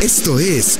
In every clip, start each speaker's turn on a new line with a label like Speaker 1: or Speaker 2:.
Speaker 1: Esto es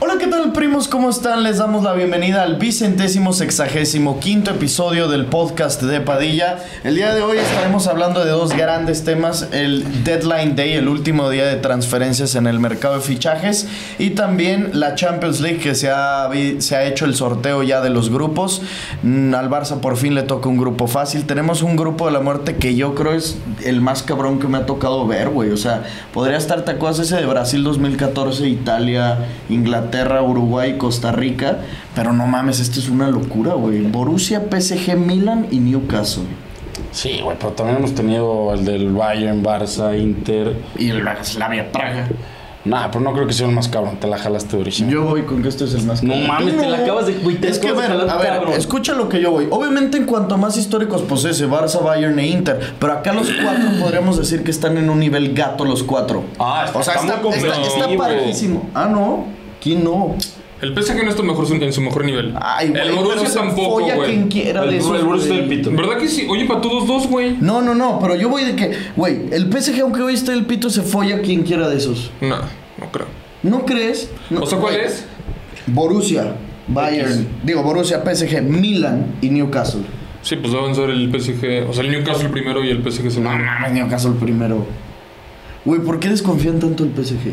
Speaker 2: Hola, ¿qué tal, primos? ¿Cómo están? Les damos la bienvenida al vicentésimo sexagésimo quinto episodio del podcast de Padilla. El día de hoy estaremos hablando de dos grandes temas: el Deadline Day, el último día de transferencias en el mercado de fichajes, y también la Champions League, que se ha, vi- se ha hecho el sorteo ya de los grupos. Mm, Al Barça por fin le toca un grupo fácil. Tenemos un grupo de la muerte que yo creo es el más cabrón que me ha tocado ver, güey. O sea, podría estar, ¿te acuerdas ese de Brasil 2014, Italia, Inglaterra, Uruguay, Costa Rica? Pero no mames, esto es una locura, güey. Borussia, PSG, Milan y Newcastle.
Speaker 3: Sí, güey, pero también hemos tenido el del Bayern, Barça, Inter.
Speaker 2: Y el Slavia Praga.
Speaker 3: Nah, pero no creo que sea el más cabrón, te la jalaste durísimo.
Speaker 2: Yo voy con que esto es el más
Speaker 3: No mames, te la acabas de- güey, te
Speaker 2: Es que, a
Speaker 3: acabas
Speaker 2: ver,
Speaker 3: de jalar,
Speaker 2: a ver,
Speaker 3: cabrón.
Speaker 2: escucha lo que yo voy. Obviamente, en cuanto más históricos posee Barça, Bayern e Inter. Pero acá los cuatro podríamos decir que están en un nivel gato los cuatro.
Speaker 3: Ah, está-
Speaker 2: o sea,
Speaker 3: está
Speaker 2: está,
Speaker 3: muy
Speaker 2: está-
Speaker 3: competitivo.
Speaker 2: está parejísimo. Ah, no. ¿Quién no?
Speaker 4: El PSG no está mejor, en su mejor nivel.
Speaker 2: Ay, güey.
Speaker 4: el
Speaker 2: pero
Speaker 4: Borussia
Speaker 2: se
Speaker 4: tampoco,
Speaker 2: folla quien
Speaker 4: güey.
Speaker 2: quiera de
Speaker 3: el,
Speaker 2: esos,
Speaker 3: el Borussia
Speaker 2: güey.
Speaker 3: del Pito.
Speaker 4: ¿Verdad que sí? Oye, para todos dos, güey.
Speaker 2: No, no, no. Pero yo voy de que, güey, el PSG, aunque hoy esté el pito, se folla quien quiera de esos.
Speaker 4: No, no creo.
Speaker 2: ¿No crees? No,
Speaker 4: O sea, ¿cuál
Speaker 2: güey.
Speaker 4: es?
Speaker 2: Borussia, Bayern. Digo, Borussia, PSG, Milan y Newcastle.
Speaker 4: Sí, pues deben ser el PSG. O sea, el Newcastle primero y el PSG
Speaker 2: No
Speaker 4: segundo.
Speaker 2: mames, Newcastle primero. Güey, ¿por qué desconfían tanto el PSG?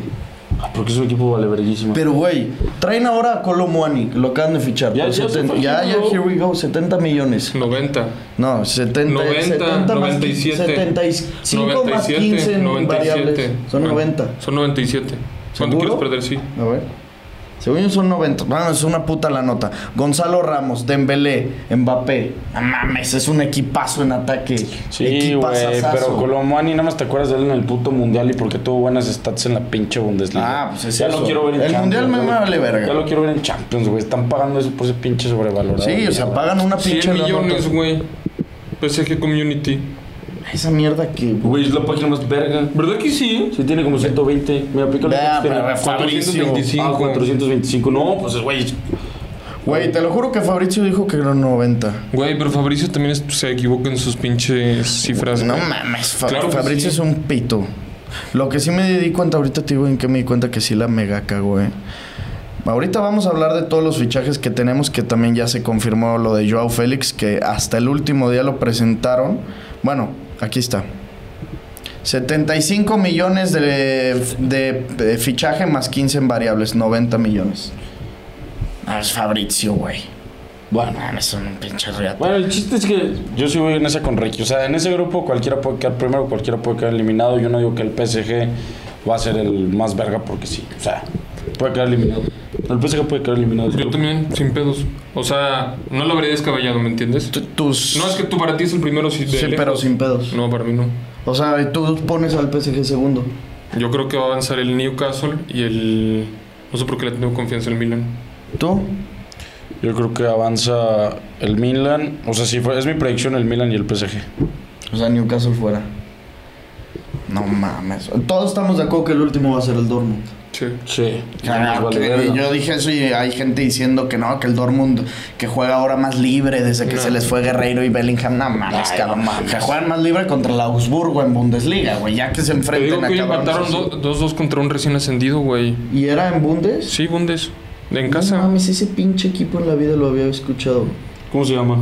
Speaker 3: Ah, porque es un equipo vale verguísimo.
Speaker 2: Pero, güey, traen ahora a Colomwani, que lo acaban de fichar.
Speaker 3: Ya,
Speaker 2: por
Speaker 3: ya se
Speaker 2: 70
Speaker 3: fue,
Speaker 2: ya,
Speaker 3: ya
Speaker 2: ya,
Speaker 3: no.
Speaker 2: here we go, 70 millones.
Speaker 4: 90.
Speaker 2: No, 70,
Speaker 4: 90,
Speaker 2: 70 más
Speaker 4: 97,
Speaker 2: 75 más
Speaker 4: 97,
Speaker 2: 15 en
Speaker 4: 97.
Speaker 2: variables. Son
Speaker 4: Ah,
Speaker 2: 90.
Speaker 4: Son 97. ¿Cuánto
Speaker 2: ¿Seguro?
Speaker 4: quieres perder? Sí.
Speaker 2: A ver. Según yo son 90. Bueno, es una puta la nota. Gonzalo Ramos, Dembélé, Mbappé. No mames, es un equipazo en ataque.
Speaker 3: sí, güey,
Speaker 2: Equipazazazo.
Speaker 3: pero Colomani nada más te acuerdas de él en el puto mundial y porque tuvo buenas stats en la pinche Bundesliga.
Speaker 2: Ah, pues es
Speaker 3: ya
Speaker 2: eso.
Speaker 3: lo quiero ver en
Speaker 2: El
Speaker 3: Champions,
Speaker 2: mundial me
Speaker 3: güey.
Speaker 2: vale verga.
Speaker 3: Ya lo quiero ver en Champions, güey. Están pagando eso por ese pinche sobrevalorado.
Speaker 2: Sí, o sea,
Speaker 3: mierda.
Speaker 2: pagan una pinche
Speaker 4: 100
Speaker 2: la
Speaker 4: millones,
Speaker 2: nota.
Speaker 4: güey. PSG Community.
Speaker 2: Esa mierda que.
Speaker 3: Güey, es la página más verga.
Speaker 4: ¿Verdad que sí?
Speaker 3: Sí, tiene como 120. Mira, aplica
Speaker 2: Vea, pero
Speaker 4: Fabricio.
Speaker 3: 425. Ah, 425. No, pues, güey,
Speaker 2: Güey, te lo juro que Fabricio dijo que eran 90.
Speaker 4: Güey, pero Fabricio también es- se equivoca en sus pinches cifras.
Speaker 2: No
Speaker 4: güey.
Speaker 2: mames, Fa-
Speaker 4: Claro que
Speaker 2: Fabricio
Speaker 4: sí.
Speaker 2: es un pito. Lo que sí me di cuenta ahorita, te digo en que me di cuenta que sí la mega cagó, eh. Ahorita vamos a hablar de todos los fichajes que tenemos, que también ya se confirmó lo de Joao Félix, que hasta el último día lo presentaron. Bueno, aquí está. 75 millones de, de- de fichaje más 15 en variables, 90 millones. Ah, es Fabricio, güey.
Speaker 3: Bueno.
Speaker 2: Mames, son un pinche reato.
Speaker 3: Bueno, el chiste es que yo sí voy en esa con Ricky. O sea, en ese grupo cualquiera puede quedar primero, cualquiera puede quedar eliminado. Yo no digo que el PSG va a ser el más verga porque sí. O sea, puede quedar eliminado. El PSG puede quedar eliminado. del
Speaker 4: Yo
Speaker 3: grupo.
Speaker 4: también, sin pedos. O sea, no lo habría descabellado, ¿me entiendes?
Speaker 2: T- Tus...
Speaker 4: No, es que tú para ti es el primero. Sí, de
Speaker 2: Sí,
Speaker 4: lejos.
Speaker 2: pero sin pedos.
Speaker 4: No, para mí no.
Speaker 2: O sea, tú pones al PSG segundo.
Speaker 4: Yo creo que va a avanzar el Newcastle y el... No sé por qué le tengo confianza en Milan.
Speaker 2: ¿Tú?
Speaker 3: Yo creo que avanza el Milan. O sea, sí, fue- es mi predicción el Milan y el PSG.
Speaker 2: O sea, Newcastle fuera. No mames. Todos estamos de acuerdo que el último va a ser el Dortmund.
Speaker 4: Sí.
Speaker 3: Sí.
Speaker 2: Ah, yo dije eso y hay gente diciendo que no, que el Dortmund que juega ahora más libre desde que
Speaker 4: No.
Speaker 2: se les fue Guerreiro y Bellingham. No mames,
Speaker 3: Ay,
Speaker 2: cabrón.
Speaker 3: no mames.
Speaker 2: Que juegan más libre contra el Augsburgo en Bundesliga, güey. Ya que se
Speaker 4: Te digo
Speaker 2: enfrenten
Speaker 4: que hoy
Speaker 2: cabrones
Speaker 4: empataron
Speaker 2: así.
Speaker 4: do- 2-2 contra un recién ascendido, güey.
Speaker 2: ¿Y era en Bundes?
Speaker 4: Sí, Bundes. De en
Speaker 2: No
Speaker 4: casa.
Speaker 2: mames, ese pinche equipo en la vida lo había escuchado.
Speaker 3: ¿Cómo se llama?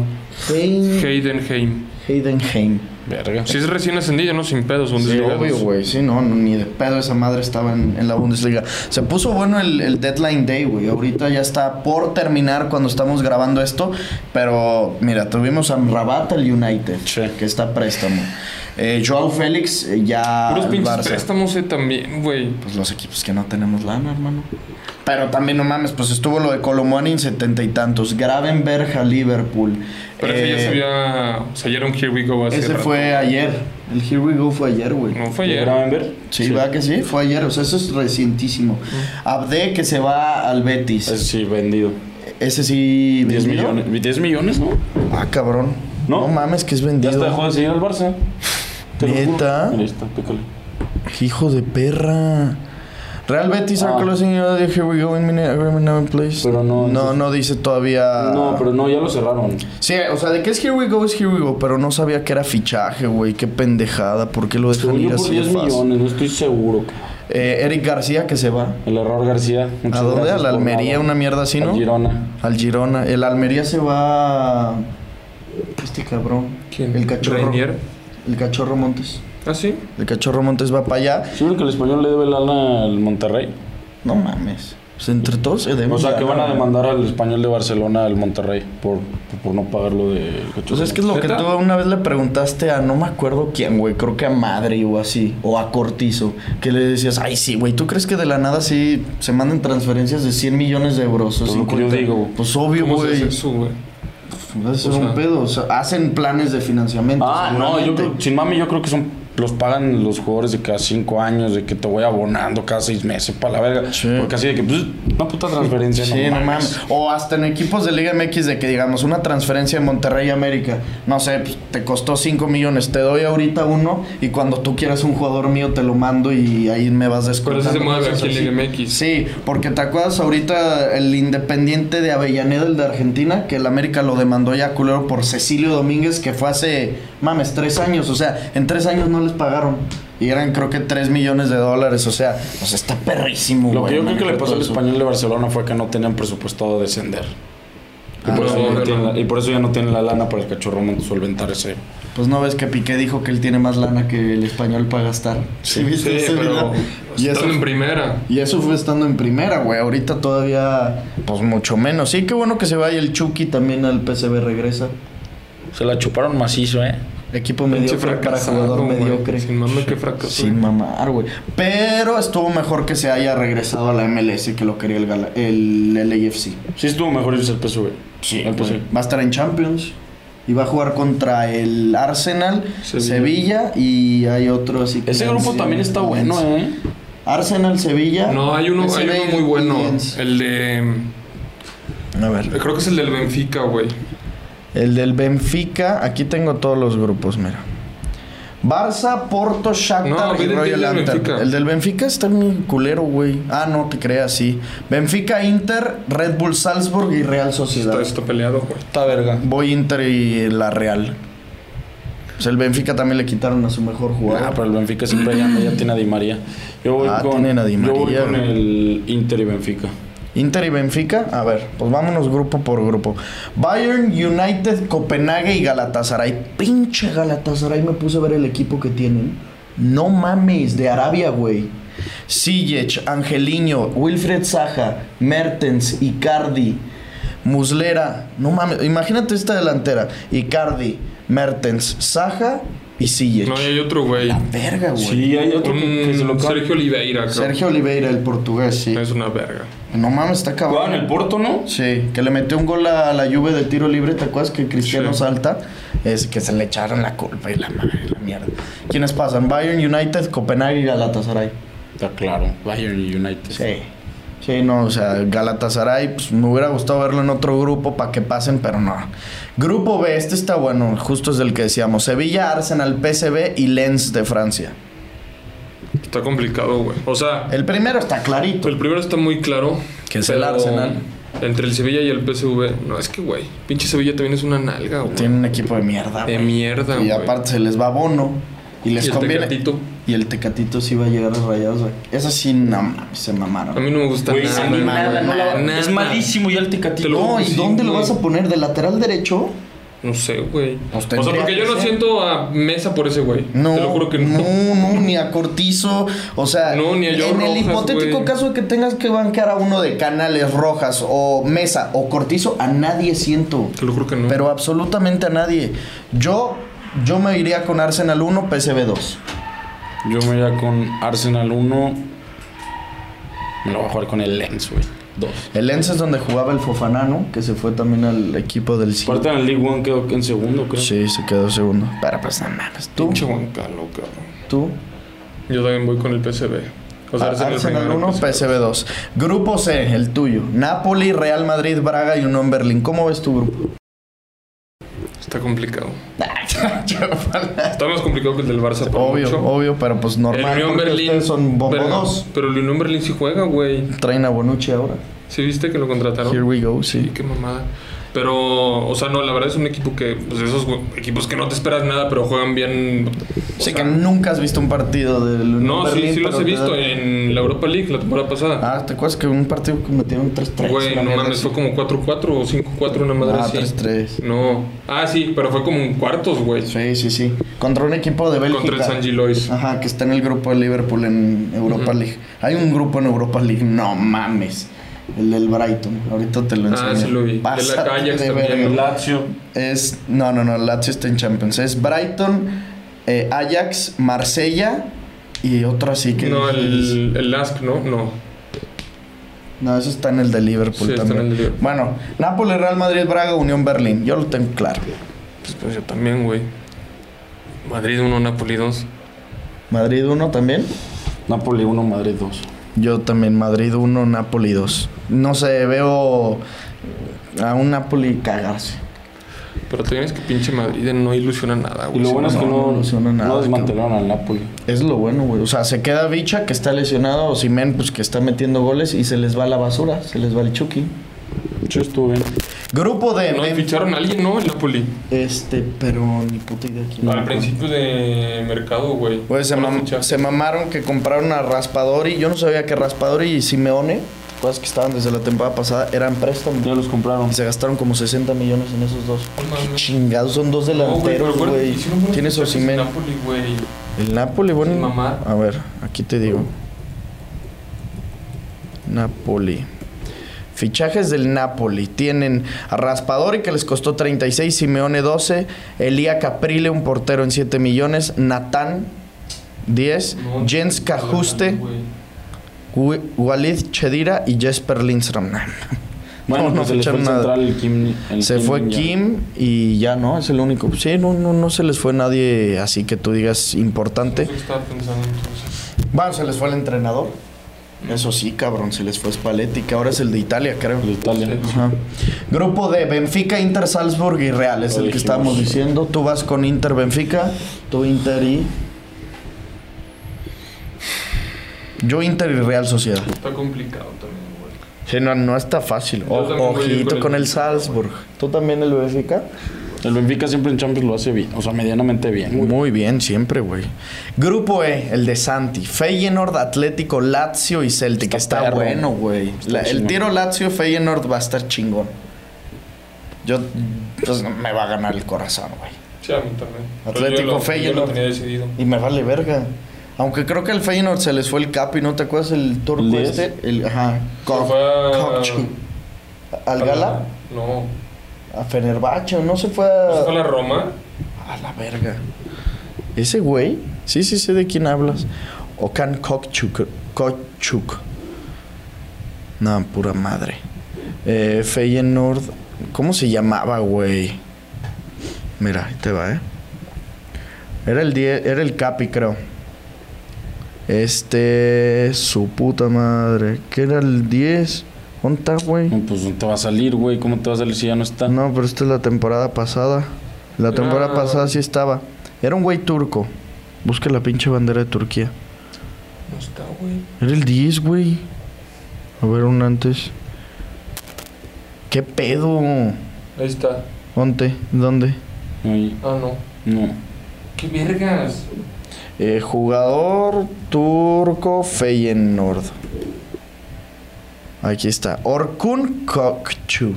Speaker 2: Hey,
Speaker 4: Heidenheim.
Speaker 2: Heidenheim.
Speaker 3: Verga.
Speaker 4: Si es recién ascendido, no sin pedos.
Speaker 2: Sí,
Speaker 4: Bundesliga.
Speaker 2: obvio, güey. Sí, no, no, ni de pedo esa madre estaba en, en la Bundesliga. Se puso bueno el, el deadline day, güey. Ahorita ya está por terminar cuando estamos grabando esto. Pero, mira, tuvimos a Rabat al United,
Speaker 3: Sí.
Speaker 2: que está a préstamo. Eh, Joao Félix, eh, ya
Speaker 4: Puros
Speaker 2: al
Speaker 4: pinches
Speaker 2: Barça.
Speaker 4: préstamos eh, también, güey.
Speaker 2: Pues los equipos que no tenemos lana, hermano. Pero también, no mames, pues estuvo lo de Colomani en setenta y tantos. Gravenberg a Liverpool.
Speaker 4: Pero ese ya
Speaker 2: Eh,
Speaker 4: se había... O sea, ya era un Here We Go hace
Speaker 2: Ese
Speaker 4: rato.
Speaker 2: fue ayer. El Here We Go fue ayer, güey.
Speaker 4: No fue
Speaker 3: ¿Y
Speaker 4: ayer.
Speaker 3: Gravenberg?
Speaker 2: Sí, ¿verdad que sí? Fue ayer, o sea, eso es recientísimo. Abde que se va al Betis.
Speaker 3: Ese sí, vendido.
Speaker 2: Ese sí.
Speaker 3: 10
Speaker 2: ¿vendido?
Speaker 3: millones. 10 millones, ¿no?
Speaker 2: Ah, cabrón. No,
Speaker 3: No.
Speaker 2: mames, que es
Speaker 3: Ya
Speaker 2: vendido.
Speaker 3: hasta dejó de seguir al Barça. Te lo juro.
Speaker 2: ¿Neta?
Speaker 3: Mira, ahí está, pícale.
Speaker 2: Hijo de perra. Real Betis
Speaker 3: Ah.
Speaker 2: are closing the here we go in minute agreement now in place.
Speaker 3: Pero no-
Speaker 2: no, no dice todavía.
Speaker 3: No, pero no, ya lo cerraron.
Speaker 2: Sí, o sea, de que es Here We Go es Here We Go, pero no sabía que era fichaje, güey. Qué pendejada, ¿por qué lo dejan
Speaker 3: Según
Speaker 2: ir
Speaker 3: yo por
Speaker 2: así de
Speaker 3: 10
Speaker 2: fácil?
Speaker 3: millones, no estoy seguro. cabrón.
Speaker 2: Eh, Eric García que se va.
Speaker 3: El error García.
Speaker 2: ¿A
Speaker 3: muchas
Speaker 2: dónde?
Speaker 3: gracias
Speaker 2: ¿A la
Speaker 3: por
Speaker 2: Almería?
Speaker 3: nada.
Speaker 2: Una mierda así,
Speaker 3: Al
Speaker 2: ¿no?
Speaker 3: Girona.
Speaker 2: Al Girona. El Almería se va. Este cabrón.
Speaker 4: ¿Quién?
Speaker 2: El cachorro.
Speaker 4: Reinier.
Speaker 2: El cachorro Montes.
Speaker 4: ¿Ah, sí?
Speaker 2: El cachorro Montes va para allá.
Speaker 3: Sí, vieron que el español le debe lana al Monterrey.
Speaker 2: No mames. Pues entre todos se deben
Speaker 3: O sea, que
Speaker 2: ganar,
Speaker 3: van a
Speaker 2: güey.
Speaker 3: demandar al español de Barcelona al Monterrey por, por no pagar lo de
Speaker 2: Pues es que es lo que
Speaker 4: ¿Neta?
Speaker 2: tú una vez le preguntaste a no me acuerdo quién, güey, creo que a Madre o así, o a Cortizo, que le decías, ay, sí, güey, ¿tú crees que de la nada sí se manden transferencias de 100 millones de euros? O
Speaker 3: Pues lo que yo
Speaker 2: 50?
Speaker 3: digo.
Speaker 2: Pues obvio,
Speaker 4: ¿Cómo se
Speaker 2: güey.
Speaker 4: hace
Speaker 2: Eso
Speaker 4: eso, güey?
Speaker 2: es
Speaker 4: O
Speaker 2: un
Speaker 4: sea.
Speaker 2: pedo, o sea, hacen planes de financiamiento.
Speaker 3: Ah, no, yo
Speaker 2: seguramente.
Speaker 3: creo, sin mami, yo creo que son los pagan los jugadores de cada cinco años, de que te voy abonando cada seis meses para la verga.
Speaker 2: Sí.
Speaker 3: Porque así de que, pues, una puta transferencia.
Speaker 2: Sí, no mames. O hasta en equipos de Liga MX de que digamos una transferencia de Monterrey a América, no sé, pues, te costó 5 millones, te doy ahorita uno y cuando tú quieras un jugador mío te lo mando y ahí me vas
Speaker 4: Pero
Speaker 2: descontando.
Speaker 4: ese se mueve
Speaker 2: cosas
Speaker 4: aquí en
Speaker 2: así.
Speaker 4: Liga MX.
Speaker 2: Sí, porque te acuerdas ahorita el Independiente de Avellaneda, el de Argentina, que el América lo demandó ya culero por Cecilio Domínguez, que fue hace, mames, tres años. O sea, en tres años no les pagaron. Y eran creo que tres millones de dólares. O sea, pues está perrísimo,
Speaker 3: Lo que
Speaker 2: güey,
Speaker 3: yo creo que le
Speaker 2: manejar
Speaker 3: pasó
Speaker 2: todo
Speaker 3: al
Speaker 2: eso.
Speaker 3: español de Barcelona fue que no tenían presupuestado descender. Y,
Speaker 2: Ah,
Speaker 3: por eso
Speaker 4: no,
Speaker 3: ya no
Speaker 4: verdad.
Speaker 3: tienen la- y por eso ya no tienen la lana para el cachorro Montes solventar ese.
Speaker 2: Pues no ves que Piqué dijo que él tiene más lana que el español para gastar. Sí, viste
Speaker 4: Sí,
Speaker 2: ese video?
Speaker 4: pero
Speaker 2: Y eso,
Speaker 4: están en primera.
Speaker 2: y eso fue estando en primera, güey. Ahorita todavía, pues mucho menos. Sí, qué bueno que se vaya el Chucky también al PCB regresa.
Speaker 3: Se la chuparon macizo, ¿eh?
Speaker 2: Equipo
Speaker 4: Pinche
Speaker 2: mediocre para
Speaker 4: fracasado,
Speaker 2: jugador
Speaker 4: güey.
Speaker 2: mediocre.
Speaker 4: Sin mame que fracasó.
Speaker 2: Sin mamar, güey. Pero estuvo mejor que se haya regresado a la MLS que lo quería el, Gala- el LAFC.
Speaker 3: Sí estuvo mejor irse al PSV.
Speaker 2: Sí,
Speaker 3: Al PSV.
Speaker 2: va a estar en Champions. Y va a jugar contra el Arsenal, Sevilla,
Speaker 4: Sevilla.
Speaker 2: y hay otro así que.
Speaker 3: Ese grupo
Speaker 2: sí,
Speaker 3: también está bueno, ¿eh?
Speaker 2: Arsenal, Sevilla.
Speaker 4: No, hay uno, hay
Speaker 2: PSV
Speaker 4: uno muy bueno.
Speaker 2: y Lens.
Speaker 4: El de.
Speaker 2: A ver.
Speaker 4: Creo que es el del Benfica, güey.
Speaker 2: El del Benfica. Aquí tengo todos los grupos, mira. Barça, Porto, Shakhtar
Speaker 4: No,
Speaker 2: y
Speaker 4: ve- ve el
Speaker 2: Royal
Speaker 4: del
Speaker 2: Antwerp.
Speaker 4: Benfica.
Speaker 2: El del Benfica está muy culero, güey. Ah, no te creas, sí. Benfica, Inter, Red Bull, Salzburg y Real Sociedad.
Speaker 4: Está, está peleado, güey.
Speaker 3: Está verga.
Speaker 2: Voy Inter y la Real. Pues el Benfica también le quitaron a su mejor
Speaker 3: Ah,
Speaker 2: jugador.
Speaker 3: pero el Benfica siempre ya, ya tiene a Di María. Yo voy
Speaker 2: Ah,
Speaker 3: con,
Speaker 2: tienen a Di
Speaker 3: yo voy
Speaker 2: María,
Speaker 3: con
Speaker 2: güey.
Speaker 3: el Inter y Benfica.
Speaker 2: Inter y Benfica, a ver, pues vámonos grupo por grupo. Bayern, United, Copenhague y Galatasaray. Pinche Galatasaray, me puse a ver el equipo que tienen. No mames, de Arabia, güey. Sijic, Angeliño, Wilfred Saja, Mertens, Icardi, Muslera. No mames, imagínate esta delantera. Icardi, Mertens, Saja y Sijic.
Speaker 4: No, y hay otro, güey.
Speaker 2: La verga, güey.
Speaker 3: Sí, hay otro que que se lo
Speaker 4: Un
Speaker 3: acaban-
Speaker 4: Sergio Oliveira, creo.
Speaker 2: Sergio Oliveira, el portugués, sí.
Speaker 4: Es una verga.
Speaker 2: No mames, está
Speaker 3: Jugaba
Speaker 2: cabrón.
Speaker 3: en el Porto, ¿no?
Speaker 2: Sí, que le metió un gol a la lluvia de tiro libre, ¿te acuerdas que Cristiano
Speaker 4: Sí.
Speaker 2: salta? Es que se le echaron la culpa y la madre, la mierda. ¿Quiénes pasan? Bayern United, Copenhague y Galatasaray.
Speaker 3: Está claro. Bayern y United.
Speaker 2: Sí. Sí, no, o sea, Galatasaray, pues me hubiera gustado verlo en otro grupo para que pasen, pero no. Grupo B, este está bueno, justo es del que decíamos. Sevilla, Arsenal, PSV y Lens de Francia.
Speaker 4: Está complicado, güey. O sea,
Speaker 2: El primero está clarito.
Speaker 4: el primero está muy claro.
Speaker 2: Que es el
Speaker 4: pero
Speaker 2: Arsenal.
Speaker 4: Entre el Sevilla y el PSV. No, es que, güey. Pinche Sevilla también es una nalga, güey.
Speaker 2: Tiene un equipo de mierda.
Speaker 4: De
Speaker 2: güey.
Speaker 4: mierda, güey.
Speaker 2: Y aparte se les va bono. Y les
Speaker 4: Y el
Speaker 2: conviene.
Speaker 4: Tecatito.
Speaker 2: Y el tecatito sí va a llegar a los rayados, güey. Eso sí, no mames, se
Speaker 4: A
Speaker 2: mamaron.
Speaker 4: mí no me gusta
Speaker 3: Güey,
Speaker 4: nada.
Speaker 3: a mí
Speaker 4: güey.
Speaker 3: nada, no la-
Speaker 4: Nada.
Speaker 3: Es malísimo ya el Tecatito.
Speaker 4: Te lo-
Speaker 2: No, ¿y
Speaker 4: sí,
Speaker 2: dónde lo
Speaker 4: güey.
Speaker 2: vas a poner? ¿De lateral derecho?
Speaker 4: No sé, güey.
Speaker 2: Pues
Speaker 4: o sea,
Speaker 2: tendría
Speaker 4: porque
Speaker 2: que
Speaker 4: yo no
Speaker 2: ser.
Speaker 4: siento a Mesa por ese güey.
Speaker 2: No,
Speaker 4: Te lo juro que
Speaker 2: no,
Speaker 4: no.
Speaker 2: no, ni a Cortizo. O sea,
Speaker 4: No, ni a Joe
Speaker 2: en el
Speaker 4: Rojas,
Speaker 2: hipotético
Speaker 4: güey.
Speaker 2: caso de que tengas que bancar a uno de Canales Rojas o Mesa o Cortizo, a nadie siento.
Speaker 4: Te lo juro que no.
Speaker 2: Pero absolutamente a nadie. Yo, yo me iría con Arsenal 1, PSV 2.
Speaker 3: Yo me voy a con Arsenal 1. Me lo voy a jugar con el Lens, güey. 2.
Speaker 2: El Lens es donde jugaba el Fofanano, que se fue también al equipo del City.
Speaker 3: Aparte en el League One quedó en segundo, creo.
Speaker 2: Sí, se quedó segundo. Pero pues no mames. Tú,
Speaker 4: Pinche Guancalo, cabrón.
Speaker 2: tú.
Speaker 4: Yo también voy con el PSV. O sea,
Speaker 2: A-
Speaker 4: Arsenal
Speaker 2: Arsenal
Speaker 4: primero,
Speaker 2: 1, PSV 2. Grupo C, el tuyo. Napoli, Real Madrid, Braga y uno en Berlín. ¿Cómo ves tu grupo?
Speaker 4: Está complicado. Está más complicado que el del Barça. por
Speaker 2: obvio,
Speaker 4: mucho.
Speaker 2: obvio, pero pues
Speaker 4: El
Speaker 2: normal.
Speaker 4: Unión
Speaker 2: porque
Speaker 4: Berlín.
Speaker 2: ustedes son bombo
Speaker 4: pero,
Speaker 2: dos.
Speaker 4: pero el Unión Berlín sí juega, güey.
Speaker 2: Traen a Bonucci ahora.
Speaker 4: ¿Sí viste que lo contrataron?
Speaker 2: Here we go, sí.
Speaker 4: Sí, qué mamada. Pero, o sea, no, la verdad es un equipo que, pues esos güey, equipos que no te esperas nada, pero juegan bien. o
Speaker 2: Sí,
Speaker 4: sea,
Speaker 2: que nunca has visto un partido del Unión
Speaker 4: No, sí,
Speaker 2: Berlín,
Speaker 4: sí los
Speaker 2: pero
Speaker 4: he
Speaker 2: te
Speaker 4: visto eh.
Speaker 2: da-
Speaker 4: en la Europa League la temporada pasada.
Speaker 2: Ah, ¿te acuerdas que un partido que metieron 3-3?
Speaker 4: Güey,
Speaker 2: la
Speaker 4: no
Speaker 2: mierda
Speaker 4: mames,
Speaker 2: así?
Speaker 4: fue como 4-4 o 5-4 una madre
Speaker 2: Ah,
Speaker 4: así.
Speaker 2: 3-3.
Speaker 4: No. Ah, sí, pero fue como en cuartos, güey.
Speaker 2: Sí, sí, sí. Contra un equipo de Bélgica. Ah,
Speaker 4: Contra el San Gilois.
Speaker 2: Ajá, que está en el grupo de Liverpool en Europa League. Hay un grupo en Europa League, no mames. El del Brighton. Ahorita te lo enseño.
Speaker 4: Ah, sí lo vi. De la
Speaker 2: Pásate
Speaker 4: Ajax
Speaker 2: de
Speaker 4: también.
Speaker 2: verga.
Speaker 3: Lazio.
Speaker 2: Es. No, no, no. Lazio está en Champions. Es Brighton, eh, Ajax, Marsella y otro así que.
Speaker 4: No, el, el Lask, ¿no? No.
Speaker 2: No, eso está en el de Liverpool
Speaker 4: Sí, está en
Speaker 2: también.
Speaker 4: el de Liverpool.
Speaker 2: Bueno, Nápoles, Real Madrid, Braga, Unión Berlín. Yo lo tengo claro.
Speaker 4: Pues, pues, yo también, güey. Madrid 1, Napoli 2.
Speaker 2: Madrid 1 también.
Speaker 3: Napoli 1, Madrid 2.
Speaker 2: Yo también, Madrid 1, Napoli 2. No sé, veo a un Napoli cagarse.
Speaker 4: Pero también es que pinche Madrid no ilusiona nada,
Speaker 3: Y
Speaker 4: güey.
Speaker 3: lo bueno es que
Speaker 2: no,
Speaker 3: no,
Speaker 2: no suena nada,
Speaker 3: no desmantelaron al Napoli.
Speaker 2: Es lo bueno, güey. O sea, se queda Bicha, que está lesionado, o Simen, pues que está metiendo goles, y se les va la basura, se les va el Chucky.
Speaker 3: Yo estuve bien.
Speaker 2: Grupo de.
Speaker 4: No,
Speaker 2: de-
Speaker 4: ficharon a alguien, ¿no? El Napoli.
Speaker 2: este, pero ni puta idea quién.
Speaker 4: Al principio de mercado, güey.
Speaker 2: Güey, se,
Speaker 4: Para
Speaker 2: mam-
Speaker 4: fichar.
Speaker 2: se mamaron que compraron a Raspadori. Yo no sabía que Raspadori y Simeone, cosas que estaban desde la temporada pasada, eran préstamos.
Speaker 3: Ya los compraron.
Speaker 2: Y se gastaron como 60 millones en esos dos.
Speaker 4: No mames.
Speaker 2: Chingados, son dos
Speaker 4: No, güey, pero
Speaker 2: delanteros,
Speaker 4: acuérdate que
Speaker 2: güey.
Speaker 4: hicieron buenos
Speaker 2: Tienes
Speaker 4: fichajes en
Speaker 2: Osimhen.
Speaker 4: Napoli, güey.
Speaker 2: El Napoli, bueno.
Speaker 4: Sin mamar.
Speaker 2: A ver, aquí te digo. Napoli. Fichajes del Napoli. Tienen a Raspadori, que les costó 36, Simeone 12, Elía Caprile, un portero en 7 millones, Natán 10,
Speaker 4: No,
Speaker 2: Jens
Speaker 4: no,
Speaker 2: Cajuste,
Speaker 4: güey.
Speaker 2: Wi- Walid Chedira y Jesper Lindstrom. Nah,
Speaker 3: Bueno,
Speaker 2: no, no
Speaker 3: pues se les fue
Speaker 2: ficharon
Speaker 3: el
Speaker 2: nada.
Speaker 3: central el Kim. el
Speaker 2: Se fue
Speaker 3: ya.
Speaker 2: Kim y ya no, es el único. Sí, no, no, no se les fue nadie así que tú digas importante.
Speaker 4: Eso estaba pensando entonces.
Speaker 2: Bueno, se les fue el entrenador. Eso sí, cabrón, se les fue Spalletti, que ahora es el de Italia, creo.
Speaker 3: De Italia.
Speaker 2: Ajá. Grupo de Benfica, Inter, Salzburg y Real, es
Speaker 3: Lo
Speaker 2: el que
Speaker 3: dijimos.
Speaker 2: estábamos diciendo. Tú vas con Inter, Benfica, tú Inter y... Yo Inter y Real Sociedad.
Speaker 4: Está complicado también, güey.
Speaker 2: Sí, no, no está fácil.
Speaker 4: Yo también voy a ir
Speaker 2: ojito
Speaker 4: con
Speaker 2: con, el
Speaker 4: el Benfica,
Speaker 2: Salzburg. ¿Tú también el Benfica?
Speaker 3: El Benfica siempre en Champions lo hace bien. O sea, medianamente bien.
Speaker 2: Muy, bien, siempre, güey. Grupo E, el de Santi. Feyenoord, Atlético, Lazio y Celtic.
Speaker 3: Está
Speaker 2: Está,
Speaker 3: perro.
Speaker 2: bueno, güey.
Speaker 3: Está
Speaker 2: La- El
Speaker 3: chingón.
Speaker 2: tiro Lazio, Feyenoord va a estar chingón. Yo, pues me va a ganar el corazón, güey.
Speaker 4: Sí, a mí también. Pero
Speaker 2: Atlético
Speaker 4: yo lo- Yo
Speaker 2: Feyenoord.
Speaker 4: lo tenía decidido.
Speaker 2: Y me vale verga. Aunque creo que al Feyenoord se les fue el capi, ¿no te acuerdas el turco
Speaker 3: ¿Lies?
Speaker 2: este? El, ajá. Koch-
Speaker 4: fue a-
Speaker 2: Kochu. ¿Al Gala?
Speaker 4: No.
Speaker 2: A Fenerbahce, no se fue
Speaker 4: ¿No
Speaker 2: a...
Speaker 4: fue a la Roma?
Speaker 2: A la verga. Ese güey, sí, sí sé de quién hablas. Okan Kokchuk. Kokchuk. No, pura madre. Eh, Feyenoord. ¿Cómo se llamaba, güey? Mira, ahí te va, ¿eh? Era el, die- era el Capi, creo. Este. Su puta madre. ¿Qué era el 10? ¿Dónde está, güey?
Speaker 3: No, Pues no te va a salir, güey. ¿Cómo te va a salir si ya no está?
Speaker 2: No, pero esta es la temporada pasada. La
Speaker 4: Era-
Speaker 2: temporada pasada sí estaba. Era un güey turco. Busca la pinche bandera de Turquía.
Speaker 4: No está, güey.
Speaker 2: Era el 10, güey. A ver, un antes. ¿Qué pedo?
Speaker 4: Ahí está.
Speaker 2: ¿Dónde? ¿Dónde?
Speaker 3: Ahí,
Speaker 4: Ah, no.
Speaker 3: no.
Speaker 4: ¡Qué vergas!
Speaker 2: Eh, jugador turco Feyenoord. Aquí está. Orkun Kokchu.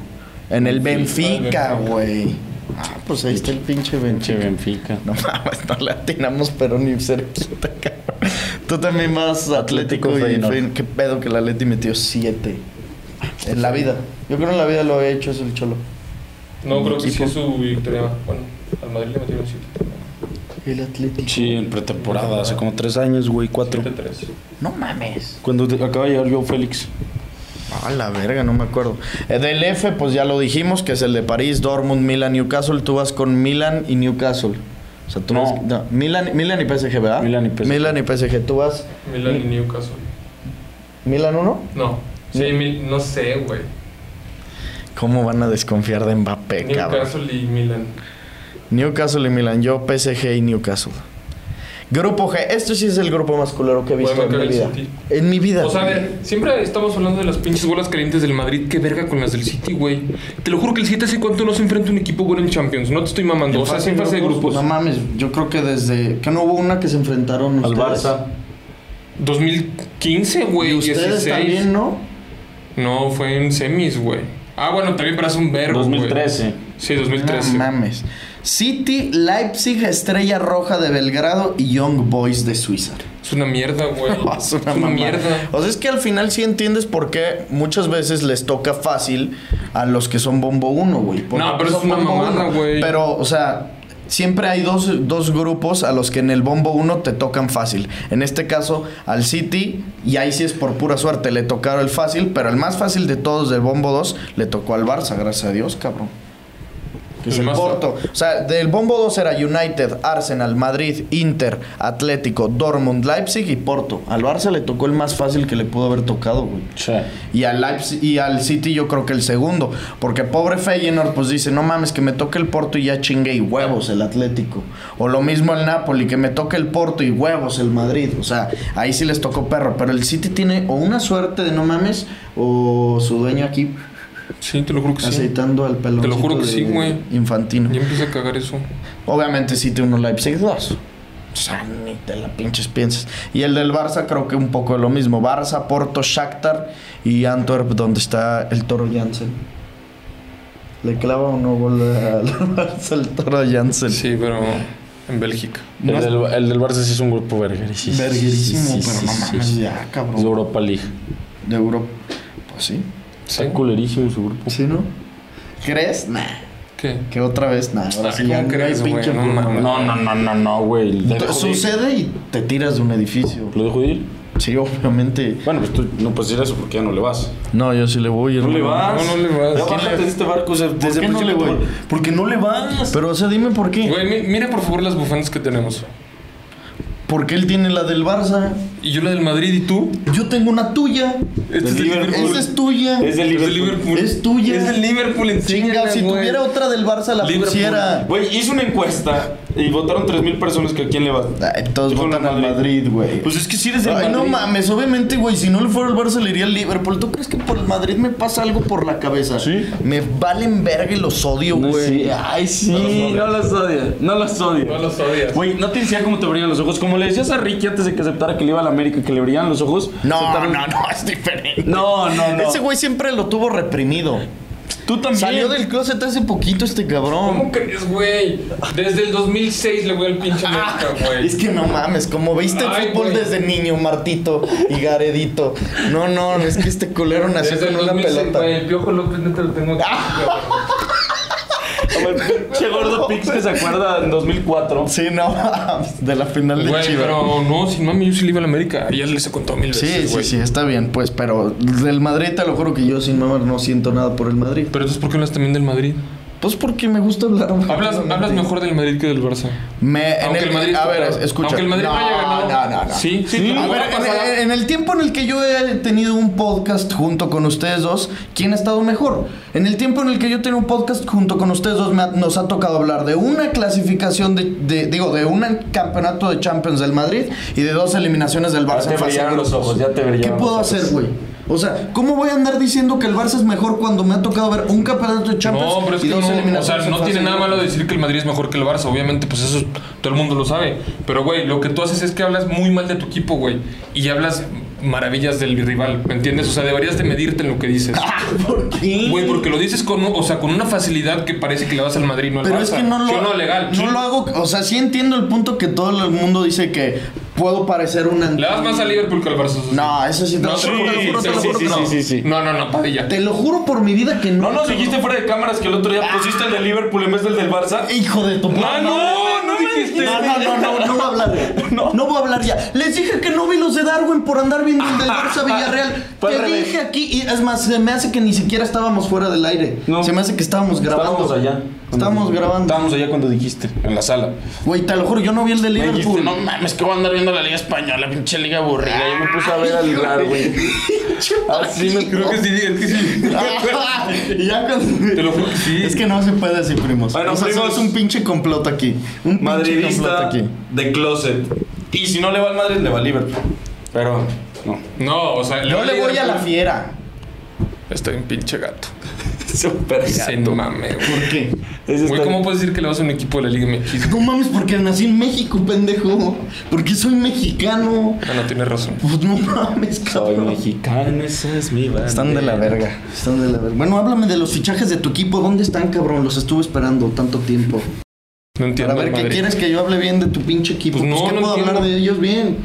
Speaker 2: En el Benfica,
Speaker 4: Benfica.
Speaker 2: güey. Ah, pues ahí está el pinche
Speaker 3: Pinche
Speaker 2: Benfica.
Speaker 3: Benfica.
Speaker 2: No mames, no le atinamos, pero ni cerquita, cabrón. Tú también vas Atlético,
Speaker 3: Atlético
Speaker 2: y
Speaker 3: Feyenoord.
Speaker 2: Feyn- Qué pedo que la Atleti metió 7. En la vida. Yo creo en la vida lo había hecho eso el Cholo.
Speaker 4: No, creo que sí
Speaker 2: Equipo.
Speaker 4: es su victoria. Bueno, al Madrid le metieron 7.
Speaker 2: El Atlético.
Speaker 3: Sí, en pretemporada. Hace como tres años, güey. Cuatro.
Speaker 4: 7-3.
Speaker 2: No mames.
Speaker 3: Cuando te- acaba de llegar yo, Félix.
Speaker 2: A la verga, no me acuerdo. Eh, Del F, pues ya lo dijimos, que es el de París, Dortmund, Milan, Newcastle. Tú vas con Milan y Newcastle. O sea, tú
Speaker 3: No.
Speaker 2: vas- no, Milan, Milan y PSG, ¿verdad?
Speaker 3: Milan y PSG.
Speaker 2: Milan y PSG. ¿Tú vas
Speaker 4: Milan y Newcastle.
Speaker 2: Milan 1?
Speaker 4: No. Sí, Mil- no sé, güey.
Speaker 2: ¿Cómo van a desconfiar de Mbappé, Eh, cabrón?
Speaker 4: Newcastle y Milan.
Speaker 2: Newcastle y Milan. Yo PSG y Newcastle. Grupo G. Esto sí es el grupo más culero que he visto
Speaker 4: Bueno,
Speaker 2: en mi
Speaker 4: que
Speaker 2: vida.
Speaker 4: el City.
Speaker 2: En mi vida.
Speaker 4: O sea, a
Speaker 2: güey.
Speaker 4: ver, siempre estamos hablando de las pinches bolas calientes del Madrid. Qué verga con las del City, güey. Te lo juro que el City hace cuánto no se enfrenta a un equipo bueno en Champions. No te estoy mamando. O sea,
Speaker 2: fase
Speaker 4: siempre hace grupos.
Speaker 2: No mames, yo creo que desde... Que no hubo una que se enfrentaron
Speaker 3: Al
Speaker 2: ustedes.
Speaker 3: Barça.
Speaker 4: 2015, güey.
Speaker 2: Y ustedes
Speaker 4: 16.
Speaker 2: también, ¿no?
Speaker 4: No, fue en semis, güey. Ah, bueno, también para hace un verbo.
Speaker 3: 2013.
Speaker 4: Sí, 2013.
Speaker 2: No mames. City, Leipzig, Estrella Roja de Belgrado y Young Boys de Suiza.
Speaker 4: es una mierda, güey.
Speaker 2: Es una mamada.
Speaker 4: mierda.
Speaker 2: O sea, es que al final sí entiendes por qué muchas veces les toca fácil a los que son bombo uno, güey. Porque
Speaker 4: No, pero
Speaker 2: son
Speaker 4: es una
Speaker 2: bombo
Speaker 4: mamada,
Speaker 2: uno.
Speaker 4: güey.
Speaker 2: Pero, o sea, siempre hay dos, dos grupos a los que en el bombo uno te tocan fácil. En este caso, al City, y ahí sí es por pura suerte, le tocaron el fácil, pero el más fácil de todos del bombo 2 le tocó al Barça, gracias a Dios, cabrón. Que es
Speaker 4: El
Speaker 2: el
Speaker 4: más-
Speaker 2: Porto. O sea, del bombo 2 era United, Arsenal, Madrid, Inter, Atlético, Dortmund, Leipzig y Porto. Al Barça le tocó el más fácil que le pudo haber tocado, güey.
Speaker 3: Che.
Speaker 2: Y al, Leipzig- y al City yo creo que el segundo. Porque pobre Feyenoord pues dice, no mames, que me toque el Porto y ya chingue y huevos el Atlético. O lo mismo el Napoli, que me toque el Porto y huevos el Madrid. O sea, ahí sí les tocó perro. Pero el City tiene o una suerte de no mames o su dueño aquí
Speaker 4: Sí, te lo juro que sí.
Speaker 2: aceitando al pelón.
Speaker 4: Te lo juro que sí, güey.
Speaker 2: Infantino.
Speaker 4: Ya empieza a cagar eso.
Speaker 2: Obviamente City 1, Leipzig 2. O sea, ni te la pinches piensas. Y el del Barça creo que un poco lo mismo. Barça, Porto, Shakhtar y Antwerp, donde está el Toro Jansen. ¿Le clava o no gol al Barça el Toro Jansen?
Speaker 4: Sí, pero en Bélgica.
Speaker 3: El,
Speaker 4: No,
Speaker 3: del, el del Barça sí es un grupo verguerísimo.
Speaker 2: Verguerísimo,
Speaker 3: Sí, sí,
Speaker 2: pero no
Speaker 3: sí,
Speaker 2: mames,
Speaker 3: sí.
Speaker 2: ya,
Speaker 3: Es de
Speaker 2: cabrón.
Speaker 3: Europa League.
Speaker 2: De Europa. Pues sí.
Speaker 3: Está culerísimo su grupo.
Speaker 2: ¿Sí, no? ¿Crees? Nah.
Speaker 4: ¿qué?
Speaker 2: Que otra vez, nah. Ahora
Speaker 4: Ay,
Speaker 2: sí ya
Speaker 4: ¿cómo
Speaker 2: no hay
Speaker 4: crees, güey?
Speaker 2: pinche
Speaker 4: No
Speaker 2: fútbol.
Speaker 4: mames.
Speaker 3: No, no, no, no, no, güey. Lo
Speaker 2: Entonces,
Speaker 3: dejo de ir.
Speaker 2: Sucede y te tiras de un edificio.
Speaker 3: ¿Lo dejo de ir?
Speaker 2: Sí, obviamente.
Speaker 3: Bueno, pues tú no puedes decir eso porque ya no le vas.
Speaker 2: No, yo sí le voy.
Speaker 3: No le vas.
Speaker 4: No, no le vas.
Speaker 3: Ya
Speaker 4: ¿Quién
Speaker 3: bájate
Speaker 4: le-
Speaker 3: de este barco. O sea, desde
Speaker 2: qué
Speaker 3: el
Speaker 2: no le
Speaker 3: principio
Speaker 2: voy?
Speaker 3: te- Porque no le vas.
Speaker 2: Pero, o sea, dime por qué.
Speaker 4: Güey, mi- mira por favor las bufandas que tenemos.
Speaker 2: Porque él tiene la del Barça.
Speaker 4: Y yo la del Madrid y tú.
Speaker 2: Yo tengo una tuya.
Speaker 4: Este es el
Speaker 3: Liverpool.
Speaker 4: Liverpool.
Speaker 2: Esa es tuya.
Speaker 3: Es del
Speaker 4: Es el
Speaker 3: Liverpool.
Speaker 4: Liverpool.
Speaker 2: Es tuya.
Speaker 4: Es el Liverpool en
Speaker 2: Chinga, si tuviera otra del Barça la
Speaker 4: Liverpool.
Speaker 2: pusiera.
Speaker 3: Güey, hice una encuesta y votaron 3.000 personas que a quién le vas.
Speaker 2: Ay, todos
Speaker 3: Dijo
Speaker 2: votan
Speaker 3: la
Speaker 2: al
Speaker 3: Madrid.
Speaker 2: Madrid, güey.
Speaker 3: Pues es que si eres el
Speaker 2: Ay, no
Speaker 3: Madrid.
Speaker 2: mames, obviamente, güey, si no le fuera el Barça le iría al Liverpool. ¿Tú crees que por el Madrid me pasa algo por la cabeza?
Speaker 3: Sí.
Speaker 2: Me valen verga y los odio,
Speaker 3: No,
Speaker 2: güey.
Speaker 3: sí, Ay, sí, no los odias. No los odias.
Speaker 4: No los odias.
Speaker 3: Güey, no te decía cómo te brillan los ojos. Como le decías a Ricky antes de que aceptara que le iba a la América, que le brillaban los ojos.
Speaker 2: No,
Speaker 3: aceptaron-
Speaker 2: no, no, es diferente.
Speaker 3: No, no, no.
Speaker 2: Ese güey siempre lo tuvo reprimido.
Speaker 3: Tú también.
Speaker 2: Salió del closet hace poquito este cabrón.
Speaker 4: ¿Cómo crees, güey? Desde el 2006 le voy al pinche América, güey.
Speaker 2: Ah, Es que no mames, como viste el
Speaker 4: Ay,
Speaker 2: fútbol
Speaker 4: güey.
Speaker 2: desde niño, Martito y Garedito. No, no, es que este culero nació
Speaker 4: Desde
Speaker 2: con
Speaker 4: el
Speaker 2: una
Speaker 4: 2006,
Speaker 2: pelota. Ah,
Speaker 4: güey. El Piojo López neta lo tengo aquí.
Speaker 3: Como el pinche gordo Pix que se acuerda en 2004.
Speaker 2: Sí, no mames, de la final de
Speaker 4: Güey,
Speaker 2: Chivas.
Speaker 4: pero no, sin mami, yo sí le iba a la América. Ya les he contado mil
Speaker 2: Sí,
Speaker 4: veces,
Speaker 2: sí,
Speaker 4: güey.
Speaker 2: sí, está bien, pues, pero del Madrid te lo juro que yo sin mamar no siento nada por el Madrid.
Speaker 4: Pero entonces, ¿por qué hablas también del Madrid?
Speaker 2: Pues porque me gusta hablar.
Speaker 4: Hablas,
Speaker 2: rápidamente.
Speaker 4: hablas mejor del Madrid que del Barça.
Speaker 2: Me, en
Speaker 4: Aunque el Madrid-
Speaker 2: a ver, es- escucha.
Speaker 4: aunque el Madrid
Speaker 2: no,
Speaker 4: no haya ganado.
Speaker 2: No, no, no.
Speaker 4: Sí, sí,
Speaker 2: A
Speaker 4: claro.
Speaker 2: ver,
Speaker 4: La pasada-
Speaker 2: en, en el tiempo en el que yo he tenido un podcast junto con ustedes dos, ¿quién ha estado mejor? En el tiempo en el que yo tengo un podcast junto con ustedes dos, me ha- nos ha tocado hablar de una clasificación de, de- digo, de un campeonato de Champions del Madrid y de dos eliminaciones del Barça.
Speaker 3: Ya te
Speaker 2: en fase de
Speaker 3: brillaron los
Speaker 2: grupos.
Speaker 3: ojos, ya te brillaron
Speaker 2: ¿Qué
Speaker 3: los
Speaker 2: puedo
Speaker 3: ojos.
Speaker 2: hacer, güey? O sea, ¿cómo voy a andar diciendo que el Barça es mejor cuando me ha tocado ver un campeonato de Champions
Speaker 4: No, pero es
Speaker 2: y
Speaker 4: que
Speaker 2: dos
Speaker 4: no, o
Speaker 2: eliminaciones?
Speaker 4: sea,
Speaker 2: en
Speaker 4: no
Speaker 2: fase
Speaker 4: tiene
Speaker 2: de
Speaker 4: nada malo
Speaker 2: grupos?
Speaker 4: decir que el Madrid es mejor que el Barça, obviamente, pues eso es- todo el mundo lo sabe. Pero, güey, lo que tú haces es que hablas muy mal de tu equipo, güey. Y hablas maravillas del rival, ¿me entiendes? O sea, deberías de medirte en lo que dices.
Speaker 2: ¿Por qué?
Speaker 4: Güey, porque lo dices con, o sea, con una facilidad que parece que le vas al Madrid, no al
Speaker 2: Pero
Speaker 4: Barça.
Speaker 2: es que no lo,
Speaker 4: Yo no legal.
Speaker 2: no lo hago. O sea, sí entiendo el punto que todo el mundo dice que puedo parecer un anti-
Speaker 4: Le das más al Liverpool que al Barça. eso sí.
Speaker 2: No, eso sí, te
Speaker 4: No,
Speaker 2: lo
Speaker 4: sí,
Speaker 2: juro, te lo juro, te
Speaker 4: sí,
Speaker 2: lo
Speaker 4: sí,
Speaker 2: juro que
Speaker 4: sí,
Speaker 2: no.
Speaker 4: sí, sí. No, no, no, Padilla.
Speaker 2: Te lo juro por mi vida que no.
Speaker 3: No nos dijiste fuera de cámaras que el otro día pusiste el de Liverpool en vez del del Barça.
Speaker 2: Hijo de tu
Speaker 4: Ah, no, no dijiste.
Speaker 2: No, no, no, no, no voy a hablar. No. voy a hablar ya. Les dije que no vi los de Darwin por andar viendo el del
Speaker 4: Ah,
Speaker 2: Barça Villarreal.
Speaker 3: Fue al
Speaker 2: Te
Speaker 3: revés.
Speaker 2: dije aquí, y es más, se me hace que ni siquiera estábamos fuera del aire.
Speaker 3: No.
Speaker 2: Se me hace que estábamos grabando.
Speaker 3: Estábamos allá.
Speaker 2: Estábamos grabando.
Speaker 3: Estábamos allá cuando dijiste, en la sala.
Speaker 2: Güey, te lo juro, yo no vi el de
Speaker 3: Me
Speaker 2: Liverpool.
Speaker 3: dijiste, no mames, que voy a andar viendo viendo la Liga Española, pinche Liga aburrida. Yo me puse a ver al lugar, güey. Así me
Speaker 4: Creo que sí, es que sí.
Speaker 2: y ya cuando...
Speaker 4: Te lo juro que sí.
Speaker 2: Es que no se puede decir primos.
Speaker 5: Bueno,
Speaker 2: O sea,
Speaker 5: primos.
Speaker 2: Es un pinche complot aquí. Un pinche complot
Speaker 5: Madridista
Speaker 2: aquí.
Speaker 5: de closet. Y si no le va al Madrid, le va al Liverpool.
Speaker 3: Pero, no.
Speaker 4: No, o sea,
Speaker 2: Yo le voy a la fiera.
Speaker 4: Estoy un pinche gato.
Speaker 5: Súper
Speaker 4: Se mame, güey.
Speaker 2: ¿Por qué?
Speaker 5: Ese
Speaker 4: Güey,
Speaker 5: está-
Speaker 4: ¿cómo puedes decir que le vas a un equipo de la Liga MX?
Speaker 2: No mames, porque nací en México, pendejo. Porque soy mexicano.
Speaker 4: Ah, no, tienes razón.
Speaker 2: Pues no mames,
Speaker 3: Soy
Speaker 2: cabrón.
Speaker 3: mexicano, esa es mi bandera.
Speaker 2: Están de la verga. Están de la verga. Bueno, háblame de los fichajes de tu equipo. ¿Dónde están, cabrón? Los estuve esperando tanto tiempo.
Speaker 4: No entiendo.
Speaker 2: Para ver
Speaker 4: el
Speaker 2: qué
Speaker 4: Madrid.
Speaker 2: quieres que yo hable bien de tu pinche equipo.
Speaker 4: Pues no,
Speaker 2: ¿qué
Speaker 4: no
Speaker 2: puedo
Speaker 4: entiendo.
Speaker 2: hablar de ellos bien?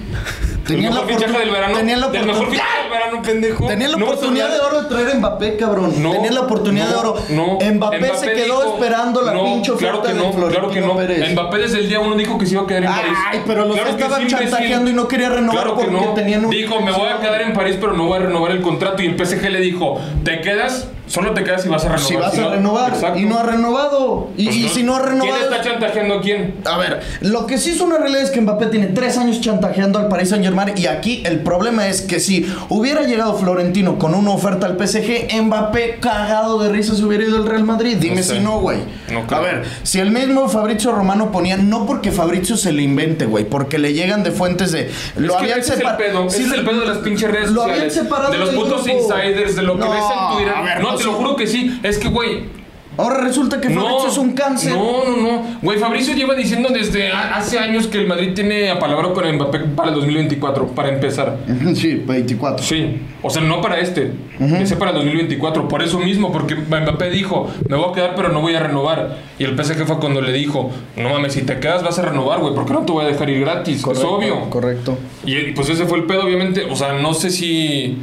Speaker 4: El mejor
Speaker 2: oportun-
Speaker 4: fichaje del verano.
Speaker 2: tenía la
Speaker 4: del mejor
Speaker 2: oportun-
Speaker 4: fichaje del verano, pendejo.
Speaker 2: Tenía la
Speaker 4: No vas a
Speaker 2: oportunidad
Speaker 4: hablar-
Speaker 2: de oro de traer a Mbappé, cabrón.
Speaker 4: No,
Speaker 2: Tenía la oportunidad
Speaker 4: no,
Speaker 2: de oro.
Speaker 4: No.
Speaker 2: Mbappé, se quedó
Speaker 4: dijo-
Speaker 2: esperando la
Speaker 4: no,
Speaker 2: pinche oferta
Speaker 4: claro que
Speaker 2: de
Speaker 4: no,
Speaker 2: Florentino
Speaker 4: Claro que no.
Speaker 2: Pérez.
Speaker 4: Mbappé desde el día uno dijo que se iba a quedar en París.
Speaker 2: Ay, pero los
Speaker 4: Claro que
Speaker 2: estaban
Speaker 4: sí, imbécil.
Speaker 2: chantajeando y no quería renovar
Speaker 4: Claro que
Speaker 2: porque
Speaker 4: no.
Speaker 2: tenían un.
Speaker 4: Dijo, me voy a quedar en París, pero no voy a renovar el contrato. Y el PSG le dijo, te quedas, solo te quedas si vas a renovar.
Speaker 2: Si vas a
Speaker 4: no-
Speaker 2: renovar.
Speaker 4: Exacto.
Speaker 2: Y no ha renovado. Y,
Speaker 4: Pues
Speaker 2: y
Speaker 4: no.
Speaker 2: si no ha renovado.
Speaker 4: ¿Quién está chantajeando a quién?
Speaker 2: A ver, lo que sí es una realidad es que Mbappé tiene tres años chantajeando al Paris Saint Germain y aquí el problema es que si hubiera llegado Florentino con una oferta al PSG, Mbappé cagado de risa se hubiera ido al Real Madrid. Dime
Speaker 4: sé.
Speaker 2: si no, güey.
Speaker 4: No creo.
Speaker 2: a ver, si el mismo Fabrizio Romano ponía, no porque Fabrizio se lo invente, güey, porque le llegan de fuentes de... Lo
Speaker 4: es que ese es el
Speaker 2: separ-
Speaker 4: pedo.
Speaker 2: Sí,
Speaker 4: ese es el pedo de las pinches redes
Speaker 2: lo
Speaker 4: sociales.
Speaker 2: habían separado
Speaker 4: de los
Speaker 2: del
Speaker 4: putos
Speaker 2: grupo.
Speaker 4: insiders, de lo que
Speaker 2: No,
Speaker 4: ves en Twitter.
Speaker 2: a ver,
Speaker 4: no,
Speaker 2: no
Speaker 4: te
Speaker 2: sé.
Speaker 4: lo juro que sí. Es que, güey,
Speaker 2: Ahora resulta que Fabrizio es un cáncer.
Speaker 4: No, no, no. Güey, Fabricio lleva diciendo desde a- hace años que el Madrid tiene a palabra con Mbappé para el 2024, para empezar.
Speaker 2: sí, 24.
Speaker 4: Sí, o sea, no para este, ese para el 2024, por eso mismo, porque Mbappé dijo, me voy a quedar pero no voy a renovar. Y el PSG fue cuando le dijo, no mames, si te quedas vas a renovar, güey, porque no te voy a dejar ir gratis, es obvio.
Speaker 2: Correcto.
Speaker 4: Y eh, pues ese fue el pedo, obviamente. O sea, no sé si.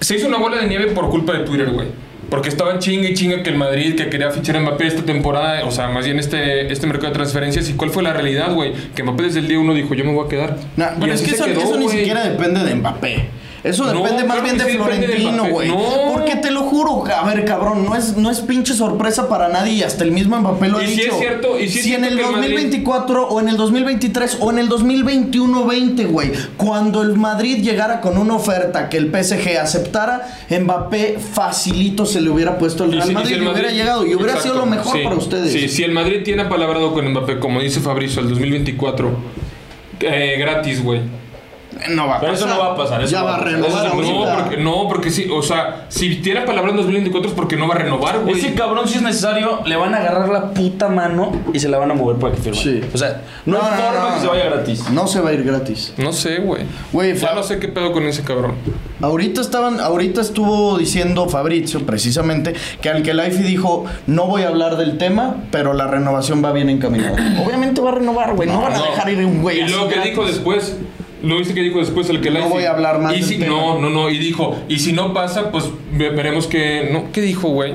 Speaker 4: Se hizo una bola de nieve por culpa de Twitter, güey. Porque estaban chinga y chinga que el Madrid, que quería fichar a Mbappé esta temporada, o sea, más bien este, este mercado de transferencias. ¿Y cuál fue la realidad, güey? Que Mbappé desde el día uno dijo, yo me voy a quedar.
Speaker 2: No,
Speaker 4: Y
Speaker 2: pero es
Speaker 4: así
Speaker 2: que eso,
Speaker 4: se quedó,
Speaker 2: eso ni
Speaker 4: güey.
Speaker 2: siquiera depende de Mbappé. Eso
Speaker 4: No,
Speaker 2: depende más
Speaker 4: claro
Speaker 2: bien
Speaker 4: que
Speaker 2: de
Speaker 4: sí depende de
Speaker 2: Florentino,
Speaker 4: Mbappé.
Speaker 2: güey.
Speaker 4: No.
Speaker 2: Porque te lo juro, a ver, cabrón, no es, no es pinche sorpresa para nadie y hasta el mismo Mbappé lo ha
Speaker 4: Y sí
Speaker 2: dicho.
Speaker 4: es cierto, y sí es
Speaker 2: si en
Speaker 4: cierto
Speaker 2: el
Speaker 4: que el Madrid-
Speaker 2: 2024 o en el 2023 o en el 2021-20, güey, cuando el Madrid llegara con una oferta que el PSG aceptara, Mbappé facilito se le hubiera puesto al
Speaker 4: Y
Speaker 2: Real
Speaker 4: si- y si
Speaker 2: Madrid y
Speaker 4: el
Speaker 2: hubiera
Speaker 4: Madrid-
Speaker 2: llegado y hubiera
Speaker 4: Exacto,
Speaker 2: sido lo mejor
Speaker 4: sí,
Speaker 2: para ustedes.
Speaker 4: Sí, si el Madrid tiene apalabrado con Mbappé, como dice Fabrizio, el 2024, eh, gratis, güey.
Speaker 2: No va a
Speaker 5: Pero
Speaker 2: pasar.
Speaker 5: eso no va a pasar, eso
Speaker 2: ya
Speaker 5: no
Speaker 2: va a
Speaker 5: va a pasar.
Speaker 2: renovar
Speaker 5: Eso
Speaker 4: No
Speaker 2: ahorita.
Speaker 4: porque, no, porque sí, o sea, si tiene palabra en 2024 es porque no va a renovar, güey.
Speaker 5: Ese cabrón, si es necesario, le van a agarrar la puta mano y se la van a mover para que firme.
Speaker 2: Sí.
Speaker 5: O sea, no,
Speaker 2: No,
Speaker 5: hay
Speaker 2: no,
Speaker 5: forma
Speaker 2: no.
Speaker 5: que se vaya gratis.
Speaker 2: No se va a ir gratis.
Speaker 4: No sé, güey.
Speaker 2: Güey,
Speaker 4: Ya
Speaker 2: Fa-
Speaker 4: no sé qué pedo con ese cabrón.
Speaker 2: ahorita estaban, ahorita estuvo diciendo Fabrizio precisamente que al que Life dijo, no voy a hablar del tema, pero la renovación va bien encaminada. Obviamente va a renovar, güey. No, van a
Speaker 4: No.
Speaker 2: dejar ir un güey.
Speaker 4: Y
Speaker 2: así
Speaker 4: luego que
Speaker 2: gratis.
Speaker 4: dijo después. Lo viste que dijo después el que
Speaker 2: No
Speaker 4: la
Speaker 2: voy a hablar más
Speaker 4: Y
Speaker 2: del
Speaker 4: si,
Speaker 2: tema.
Speaker 4: no, no, no. Y dijo, y si no pasa, pues ve- veremos que. No, ¿Qué dijo, güey?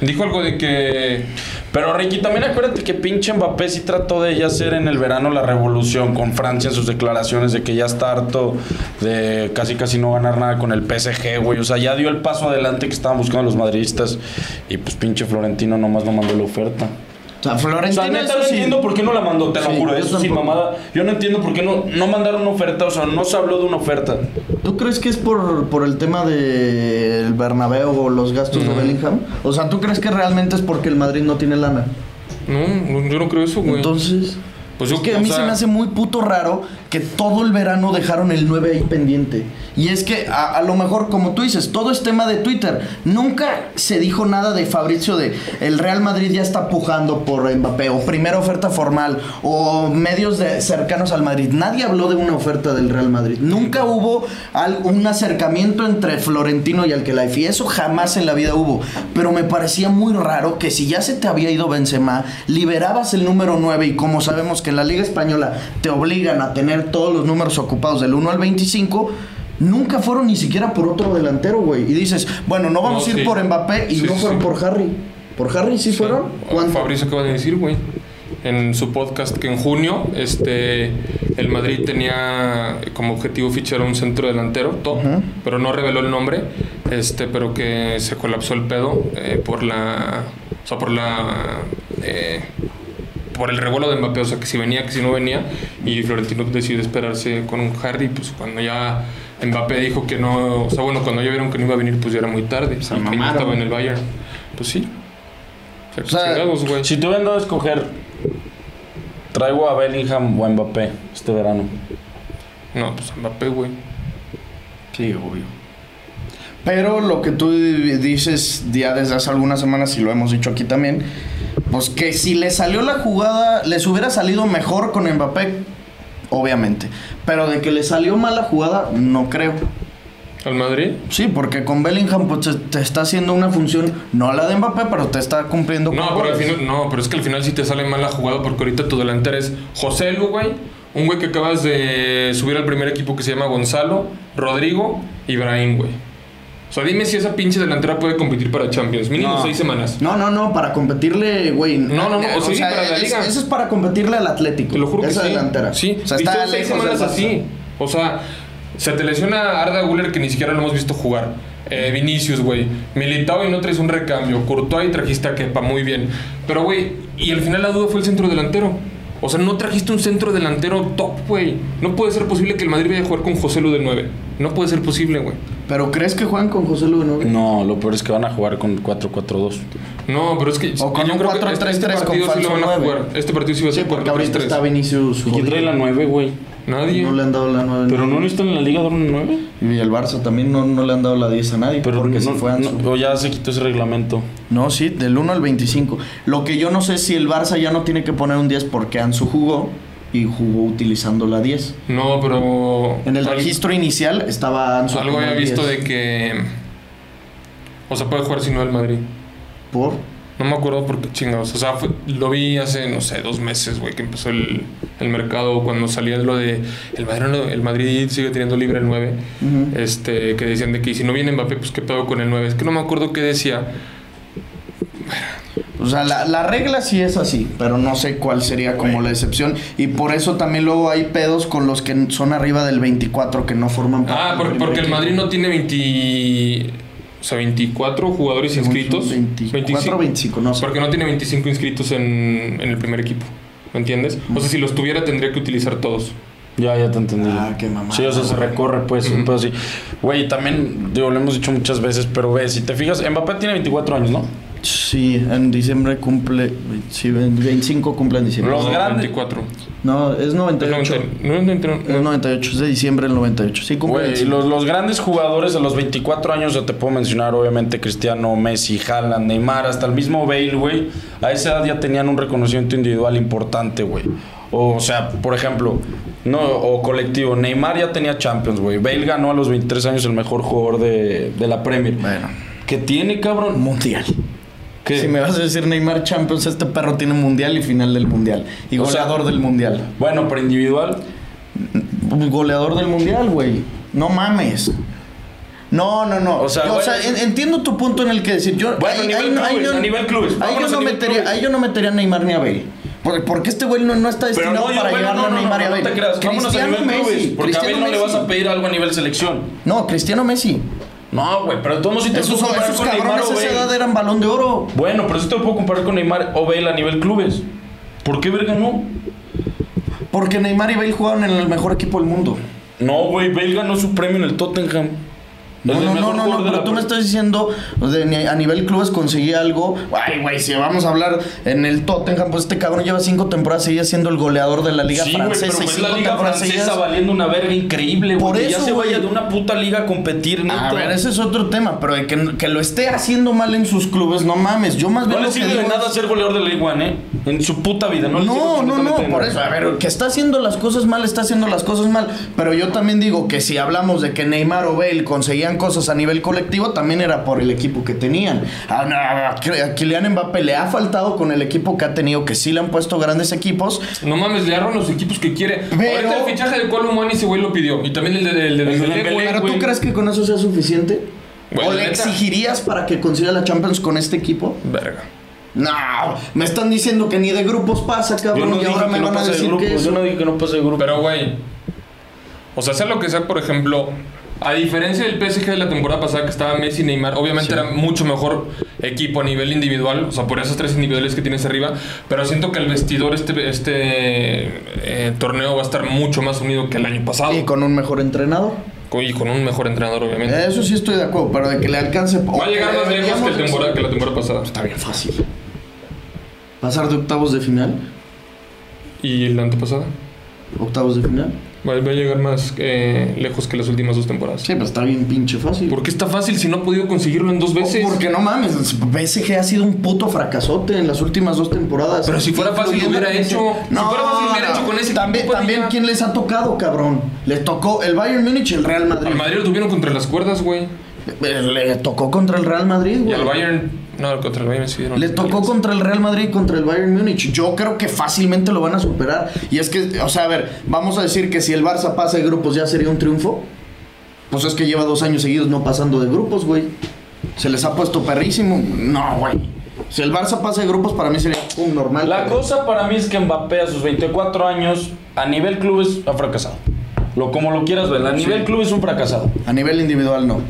Speaker 4: Dijo algo de que.
Speaker 3: Pero Ricky, también acuérdate que pinche Mbappé sí trató de ya hacer en el verano la revolución con Francia en sus declaraciones de que ya está harto de casi casi no ganar nada con el PSG, güey. O sea, ya dio el paso adelante que estaban buscando los madridistas y pues pinche Florentino nomás no mandó la oferta.
Speaker 2: O sea,
Speaker 3: O
Speaker 2: Florentino
Speaker 3: sea, neta,
Speaker 2: eso
Speaker 3: no
Speaker 2: sí.
Speaker 3: entiendo por qué no la mandó, te lo
Speaker 2: Sí,
Speaker 3: juro,
Speaker 2: yo
Speaker 3: eso sí,
Speaker 2: tampoco.
Speaker 3: mamada. Yo no entiendo por qué no, no mandaron una oferta, o sea, no se habló de una oferta.
Speaker 2: ¿Tú crees que es por, por el tema del Bernabéu o los gastos de Bellingham? O sea, ¿tú crees que realmente es porque el Madrid no tiene lana?
Speaker 4: No, no, yo no creo eso, güey.
Speaker 2: Entonces...
Speaker 4: Pues yo-
Speaker 2: es que a
Speaker 4: o
Speaker 2: mí
Speaker 4: sea-
Speaker 2: se me hace muy puto raro que todo el verano dejaron el 9 ahí pendiente. Y es que a, a lo mejor, como tú dices, todo es tema de Twitter. Nunca se dijo nada de Fabricio de el Real Madrid ya está pujando por Mbappé o primera oferta formal o medios de- cercanos al Madrid. Nadie habló de una oferta del Real Madrid. Nunca hubo al- un acercamiento entre Florentino y Alquelaifi. Y E, eso jamás en la vida hubo. Pero me parecía muy raro que si ya se te había ido Benzema, liberabas el número 9 y como sabemos que en la Liga Española te obligan a tener todos los números ocupados del 1 al 25, nunca fueron ni siquiera por otro delantero, güey. Y dices, bueno, no vamos
Speaker 4: No,
Speaker 2: a ir
Speaker 4: sí.
Speaker 2: por Mbappé y
Speaker 4: Sí,
Speaker 2: no
Speaker 4: sí,
Speaker 2: fueron
Speaker 4: sí.
Speaker 2: por Harry. ¿Por Harry sí fueron? ¿Cuánto?
Speaker 4: Fabrizio acaba de decir, güey, en su podcast que en junio este, el Madrid tenía como objetivo fichar a un centro delantero, top, pero no reveló el nombre, este, pero que se colapsó el pedo eh, por la... O sea, por la... eh, por el revuelo de Mbappé, o sea, que si venía, que si no venía, y Florentino decidió esperarse con un Harry, pues cuando ya Mbappé dijo que no, o sea, bueno, cuando ya vieron que no iba a venir, pues ya era muy tarde, y que ya
Speaker 2: mamaron.
Speaker 4: estaba en el Bayern. Pues sí. O sea,
Speaker 2: O sea,
Speaker 4: chingados, güey.
Speaker 3: Si tuvieran a escoger, traigo a Bellingham o a Mbappé este verano.
Speaker 4: No, pues Mbappé, güey.
Speaker 2: Sí, obvio. Pero lo que tú dices ya desde hace algunas semanas, y lo hemos dicho aquí también, pues que si le salió la jugada, les hubiera salido mejor con Mbappé, obviamente. Pero de que le salió mala jugada, no creo.
Speaker 4: ¿Al Madrid?
Speaker 2: Sí, porque con Bellingham pues, te, te está haciendo una función, no la de Mbappé, pero te está cumpliendo con
Speaker 4: No, pero al
Speaker 2: goles.
Speaker 4: final, no, pero es que al final sí te sale mal la jugada porque ahorita tu delantero es José Lu, güey. Un güey que acabas de subir al primer equipo que se llama Gonzalo, Rodrigo y Brahim, güey. O sea, dime si esa pinche delantera puede competir para Champions. Mínimo
Speaker 2: No.
Speaker 4: seis semanas.
Speaker 2: No, no, no, para competirle, güey.
Speaker 4: No, no, no, o sí, para la
Speaker 2: es-
Speaker 4: liga.
Speaker 2: Eso es para competirle al Atlético.
Speaker 4: Te lo juro que
Speaker 2: esa
Speaker 4: sí.
Speaker 2: delantera.
Speaker 4: Sí,
Speaker 2: o sea,
Speaker 4: y
Speaker 2: está
Speaker 4: son seis
Speaker 2: lejos
Speaker 4: semanas
Speaker 2: del Barça.
Speaker 4: así. O sea, se te lesiona Arda Güler que ni siquiera lo hemos visto jugar. Eh, Vinicius, güey. Militao y no traes un recambio. Courtois trajiste a Kepa, muy bien. Pero, güey, y al final la duda fue el centro delantero. O sea, no trajiste un centro delantero top, güey. No puede ser posible que el Madrid vaya a jugar con José Lu de 9. No puede ser posible, güey.
Speaker 2: Pero ¿crees que juegan con José Luis, no?
Speaker 3: No, lo peor es que van a jugar con 4-4-2.
Speaker 4: No, pero es que
Speaker 2: O con
Speaker 4: yo
Speaker 2: un
Speaker 4: creo que este,
Speaker 2: 4-3-3
Speaker 4: este
Speaker 2: con
Speaker 4: partido sí lo
Speaker 2: falso
Speaker 4: van a
Speaker 2: nueve.
Speaker 4: jugar. Este partido sí va a
Speaker 2: Sí,
Speaker 4: ser
Speaker 2: porque ahorita está
Speaker 4: 4-3-3.
Speaker 2: Vinicius.
Speaker 3: ¿Y quién trae la 9, güey?
Speaker 4: Nadie.
Speaker 2: No le han dado la 9.
Speaker 3: ¿Pero no necesitan en la liga dar una 9?
Speaker 2: Y el Barça también no, no le han dado la 10 a nadie.
Speaker 3: Pero
Speaker 2: porque
Speaker 3: no,
Speaker 2: se fue Ansu.
Speaker 3: no, o ya se quitó ese reglamento.
Speaker 2: No, sí, del 1 al 25. Lo que yo no sé es si el Barça ya no tiene que poner un 10 porque Ansu jugó y jugó utilizando la 10.
Speaker 4: No, pero.
Speaker 2: En el
Speaker 4: Al-
Speaker 2: registro inicial estaba Ansu.
Speaker 4: Algo
Speaker 2: como
Speaker 4: había visto
Speaker 2: 10.
Speaker 4: de que. O sea, puede jugar si no el Madrid.
Speaker 2: Por.
Speaker 4: No me acuerdo por qué chingados. O sea, fue- lo vi hace, no sé, dos meses, güey, que empezó el, el mercado. Cuando salía lo de. El Madrid, no- el Madrid sigue teniendo libre el 9.
Speaker 2: Ujú.
Speaker 4: Este, que decían de que si no viene Mbappé, pues qué pedo con el 9. Es que no me acuerdo qué decía.
Speaker 2: O sea, la, la regla sí es así, pero no sé cuál sería como la excepción. Y por eso también luego hay pedos con los que son arriba del 24 que no forman
Speaker 4: Ah,
Speaker 2: del
Speaker 4: porque,
Speaker 2: primer
Speaker 4: porque el
Speaker 2: equipo.
Speaker 4: Madrid no tiene 20. O sea, 24 jugadores
Speaker 2: Según
Speaker 4: inscritos.
Speaker 2: son 24 25, no sé.
Speaker 4: Porque no tiene 25 inscritos en, en el primer equipo. ¿Me entiendes? O sea, si los tuviera, tendría que utilizar todos.
Speaker 3: Ya, ya te entendí.
Speaker 2: Ah, qué mamada,
Speaker 3: Sí, o sea, se
Speaker 2: güey.
Speaker 3: recorre, pues, un pedo así. Güey, también, digo, lo hemos dicho muchas veces, pero ve, si te fijas, Mbappé tiene 24 años, ¿no?
Speaker 2: Sí, en diciembre cumple. Sí, en 25 cumple en diciembre.
Speaker 3: Los
Speaker 4: No,
Speaker 3: grandes-
Speaker 4: 24.
Speaker 2: No, es 98.
Speaker 4: 90, no, 91,
Speaker 2: Es 98, es de diciembre del 98. Sí, cumple. en
Speaker 3: Güey,
Speaker 2: diciembre.
Speaker 3: los, los grandes jugadores de los 24 años, yo te puedo mencionar, obviamente, Cristiano, Messi, Haaland, Neymar, hasta el mismo Bale, güey. A esa edad ya tenían un reconocimiento individual importante, güey. O, sea, por ejemplo, no, o colectivo. Neymar ya tenía Champions, güey. Bale ganó a los 23 años el mejor jugador de, de la Premier.
Speaker 2: Bueno,
Speaker 3: ¿Qué tiene, cabrón?
Speaker 2: mundial.
Speaker 3: ¿Qué?
Speaker 2: Si me vas a decir Neymar Champions, este perro tiene mundial y final del mundial. Y
Speaker 3: O sea-
Speaker 2: goleador del mundial.
Speaker 3: Bueno, pero individual.
Speaker 2: Goleador del mundial, güey. No mames. No, no, no.
Speaker 3: O sea,
Speaker 2: Yo,
Speaker 3: güey-
Speaker 2: en- entiendo tu punto en el que decir. Yo,
Speaker 3: Bueno, a nivel
Speaker 2: no-
Speaker 3: clubes,
Speaker 2: no-
Speaker 3: a nivel clubes.
Speaker 2: ahí yo
Speaker 3: Vámonos a
Speaker 2: no
Speaker 3: nivel
Speaker 2: metería,
Speaker 3: clubes.
Speaker 2: ahí yo no metería a Neymar ni a Bale. Porque, porque este güey no, no está
Speaker 3: Pero
Speaker 2: destinado
Speaker 3: no, yo,
Speaker 2: para
Speaker 3: bueno,
Speaker 2: llevarlo
Speaker 3: no,
Speaker 2: a
Speaker 3: no,
Speaker 2: Neymar
Speaker 3: no,
Speaker 2: y a
Speaker 3: no
Speaker 2: Bale.
Speaker 3: te creas. Vámonos a
Speaker 2: Cristiano
Speaker 3: nivel
Speaker 2: Messi,
Speaker 3: clubes, porque a Bale
Speaker 2: Cristiano
Speaker 3: no le vas a
Speaker 2: Messi.
Speaker 3: pedir algo a nivel selección.
Speaker 2: No, Cristiano Messi.
Speaker 3: No, güey, pero de todos modos sí te
Speaker 2: Esos,
Speaker 3: puedo comparar
Speaker 2: esos
Speaker 3: con Neymar
Speaker 2: cabrones
Speaker 3: o
Speaker 2: a esa
Speaker 3: Bale.
Speaker 2: edad eran balón de oro.
Speaker 3: Bueno, pero eso te lo puedo comparar con Neymar o Bale a nivel clubes. ¿Por qué verga no?
Speaker 2: Porque Neymar y Bale jugaron en el mejor equipo del mundo.
Speaker 3: No, güey, Bale ganó su premio en el Tottenham.
Speaker 2: No,
Speaker 3: Es el
Speaker 2: no, no,
Speaker 3: mejor
Speaker 2: no, no,
Speaker 3: jugador de
Speaker 2: pero
Speaker 3: la
Speaker 2: tú me
Speaker 3: Premier.
Speaker 2: estás diciendo de ni- a nivel clubes conseguí algo. Ay, güey, si vamos a hablar en el Tottenham, pues este cabrón lleva cinco temporadas seguidas siendo el goleador de la Liga
Speaker 3: Sí, güey,
Speaker 2: Francesa.
Speaker 3: pero
Speaker 2: y
Speaker 3: ves la
Speaker 2: cinco
Speaker 3: liga
Speaker 2: temporadas
Speaker 3: francesa
Speaker 2: seguidas-
Speaker 3: valiendo una verga increíble,
Speaker 2: Por
Speaker 3: güey. que Ya
Speaker 2: eso,
Speaker 3: se vaya
Speaker 2: güey.
Speaker 3: de una puta liga a competir, neta.
Speaker 2: A ver, ese es otro tema, pero de que, que lo esté haciendo mal en sus clubes, no mames. Yo más bien lo
Speaker 3: No le
Speaker 2: que
Speaker 3: sirve de
Speaker 2: digo
Speaker 3: nada
Speaker 2: es-
Speaker 3: ser goleador de la Liga One, ¿eh? En su puta vida, ¿no? le sirve
Speaker 2: No, no, no,
Speaker 3: absolutamente de
Speaker 2: por
Speaker 3: nada.
Speaker 2: eso. A ver, que está haciendo las cosas mal, está haciendo las cosas mal. Pero yo también digo que si hablamos de que Neymar o Bale conseguían cosas a nivel colectivo, también era por el equipo que tenían. A, a, a Kylian Mbappé le ha faltado con el equipo que ha tenido, que sí le han puesto grandes equipos.
Speaker 4: No mames, le arman los equipos que quiere.
Speaker 2: Pero-
Speaker 4: Ahorita el fichaje de Columani ese güey lo pidió. Y también el de, el de,
Speaker 3: El de
Speaker 4: Dembélé,
Speaker 3: Dembélé,
Speaker 4: güey.
Speaker 2: Pero ¿tú
Speaker 3: güey.
Speaker 2: crees que con eso sea suficiente?
Speaker 4: Güey,
Speaker 2: ¿O
Speaker 4: la
Speaker 2: le
Speaker 4: neta-
Speaker 2: exigirías para que consiga la Champions con este equipo?
Speaker 4: Verga.
Speaker 2: No, me están diciendo que ni de grupos pasa,
Speaker 3: Yo
Speaker 2: cabrón,
Speaker 3: no
Speaker 2: y
Speaker 3: dije
Speaker 2: ahora
Speaker 3: que
Speaker 2: me
Speaker 3: no
Speaker 2: van a
Speaker 3: pase de
Speaker 2: decir
Speaker 3: grupo.
Speaker 2: que es
Speaker 3: Yo no dije que no pase de grupo.
Speaker 4: Pero, güey. O sea, sea lo que sea, por ejemplo, A diferencia del PSG de la temporada pasada que estaba Messi y Neymar, obviamente era mucho mejor equipo a nivel individual, o sea, por esos tres individuales que tienes arriba, pero siento que el vestidor este, este eh, torneo va a estar mucho más unido que el año pasado.
Speaker 2: Y con un mejor entrenador.
Speaker 4: Co- Y con un mejor entrenador, obviamente.
Speaker 2: Eh, Eso sí estoy de acuerdo, pero de que le alcance.
Speaker 4: Va a llegar más lejos que, el temporada, que la temporada pasada.
Speaker 2: Está bien fácil. Pasar de octavos de final.
Speaker 4: ¿Y la antepasada?
Speaker 2: Octavos de final.
Speaker 4: Va, va a llegar más eh, lejos que las últimas dos temporadas.
Speaker 2: Sí, pero está bien pinche fácil.
Speaker 4: ¿Por qué está fácil si no ha podido conseguirlo en dos veces?
Speaker 2: Oh, Porque no mames, PSG ha sido un puto fracasote en las últimas dos temporadas.
Speaker 4: Pero si fuera fácil, lo hubiera hecho. Si fuera fácil, lo hubiera hecho con ese
Speaker 2: También,
Speaker 4: equipo,
Speaker 2: también
Speaker 4: diga.
Speaker 2: ¿quién les ha tocado, cabrón? Les tocó el Bayern Múnich y el Real Madrid.
Speaker 4: Al Madrid lo tuvieron contra las cuerdas, güey.
Speaker 2: Eh, Le tocó contra el Real Madrid,
Speaker 4: Y
Speaker 2: güey.
Speaker 4: al Bayern. No, contra el Bayern sí dieron.
Speaker 2: Le tocó contra el Real Madrid y contra el Bayern Múnich. Yo creo que fácilmente lo van a superar. Y es que, o sea, a ver, vamos a decir que si el Barça pasa de grupos ya sería un triunfo. Pues es que lleva dos años seguidos no pasando de grupos, güey. Se les ha puesto perrísimo. No, güey. Si el Barça pasa de grupos, para mí sería un normal.
Speaker 3: La
Speaker 2: cabrón.
Speaker 3: cosa para mí es que Mbappé a sus 24 años, a nivel clubes, ha fracasado. Lo, como lo quieras ver, a nivel clubes es un fracasado.
Speaker 2: A nivel individual, no.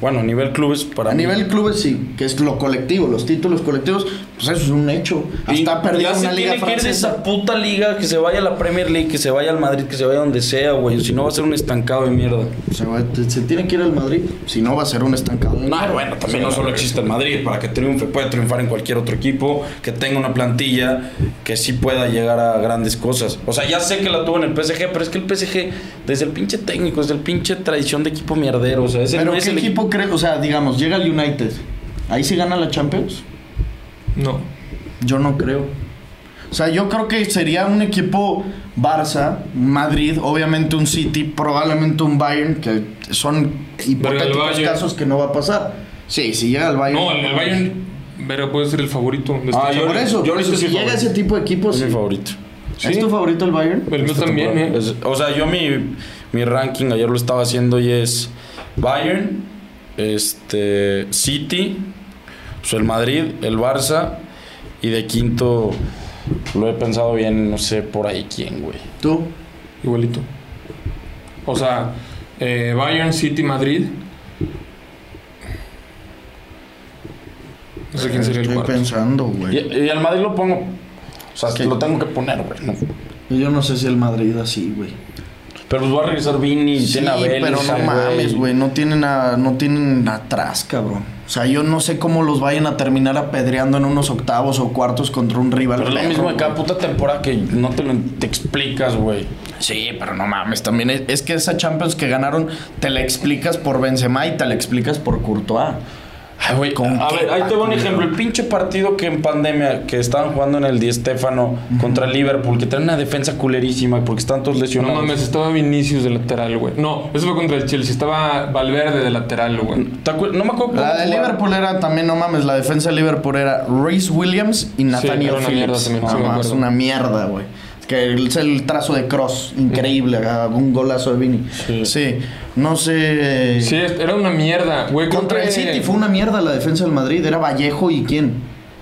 Speaker 3: Bueno, a nivel clubes para
Speaker 2: A
Speaker 3: mí.
Speaker 2: nivel clubes, sí, que es lo colectivo, los títulos colectivos, pues eso es un hecho. Hasta
Speaker 3: Y
Speaker 2: perdió
Speaker 3: ya se
Speaker 2: una liga
Speaker 3: tiene que ir de
Speaker 2: francesa.
Speaker 3: esa puta liga, que se vaya a la Premier League, que se vaya al Madrid, que se vaya donde sea, güey. Si no va a ser un estancado de mierda.
Speaker 2: Se, va- se tiene que ir al Madrid, si no va a ser un estancado.
Speaker 3: No, Ah, bueno, también no solo existe el Madrid. Para que triunfe, puede triunfar en cualquier otro equipo, que tenga una plantilla, que sí pueda llegar a grandes cosas. O sea, ya sé que la tuvo en el PSG, pero es que el PSG, desde el pinche técnico, desde el pinche tradición de equipo mierdero, o sea, ese
Speaker 2: Pero
Speaker 3: no
Speaker 2: ¿qué
Speaker 3: es el
Speaker 2: equipo crees? O sea, digamos, llega el United. ¿Ahí sí gana la Champions?
Speaker 4: No.
Speaker 2: Yo no creo. O sea, yo creo que sería un equipo Barça, Madrid, obviamente un City, probablemente un Bayern, que son hipotéticos
Speaker 4: Bayern.
Speaker 2: casos que no va a pasar. Sí, si llega el Bayern.
Speaker 4: No, el el Bayern. Pero puede ser el favorito. De este
Speaker 3: Ah, yo-
Speaker 2: Por eso,
Speaker 3: yo
Speaker 2: por eso,
Speaker 3: sí
Speaker 2: si
Speaker 3: favorito.
Speaker 2: llega ese tipo de equipos,
Speaker 3: Es
Speaker 2: sí.
Speaker 3: mi favorito.
Speaker 2: ¿es tu favorito el Bayern?
Speaker 4: El mío
Speaker 3: Esta
Speaker 4: también,
Speaker 3: temporada.
Speaker 4: ¿eh?
Speaker 3: Es- o sea, yo mi, mi ranking ayer lo estaba haciendo y es Bayern, este, City, pues el Madrid, el Barça y de quinto lo he pensado bien, no sé por ahí quién, güey.
Speaker 2: Tú.
Speaker 4: eh. Igualito. O sea, eh, Bayern, City, Madrid. No sé quién sería el
Speaker 2: Estoy
Speaker 4: cuarto.
Speaker 2: pensando,
Speaker 3: Y,
Speaker 2: güey.
Speaker 3: y el Madrid lo pongo, o sea,
Speaker 2: Es que-
Speaker 3: lo tengo que poner, güey. ¿no?
Speaker 2: Yo no sé si el Madrid así, güey.
Speaker 3: Pero pues va a regresar Vini,
Speaker 2: Sí,
Speaker 3: tiene a Bale,
Speaker 2: pero no
Speaker 3: Samuel.
Speaker 2: mames, güey. No tienen, a- no tienen atrás, cabrón. O sea, yo no sé cómo los vayan a terminar apedreando en unos octavos o cuartos contra un rival.
Speaker 3: Pero es lo
Speaker 2: perro,
Speaker 3: mismo de cada
Speaker 2: güey.
Speaker 3: puta temporada que no te lo te explicas, güey.
Speaker 2: Sí, pero no mames. También es, es que esa Champions que ganaron te la explicas por Benzema y te la explicas por Courtois.
Speaker 3: Ay, güey,
Speaker 2: ¿Con
Speaker 3: a
Speaker 2: qué
Speaker 3: ver, ahí te va un
Speaker 2: partido?
Speaker 3: ejemplo. El pinche partido que en pandemia, que estaban jugando en el Di Stéfano contra el Liverpool, que traen una defensa culerísima porque están todos
Speaker 4: No
Speaker 3: lesionados.
Speaker 4: mames, estaba Vinicius de lateral, güey. No, eso fue contra el Chelsea. Estaba Valverde de lateral, güey.
Speaker 3: ¿Te acuer- No me acuerdo. cómo
Speaker 2: La de
Speaker 3: jugaron.
Speaker 2: Liverpool era también, no mames, la defensa de Liverpool era Reese Williams y Nathaniel
Speaker 4: era una
Speaker 2: Phillips.
Speaker 4: mierda también, sí
Speaker 2: No,
Speaker 4: me
Speaker 2: mames,
Speaker 4: acuerdo.
Speaker 2: una mierda, güey. Es Que es el trazo de cross, increíble, ah, un golazo de Vini. Sí, no sé.
Speaker 4: Sí, era una mierda, güey. creo
Speaker 2: Contra el
Speaker 4: que-
Speaker 2: City fue una mierda la defensa del Madrid. Era Vallejo y quién.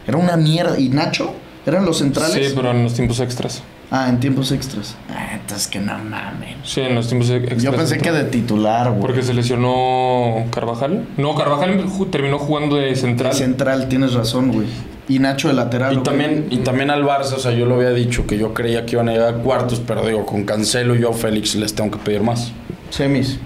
Speaker 2: Era una mierda. ¿Y Nacho? ¿Eran los centrales?
Speaker 4: Sí, pero en los tiempos extras.
Speaker 2: Ah, en tiempos extras. Ah, entonces que no mames.
Speaker 4: Sí, en los tiempos ex- extras.
Speaker 2: Yo pensé que de titular, güey.
Speaker 4: Porque se lesionó Carvajal. No, Carvajal ju- terminó jugando de central.
Speaker 2: Central, tienes razón, güey. Y Nacho de lateral.
Speaker 3: Y
Speaker 2: güey.
Speaker 3: también, y también al Barça, o sea, yo lo había dicho que yo creía que iban a llegar a cuartos, pero digo, con Cancelo y yo, Félix, les tengo que pedir más.
Speaker 2: Semis.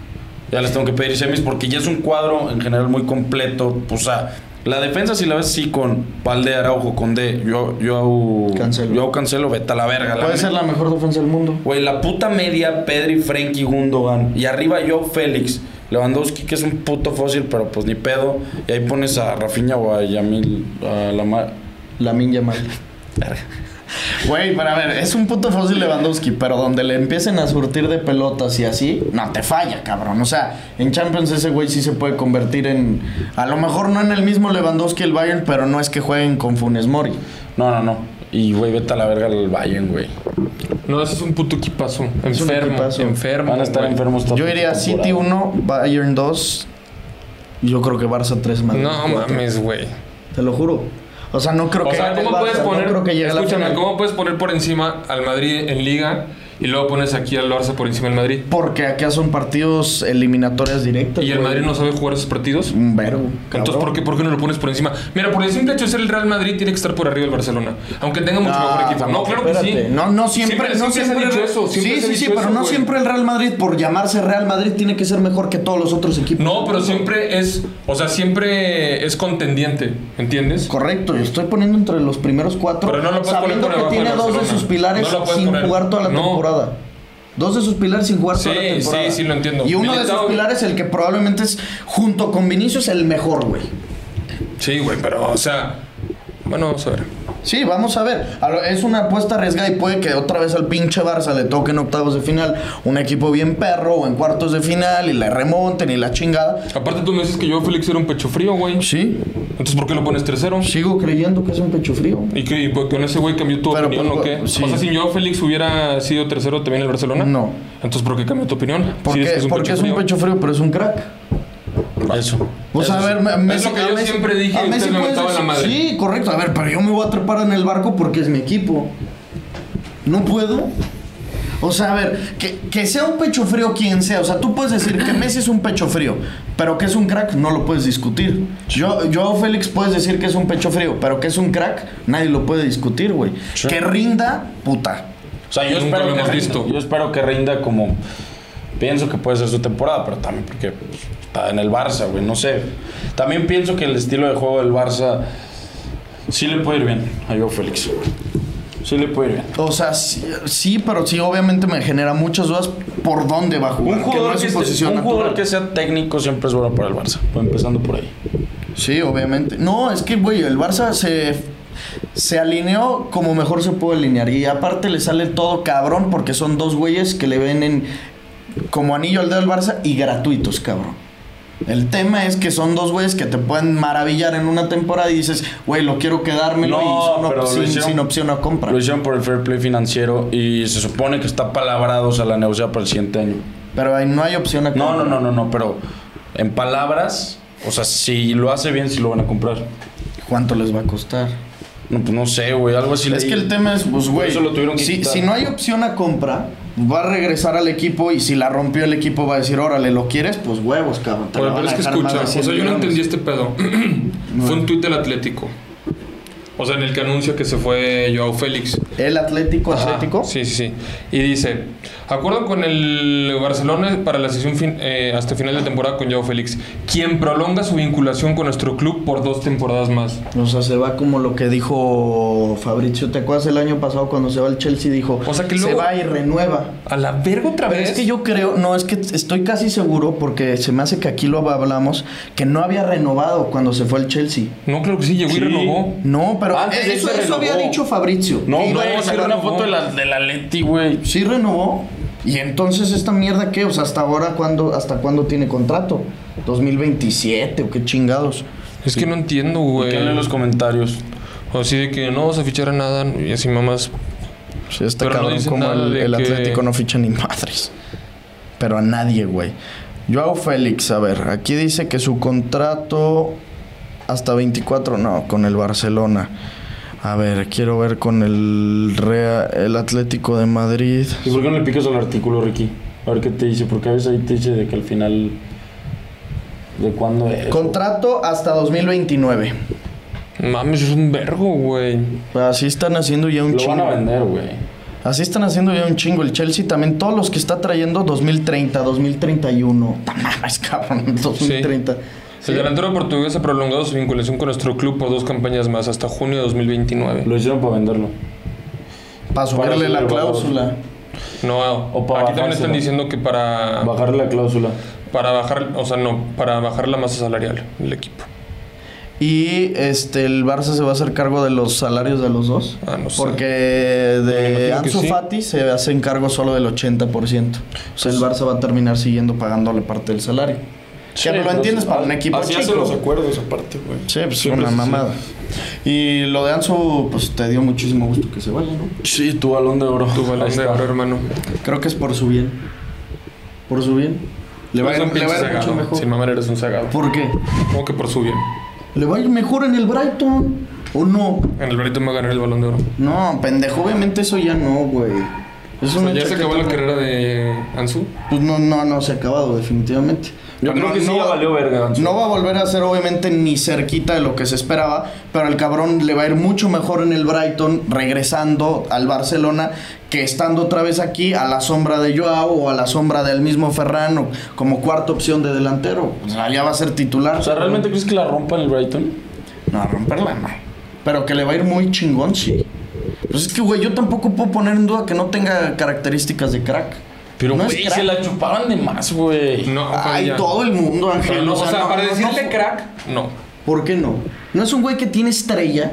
Speaker 3: Ya les tengo que pedir semis porque ya es un cuadro en general muy completo. O sea, la defensa si la ves sí con Valde, Araujo, Conde, yo, yo,
Speaker 2: Cancelo.
Speaker 3: yo Cancelo, vete a la verga.
Speaker 2: Puede
Speaker 3: la
Speaker 2: ser la mejor defensa del mundo.
Speaker 3: Güey, la puta media, Pedri, Frenkie, Gundogan. Y arriba yo, Félix. Lewandowski, que es un puto fósil, pero pues ni pedo. Y ahí pones a Rafinha o a Yamil, a la ma-
Speaker 2: La minya mal. Güey, pero a ver, es un puto fósil Lewandowski, pero donde le empiecen a surtir de pelotas y así, no te falla, cabrón. O sea, en Champions ese güey sí se puede convertir en. A lo mejor no en el mismo Lewandowski el Bayern, pero no es que jueguen con Funes Mori.
Speaker 3: No, no, no. Y, güey, vete a la verga al Bayern, güey.
Speaker 4: No, ese es un puto equipazo.
Speaker 2: un
Speaker 4: Enfermo,
Speaker 2: equipazo.
Speaker 4: enfermo.
Speaker 3: Van a estar
Speaker 4: güey.
Speaker 3: enfermos todos.
Speaker 2: Yo iría City 1, Bayern 2. y Yo creo que Barça 3 más.
Speaker 4: No mames, güey.
Speaker 2: Te lo juro. O sea, no creo
Speaker 4: O
Speaker 2: que.
Speaker 4: sea,
Speaker 2: gane el
Speaker 4: ¿cómo puedes
Speaker 2: Barça, no
Speaker 4: poner?
Speaker 2: creo que llegue a la
Speaker 4: escúchame,
Speaker 2: final.
Speaker 4: ¿cómo puedes poner por encima al Madrid en Liga y luego pones aquí al Barça por encima del Madrid.
Speaker 2: Porque acá son partidos eliminatorias directas.
Speaker 4: Y el
Speaker 2: güey.
Speaker 4: Madrid no sabe jugar esos partidos.
Speaker 2: Un verbo.
Speaker 4: Entonces, ¿por qué, ¿por qué no lo pones por encima? Mira, por el simple hecho de ser el Real Madrid, tiene que estar por arriba el Barcelona. Aunque tenga mucho
Speaker 2: Ah,
Speaker 4: mejor equipo. No, claro que sí.
Speaker 2: espérate. No, no siempre,
Speaker 4: Siempre-
Speaker 2: no
Speaker 4: siempre se ha dicho eso, siempre
Speaker 2: sí,
Speaker 4: se ha
Speaker 2: sí,
Speaker 4: dicho
Speaker 2: sí, pero
Speaker 4: eso,
Speaker 2: no
Speaker 4: güey.
Speaker 2: siempre el Real Madrid, por llamarse Real Madrid, tiene que ser mejor que todos los otros equipos.
Speaker 4: No, pero siempre es, o sea, siempre es contendiente, ¿entiendes?
Speaker 2: Correcto, yo estoy poniendo entre los primeros cuatro,
Speaker 4: Pero no lo puedes
Speaker 2: sabiendo
Speaker 4: poner por
Speaker 2: que tiene
Speaker 4: debajo del
Speaker 2: dos de
Speaker 4: Barcelona.
Speaker 2: sus pilares
Speaker 4: No lo puedes
Speaker 2: sin
Speaker 4: poner.
Speaker 2: jugar toda la
Speaker 4: No.
Speaker 2: temporada. Dos de sus pilares sin jugar toda
Speaker 4: Sí,
Speaker 2: la temporada.
Speaker 4: sí, sí, lo entiendo.
Speaker 2: Y uno de
Speaker 4: Militao-
Speaker 2: sus pilares, el que probablemente es, junto con Vinicius, el mejor, güey.
Speaker 4: Sí, güey, pero, o sea, bueno, vamos a ver.
Speaker 2: Sí, vamos a ver. A lo- Es una apuesta arriesgada y puede que otra vez al pinche Barça le toquen octavos de final un equipo bien perro o en cuartos de final y le remonten y la chingada.
Speaker 4: Aparte tú me dices que yo, Félix, era un pecho frío, güey.
Speaker 2: Sí,
Speaker 4: Entonces, ¿por qué lo pones tercero?
Speaker 2: sigo creyendo que es un pecho frío.
Speaker 4: ¿Y que con ese güey cambió tu
Speaker 2: Pero,
Speaker 4: opinión
Speaker 2: pues,
Speaker 4: o qué?
Speaker 2: sí.
Speaker 4: O sea, si yo, Félix, hubiera sido tercero también en el Barcelona.
Speaker 2: No.
Speaker 4: Entonces, ¿por qué cambió tu opinión?
Speaker 2: ¿Por
Speaker 4: Si
Speaker 2: qué?
Speaker 4: dices que
Speaker 2: Porque es un
Speaker 4: frío.
Speaker 2: pecho frío, pero es un crack.
Speaker 5: Eso.
Speaker 2: Pues a ver, me- Messi,
Speaker 4: lo que
Speaker 2: a
Speaker 4: yo
Speaker 2: Messi-
Speaker 4: siempre dije,
Speaker 2: a
Speaker 4: ustedes
Speaker 2: Messi
Speaker 4: me
Speaker 2: puedes
Speaker 4: mentaban la
Speaker 2: decir,
Speaker 4: madre.
Speaker 2: Sí, correcto. A ver, pero yo me voy a trepar en el barco porque es mi equipo. No puedo. O sea, a ver, que, que sea un pecho frío quien sea. O sea, tú puedes decir que Messi es un pecho frío, pero que es un crack, no lo puedes discutir. Yo, yo Félix, puedes decir que es un pecho frío, pero que es un crack, nadie lo puede discutir, güey. Que rinda, puta.
Speaker 5: O sea, yo
Speaker 4: Nunca
Speaker 5: espero,
Speaker 4: lo
Speaker 5: que
Speaker 4: hemos
Speaker 5: rinda,
Speaker 4: visto.
Speaker 5: yo espero que rinda como pienso que puede ser su temporada, pero también porque pues, está en el Barça, güey, no sé. También pienso que el estilo de juego del Barça sí le puede ir bien a Joao Félix. Sí le puede ir bien.
Speaker 2: O sea, sí, sí, pero sí, obviamente me genera muchas dudas por dónde va a jugar.
Speaker 5: Un jugador,
Speaker 2: no es
Speaker 5: que,
Speaker 2: su
Speaker 5: esté-
Speaker 2: posición
Speaker 5: un jugador
Speaker 2: natural.
Speaker 5: que sea técnico siempre es bueno para el Barça, pues, empezando por ahí.
Speaker 2: Sí, obviamente. No, es que, güey, el Barça se, se alineó como mejor se puede alinear. Y aparte le sale todo cabrón porque son dos güeyes que le venden como anillo al dedo al Barça y gratuitos, cabrón. El tema es que son dos güeyes que te pueden maravillar en una temporada y dices, güey, lo quiero quedármelo
Speaker 5: No,
Speaker 2: y son op-
Speaker 5: pero lo
Speaker 2: sin,
Speaker 5: hicieron-
Speaker 2: sin opción a compra.
Speaker 5: Lo hicieron por el fair play financiero y se supone que está palabrado, o sea, la negociada para el siguiente año.
Speaker 2: Pero ahí no hay opción a compra.
Speaker 5: No, no, no, no, no, pero en palabras, o sea, si lo hace bien, si lo van a comprar.
Speaker 2: ¿Cuánto les va a costar?
Speaker 5: No, pues no sé, güey, algo así.
Speaker 2: Es
Speaker 5: leí.
Speaker 2: que el tema es, pues, güey,
Speaker 5: eso lo tuvieron que
Speaker 2: si,
Speaker 5: quitar.
Speaker 2: si no hay opción a compra, va a regresar al equipo y si la rompió el equipo va a decir, órale, ¿lo quieres? Pues huevos, cabrón. te
Speaker 4: Oye,
Speaker 2: la van
Speaker 4: pero es
Speaker 2: a
Speaker 4: que
Speaker 2: dejar más
Speaker 4: escucha,
Speaker 2: de
Speaker 4: o sea,
Speaker 2: 100
Speaker 4: yo no
Speaker 2: millones.
Speaker 4: entendí este pedo. Fue un tuit del Atlético. O sea, en el que anuncia que se fue Joao Félix.
Speaker 2: ¿El Atlético Atlético?
Speaker 4: Ajá, Sí, sí, sí. Y dice, acuerdo con el Barcelona para la sesión fin- eh, hasta final de temporada con Joao Félix, quien prolonga su vinculación con nuestro club por dos temporadas más.
Speaker 2: O sea, se va como lo que dijo Fabricio. ¿Te acuerdas el año pasado cuando se va al Chelsea? Dijo,
Speaker 4: O sea, que
Speaker 2: se
Speaker 4: luego-
Speaker 2: va y renueva.
Speaker 4: A la verga otra
Speaker 2: Pero
Speaker 4: vez.
Speaker 2: es que yo creo, no, es que estoy casi seguro, porque se me hace que aquí lo hablamos, que no había renovado cuando se fue al Chelsea.
Speaker 4: No, creo que sí, llegó
Speaker 5: Sí.
Speaker 4: y renovó.
Speaker 2: No, pero
Speaker 5: Antes de
Speaker 2: eso,
Speaker 5: irse
Speaker 2: eso había
Speaker 5: renovó.
Speaker 2: dicho Fabricio.
Speaker 5: No,
Speaker 2: Que
Speaker 5: güey,
Speaker 2: iba a
Speaker 5: es que era
Speaker 2: regalar-
Speaker 5: una foto de la, de la Leti, güey.
Speaker 2: Sí renovó. Y entonces esta mierda qué, o sea, hasta ahora cuándo, hasta cuándo tiene contrato? 2027 o qué chingados.
Speaker 4: Es que no entiendo,
Speaker 5: ¿Qué
Speaker 4: güey.
Speaker 5: leen en los comentarios?
Speaker 4: Así de que no vas a fichar a nada y así mamás.
Speaker 2: Sí, Pues está
Speaker 4: Pero no
Speaker 2: cabrón
Speaker 4: dicen
Speaker 2: como
Speaker 4: nada
Speaker 2: el,
Speaker 4: de
Speaker 2: el
Speaker 4: que-
Speaker 2: Atlético no ficha ni madres. Pero a nadie, güey. Joao Félix, a ver, aquí dice que su contrato hasta 24, no, con el Barcelona. A ver, quiero ver con el Rea- el Atlético de Madrid.
Speaker 5: ¿Y por qué no le picas al artículo, Ricky? A ver qué te dice, porque a veces ahí te dice de que al final. ¿De cuándo es?
Speaker 2: Contrato hasta 2029.
Speaker 4: Mames, es un vergo, güey.
Speaker 2: Así están haciendo ya un
Speaker 5: Lo van
Speaker 2: chingo.
Speaker 5: a vender, güey.
Speaker 2: Así están haciendo ya un chingo. El Chelsea también, todos los que está trayendo 2030, 2031. Ta mames, cabrón, 2030. Sí.
Speaker 4: El delantero portugués ha prolongado su vinculación con nuestro club por dos campañas más hasta junio de 2029.
Speaker 5: Lo hicieron para venderlo.
Speaker 2: Para subirle
Speaker 5: subir
Speaker 2: la
Speaker 5: el valor.
Speaker 2: cláusula.
Speaker 4: No,
Speaker 5: O para
Speaker 4: aquí también están
Speaker 5: bajársela.
Speaker 4: diciendo que para,
Speaker 5: Bajarle la cláusula.
Speaker 4: para bajar, o sea, no, para bajar la masa salarial del equipo.
Speaker 2: Y este el Barça se va a hacer cargo de los salarios de los dos.
Speaker 4: Ah, no sé.
Speaker 2: Porque de
Speaker 4: imagino que
Speaker 2: Ansu
Speaker 4: sí.
Speaker 2: Fati se hace cargo solo del 80%. O sea, el Barça va a terminar siguiendo pagándole parte del salario.
Speaker 5: Sí,
Speaker 2: que no lo
Speaker 4: pues,
Speaker 5: pero
Speaker 2: entiendes
Speaker 5: sí,
Speaker 2: para
Speaker 5: a-
Speaker 2: un
Speaker 4: ah,
Speaker 2: equipo
Speaker 5: así hacen
Speaker 2: chico.
Speaker 5: los acuerdos, aparte, güey.
Speaker 2: Sí, pues
Speaker 5: Siempre
Speaker 2: una
Speaker 5: es así.
Speaker 2: mamada. Y lo de Ansu, pues te dio muchísimo gusto que se vaya, ¿no?
Speaker 5: Sí, tu balón de oro.
Speaker 4: Tu balón
Speaker 5: Ahí
Speaker 4: de
Speaker 5: está.
Speaker 4: oro, hermano.
Speaker 2: Creo que es por su bien. Por su bien. Le va a
Speaker 4: Eres
Speaker 2: ir,
Speaker 4: un
Speaker 2: le va
Speaker 4: pinche
Speaker 2: a ir mucho
Speaker 4: sagado.
Speaker 2: mejor.
Speaker 4: Sin mamar eres un sagado.
Speaker 2: ¿Por qué?
Speaker 4: ¿Cómo que por su bien?
Speaker 2: ¿Le va a ir mejor en el Brighton? ¿O no?
Speaker 4: En el Brito me va a ganar el balón de oro.
Speaker 2: No, pendejo, obviamente eso ya no, güey. Es
Speaker 4: O
Speaker 2: una
Speaker 4: sea, ya se acabó la
Speaker 2: chaqueta-
Speaker 4: carrera de Ansu.
Speaker 2: Pues no, no, no se ha acabado, definitivamente.
Speaker 5: Yo
Speaker 3: No,
Speaker 5: creo que sí
Speaker 3: no
Speaker 5: ya
Speaker 3: va-
Speaker 5: valió verga. Ansu.
Speaker 2: No va a volver a ser obviamente ni cerquita de lo que se esperaba, pero al cabrón le va a ir mucho mejor en el Brighton regresando al Barcelona que estando otra vez aquí a la sombra de Joao o a la sombra del mismo Ferran o como cuarta opción de delantero. O sea, ya va a ser titular.
Speaker 5: O sea, ¿realmente crees que la rompa en el Brighton?
Speaker 2: No, a romperla, no. Pero que le va a ir muy chingón, sí. Pues es que, güey, yo tampoco puedo poner en duda que no tenga características de crack.
Speaker 5: Pero,
Speaker 2: No es
Speaker 5: güey,
Speaker 2: crack.
Speaker 5: se la chuparon de más, güey.
Speaker 4: No,
Speaker 2: Ay,
Speaker 4: Padilla.
Speaker 2: todo el mundo,
Speaker 4: Pero
Speaker 2: Ángel.
Speaker 4: no, o sea,
Speaker 2: no,
Speaker 4: para
Speaker 2: no, no,
Speaker 4: decirle
Speaker 2: no.
Speaker 4: crack, no.
Speaker 2: ¿Por qué no? No es un güey que tiene estrella.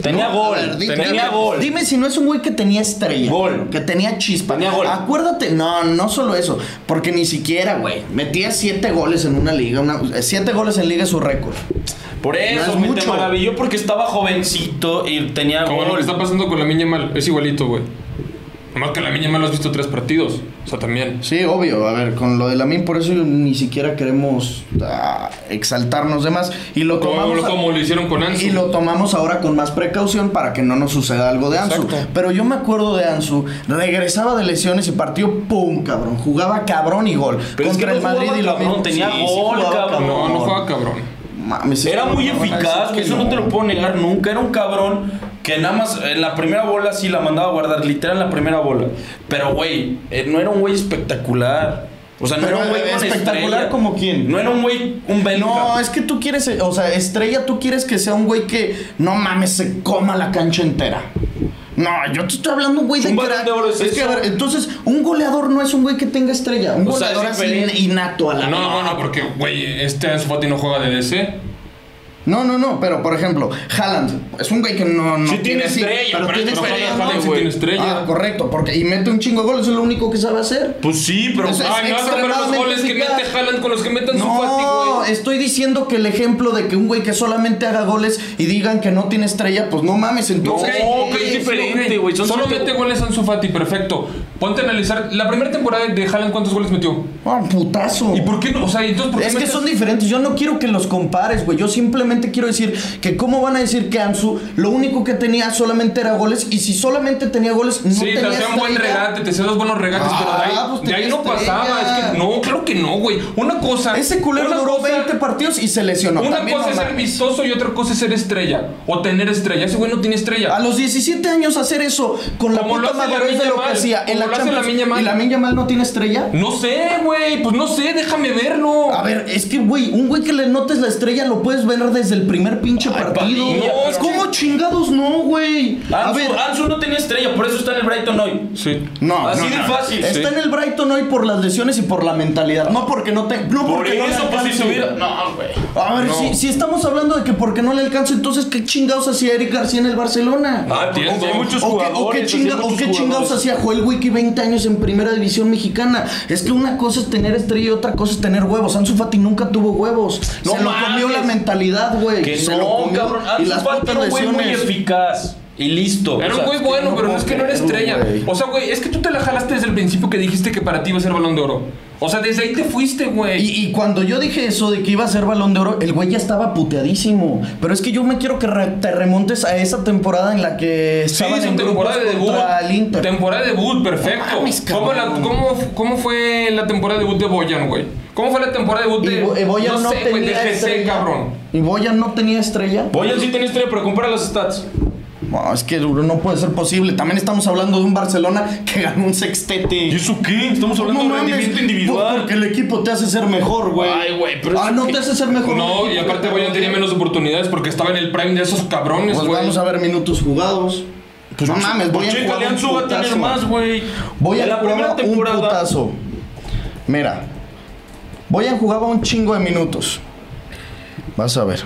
Speaker 5: Tenía
Speaker 2: No,
Speaker 5: gol,
Speaker 2: a ver, di-
Speaker 5: tenía
Speaker 2: dime-
Speaker 5: gol.
Speaker 2: Dime si no es un güey que tenía estrella.
Speaker 5: Gol.
Speaker 2: Que tenía chispa.
Speaker 5: Tenía gol.
Speaker 2: Acuérdate, no, no solo eso. Porque ni siquiera, güey. Metía siete goles en una liga. Una, siete goles en liga es su récord.
Speaker 5: Por
Speaker 2: No
Speaker 5: eso
Speaker 2: es
Speaker 5: me
Speaker 2: mucho.
Speaker 5: te maravilló porque estaba jovencito y tenía
Speaker 4: Como lo
Speaker 5: gol.
Speaker 4: que está pasando con la Miña Mal, es igualito, güey. Nomás que la Miña Mal lo has visto tres partidos. O sea, también.
Speaker 2: Sí, obvio. A ver, con lo de Lamin, por eso ni siquiera queremos ah, exaltarnos de más. Y lo
Speaker 4: Como,
Speaker 2: tomamos. a-
Speaker 4: como lo hicieron con Ansu.
Speaker 2: Y lo tomamos ahora con más precaución para que no nos suceda algo de Ansu.
Speaker 4: Exacto.
Speaker 2: Pero yo me acuerdo de Ansu, regresaba de lesiones y partió pum, cabrón. Jugaba cabrón y gol.
Speaker 5: Pero es que
Speaker 2: Contra
Speaker 5: no
Speaker 2: el Madrid
Speaker 5: jugaba
Speaker 2: y lo
Speaker 5: cabrón, tenía gol,
Speaker 2: jugaba
Speaker 5: cabrón.
Speaker 4: No, no juega cabrón.
Speaker 2: Mames, es
Speaker 5: Era
Speaker 2: que
Speaker 5: muy
Speaker 2: no van a
Speaker 5: eficaz,
Speaker 2: decir
Speaker 5: güey,
Speaker 2: que
Speaker 5: eso no te lo puedo negar nunca. Era un cabrón que nada más en la primera bola sí la mandaba a guardar, literal en la primera bola. Pero, güey, eh, no era un güey espectacular. O sea, no
Speaker 2: Pero,
Speaker 5: era un güey
Speaker 2: eh,
Speaker 5: con
Speaker 2: espectacular
Speaker 5: estrella.
Speaker 2: como quién?
Speaker 5: No era un güey, un
Speaker 2: No,
Speaker 5: Bellingham.
Speaker 2: es que tú quieres, eh, o sea, estrella, tú quieres que sea un güey que no mames, se coma la cancha entera. No, yo te estoy hablando, güey, de
Speaker 5: Un balón
Speaker 2: crack.
Speaker 5: de oro es
Speaker 2: que, a
Speaker 5: eso.
Speaker 2: ver, entonces, un goleador no es un güey que tenga estrella. Un
Speaker 5: O sea,
Speaker 2: goleador
Speaker 5: es
Speaker 2: es
Speaker 5: diferente.
Speaker 2: innato a la
Speaker 4: No, no, no, porque, güey, este Ansu Fati no juega de DC.
Speaker 2: No, no, no, pero por ejemplo, Haaland es un güey que no, no
Speaker 5: Sí tiene estrella,
Speaker 2: pero
Speaker 5: pero
Speaker 2: tiene
Speaker 5: no juega
Speaker 2: estrella,
Speaker 5: Haaland,
Speaker 2: ¿no?
Speaker 4: sí
Speaker 5: güey.
Speaker 4: tiene estrella.
Speaker 2: Ah, correcto, porque y mete un chingo de goles, es lo único que sabe hacer.
Speaker 5: Pues sí, pero.
Speaker 2: Entonces,
Speaker 4: Ay, me vas a comparar los
Speaker 2: extremadamente
Speaker 4: goles que
Speaker 2: eficaz.
Speaker 4: mete Haaland con los que mete Ansu Fati,
Speaker 2: No,
Speaker 4: güey.
Speaker 2: estoy diciendo que el ejemplo de que un güey que solamente haga goles y digan que no tiene estrella, pues no mames, entonces
Speaker 5: No, que es
Speaker 2: Sí,
Speaker 5: diferente, güey. Son
Speaker 4: Solo
Speaker 5: siete-
Speaker 4: mete goles Ansu Fati, perfecto. Ponte a analizar la primera temporada de Haaland, ¿cuántos goles metió?
Speaker 2: Ah, putazo.
Speaker 4: ¿Y por qué no? O sea, entonces, ¿por qué
Speaker 2: Es que
Speaker 4: metes-
Speaker 2: son diferentes, yo no quiero que los compares, güey. Yo simplemente quiero decir que cómo van a decir que Ansu lo único que tenía solamente era goles y si solamente tenía goles no
Speaker 4: Sí, te
Speaker 2: tenía
Speaker 4: hacía un buen
Speaker 2: estrella.
Speaker 4: regate, te hacía dos buenos regates,
Speaker 2: Ah,
Speaker 4: pero de ahí,
Speaker 2: pues
Speaker 4: de ahí
Speaker 2: tenía
Speaker 4: no pasaba.
Speaker 2: estrella.
Speaker 4: Es que no, claro que no, güey. Una cosa.
Speaker 2: Ese culero
Speaker 4: una
Speaker 2: duró
Speaker 4: cosa-
Speaker 2: 20 partidos y se lesionó.
Speaker 4: Una
Speaker 2: También
Speaker 4: cosa
Speaker 2: no
Speaker 4: es ser
Speaker 2: mames.
Speaker 4: vistoso y otra cosa es ser estrella. O tener estrella. Ese güey no tiene estrella.
Speaker 2: A los 17 años hacer eso con la
Speaker 4: Como lo
Speaker 2: puta
Speaker 4: hace la
Speaker 2: madurez de
Speaker 4: Miña
Speaker 2: lo que
Speaker 4: Mal,
Speaker 2: hacía en
Speaker 4: como
Speaker 2: la
Speaker 4: lo hace la
Speaker 2: Champions.
Speaker 4: Miña Mal.
Speaker 2: ¿Y la Miña Mal no tiene estrella?
Speaker 4: No sé, güey. Pues no sé, déjame verlo.
Speaker 2: A ver, es que, güey, un güey que le notes la estrella lo puedes ver desde el primer pinche partido.
Speaker 5: Padilla, pero-
Speaker 2: ¿Cómo chingados no, güey? A
Speaker 5: Ansu,
Speaker 2: ver,
Speaker 5: Ansu no tenía estrella, por eso está en el Brighton hoy.
Speaker 4: Sí.
Speaker 2: no,
Speaker 5: Así
Speaker 2: no,
Speaker 5: de
Speaker 2: no.
Speaker 5: fácil.
Speaker 2: Está en el Brighton hoy por las lesiones y por la mentalidad. No porque no te. No
Speaker 5: Por
Speaker 2: porque no le
Speaker 5: eso, pues si
Speaker 2: alcance.
Speaker 5: se hubiera. No, güey.
Speaker 2: A ver,
Speaker 4: No.
Speaker 2: si, si estamos hablando de que porque no le alcanza, entonces qué chingados hacía Eric García en el Barcelona.
Speaker 5: Ah,
Speaker 4: tiene-
Speaker 5: hay muchos
Speaker 2: ¿O qué,
Speaker 5: jugadores.
Speaker 2: o qué
Speaker 5: así,
Speaker 2: chinga-
Speaker 5: muchos
Speaker 2: o qué chingados
Speaker 5: jugadores.
Speaker 2: hacía Joel Wiki 20 años en primera división mexicana? Es que una cosa es tener estrella y otra cosa es tener huevos. Ansu Fati nunca tuvo huevos.
Speaker 5: No
Speaker 2: Se
Speaker 5: mames.
Speaker 2: lo comió la mentalidad, güey.
Speaker 5: Que
Speaker 2: Se
Speaker 5: no,
Speaker 2: lo comió.
Speaker 5: cabrón.
Speaker 2: y
Speaker 5: Ansu
Speaker 2: las
Speaker 5: Fati
Speaker 2: putas
Speaker 5: era un güey muy
Speaker 2: lesiones.
Speaker 5: eficaz. Y listo.
Speaker 4: Era
Speaker 5: O
Speaker 4: un
Speaker 5: sea,
Speaker 4: güey bueno,
Speaker 2: no
Speaker 4: pero no es que no era
Speaker 2: puedo creerlo,
Speaker 4: estrella.
Speaker 2: güey.
Speaker 4: O sea, güey, es que tú te la jalaste desde el principio que dijiste que para ti iba a ser balón de oro. O sea, desde ahí te fuiste, güey.
Speaker 2: Y, y cuando yo dije eso de que iba a ser balón de oro, el güey ya estaba puteadísimo. Pero es que yo me quiero que re- te remontes a esa temporada en la que
Speaker 4: Sí,
Speaker 2: estaban
Speaker 4: su
Speaker 2: en grupos
Speaker 4: temporada de debut.
Speaker 2: contra el Inter.
Speaker 4: Temporada de debut, perfecto.
Speaker 2: No mames,
Speaker 4: ¿Cómo, la-
Speaker 2: cabrón.
Speaker 4: cómo, cómo fue la temporada de debut de Boyan, güey? ¿Cómo fue la temporada de debut
Speaker 2: y
Speaker 4: de,
Speaker 2: Bo- y Boyan no,
Speaker 4: sé, güey, de
Speaker 2: tenía
Speaker 4: GC,
Speaker 2: estrella.
Speaker 4: cabrón?
Speaker 2: Y Boyan no tenía estrella.
Speaker 5: Boyan sí este tiene estrella, pero compara las stats.
Speaker 2: No, es que duro, no puede ser posible. También estamos hablando de un Barcelona que ganó un sextete.
Speaker 5: ¿Y eso qué? Estamos hablando
Speaker 2: No
Speaker 5: de
Speaker 2: mames,
Speaker 5: rendimiento
Speaker 2: por-
Speaker 5: individual.
Speaker 2: Porque el equipo te hace ser mejor, güey.
Speaker 5: Ay, güey, pero
Speaker 2: Ah,
Speaker 5: eso
Speaker 2: no
Speaker 5: qué-
Speaker 2: te hace ser mejor. Pues
Speaker 4: No,
Speaker 2: un
Speaker 4: y
Speaker 2: equipo
Speaker 4: aparte
Speaker 2: que-
Speaker 4: Boyan tenía menos oportunidades porque estaba en el prime de esos cabrones,
Speaker 2: Pues
Speaker 4: güey.
Speaker 2: vamos a ver minutos jugados.
Speaker 5: Pues
Speaker 2: no mames, voy a jugar
Speaker 5: Chécale,
Speaker 2: un
Speaker 5: Ansu va a tener
Speaker 2: putazo.
Speaker 5: más, güey.
Speaker 2: Voy
Speaker 5: En
Speaker 2: a
Speaker 5: la
Speaker 2: jugar
Speaker 5: primera
Speaker 2: un
Speaker 5: temporada.
Speaker 2: putazo. Mira. Voy a jugar un chingo de minutos. Vas a ver.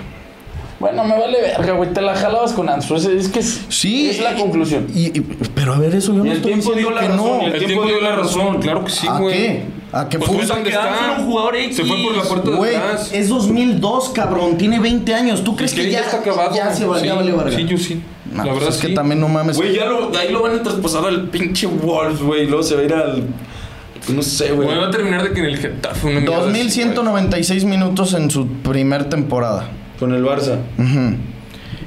Speaker 5: Bueno, me vale verga, güey. Te la jalabas con Ansu. Es, es que es,
Speaker 2: Sí.
Speaker 5: es la
Speaker 2: y-
Speaker 5: conclusión.
Speaker 2: y- y- pero a ver, eso yo
Speaker 5: Y
Speaker 2: no
Speaker 5: el
Speaker 2: estoy
Speaker 5: tiempo
Speaker 2: diciendo
Speaker 5: dio la
Speaker 2: que
Speaker 5: razón.
Speaker 2: no.
Speaker 5: y
Speaker 4: El tiempo dio la razón, claro que sí,
Speaker 2: ¿A
Speaker 4: güey.
Speaker 2: qué? ¿A qué
Speaker 4: Pues
Speaker 2: fue?
Speaker 4: tú sabes que
Speaker 5: Ansu era un jugador X.
Speaker 4: Se fue por la puerta de
Speaker 2: Güey,
Speaker 4: atrás.
Speaker 2: es 2002, cabrón. Tiene 20 años. ¿Tú crees
Speaker 4: Es que
Speaker 2: que ya,
Speaker 4: está acabado.
Speaker 2: ya se valía
Speaker 4: sí,
Speaker 2: vale verga?
Speaker 4: Sí, yo sí.
Speaker 2: No,
Speaker 4: la
Speaker 2: pues
Speaker 4: verdad
Speaker 2: es que
Speaker 4: sí.
Speaker 2: también no mames.
Speaker 5: Güey, ya lo, de ahí lo van a traspasar al pinche Wolves, güey. Luego se va a ir al. pues No sé, güey.
Speaker 4: Güey, va a terminar de que en el Getafe una mierda así,
Speaker 2: 2196 minutos en su primer temporada.
Speaker 5: Con el Barça.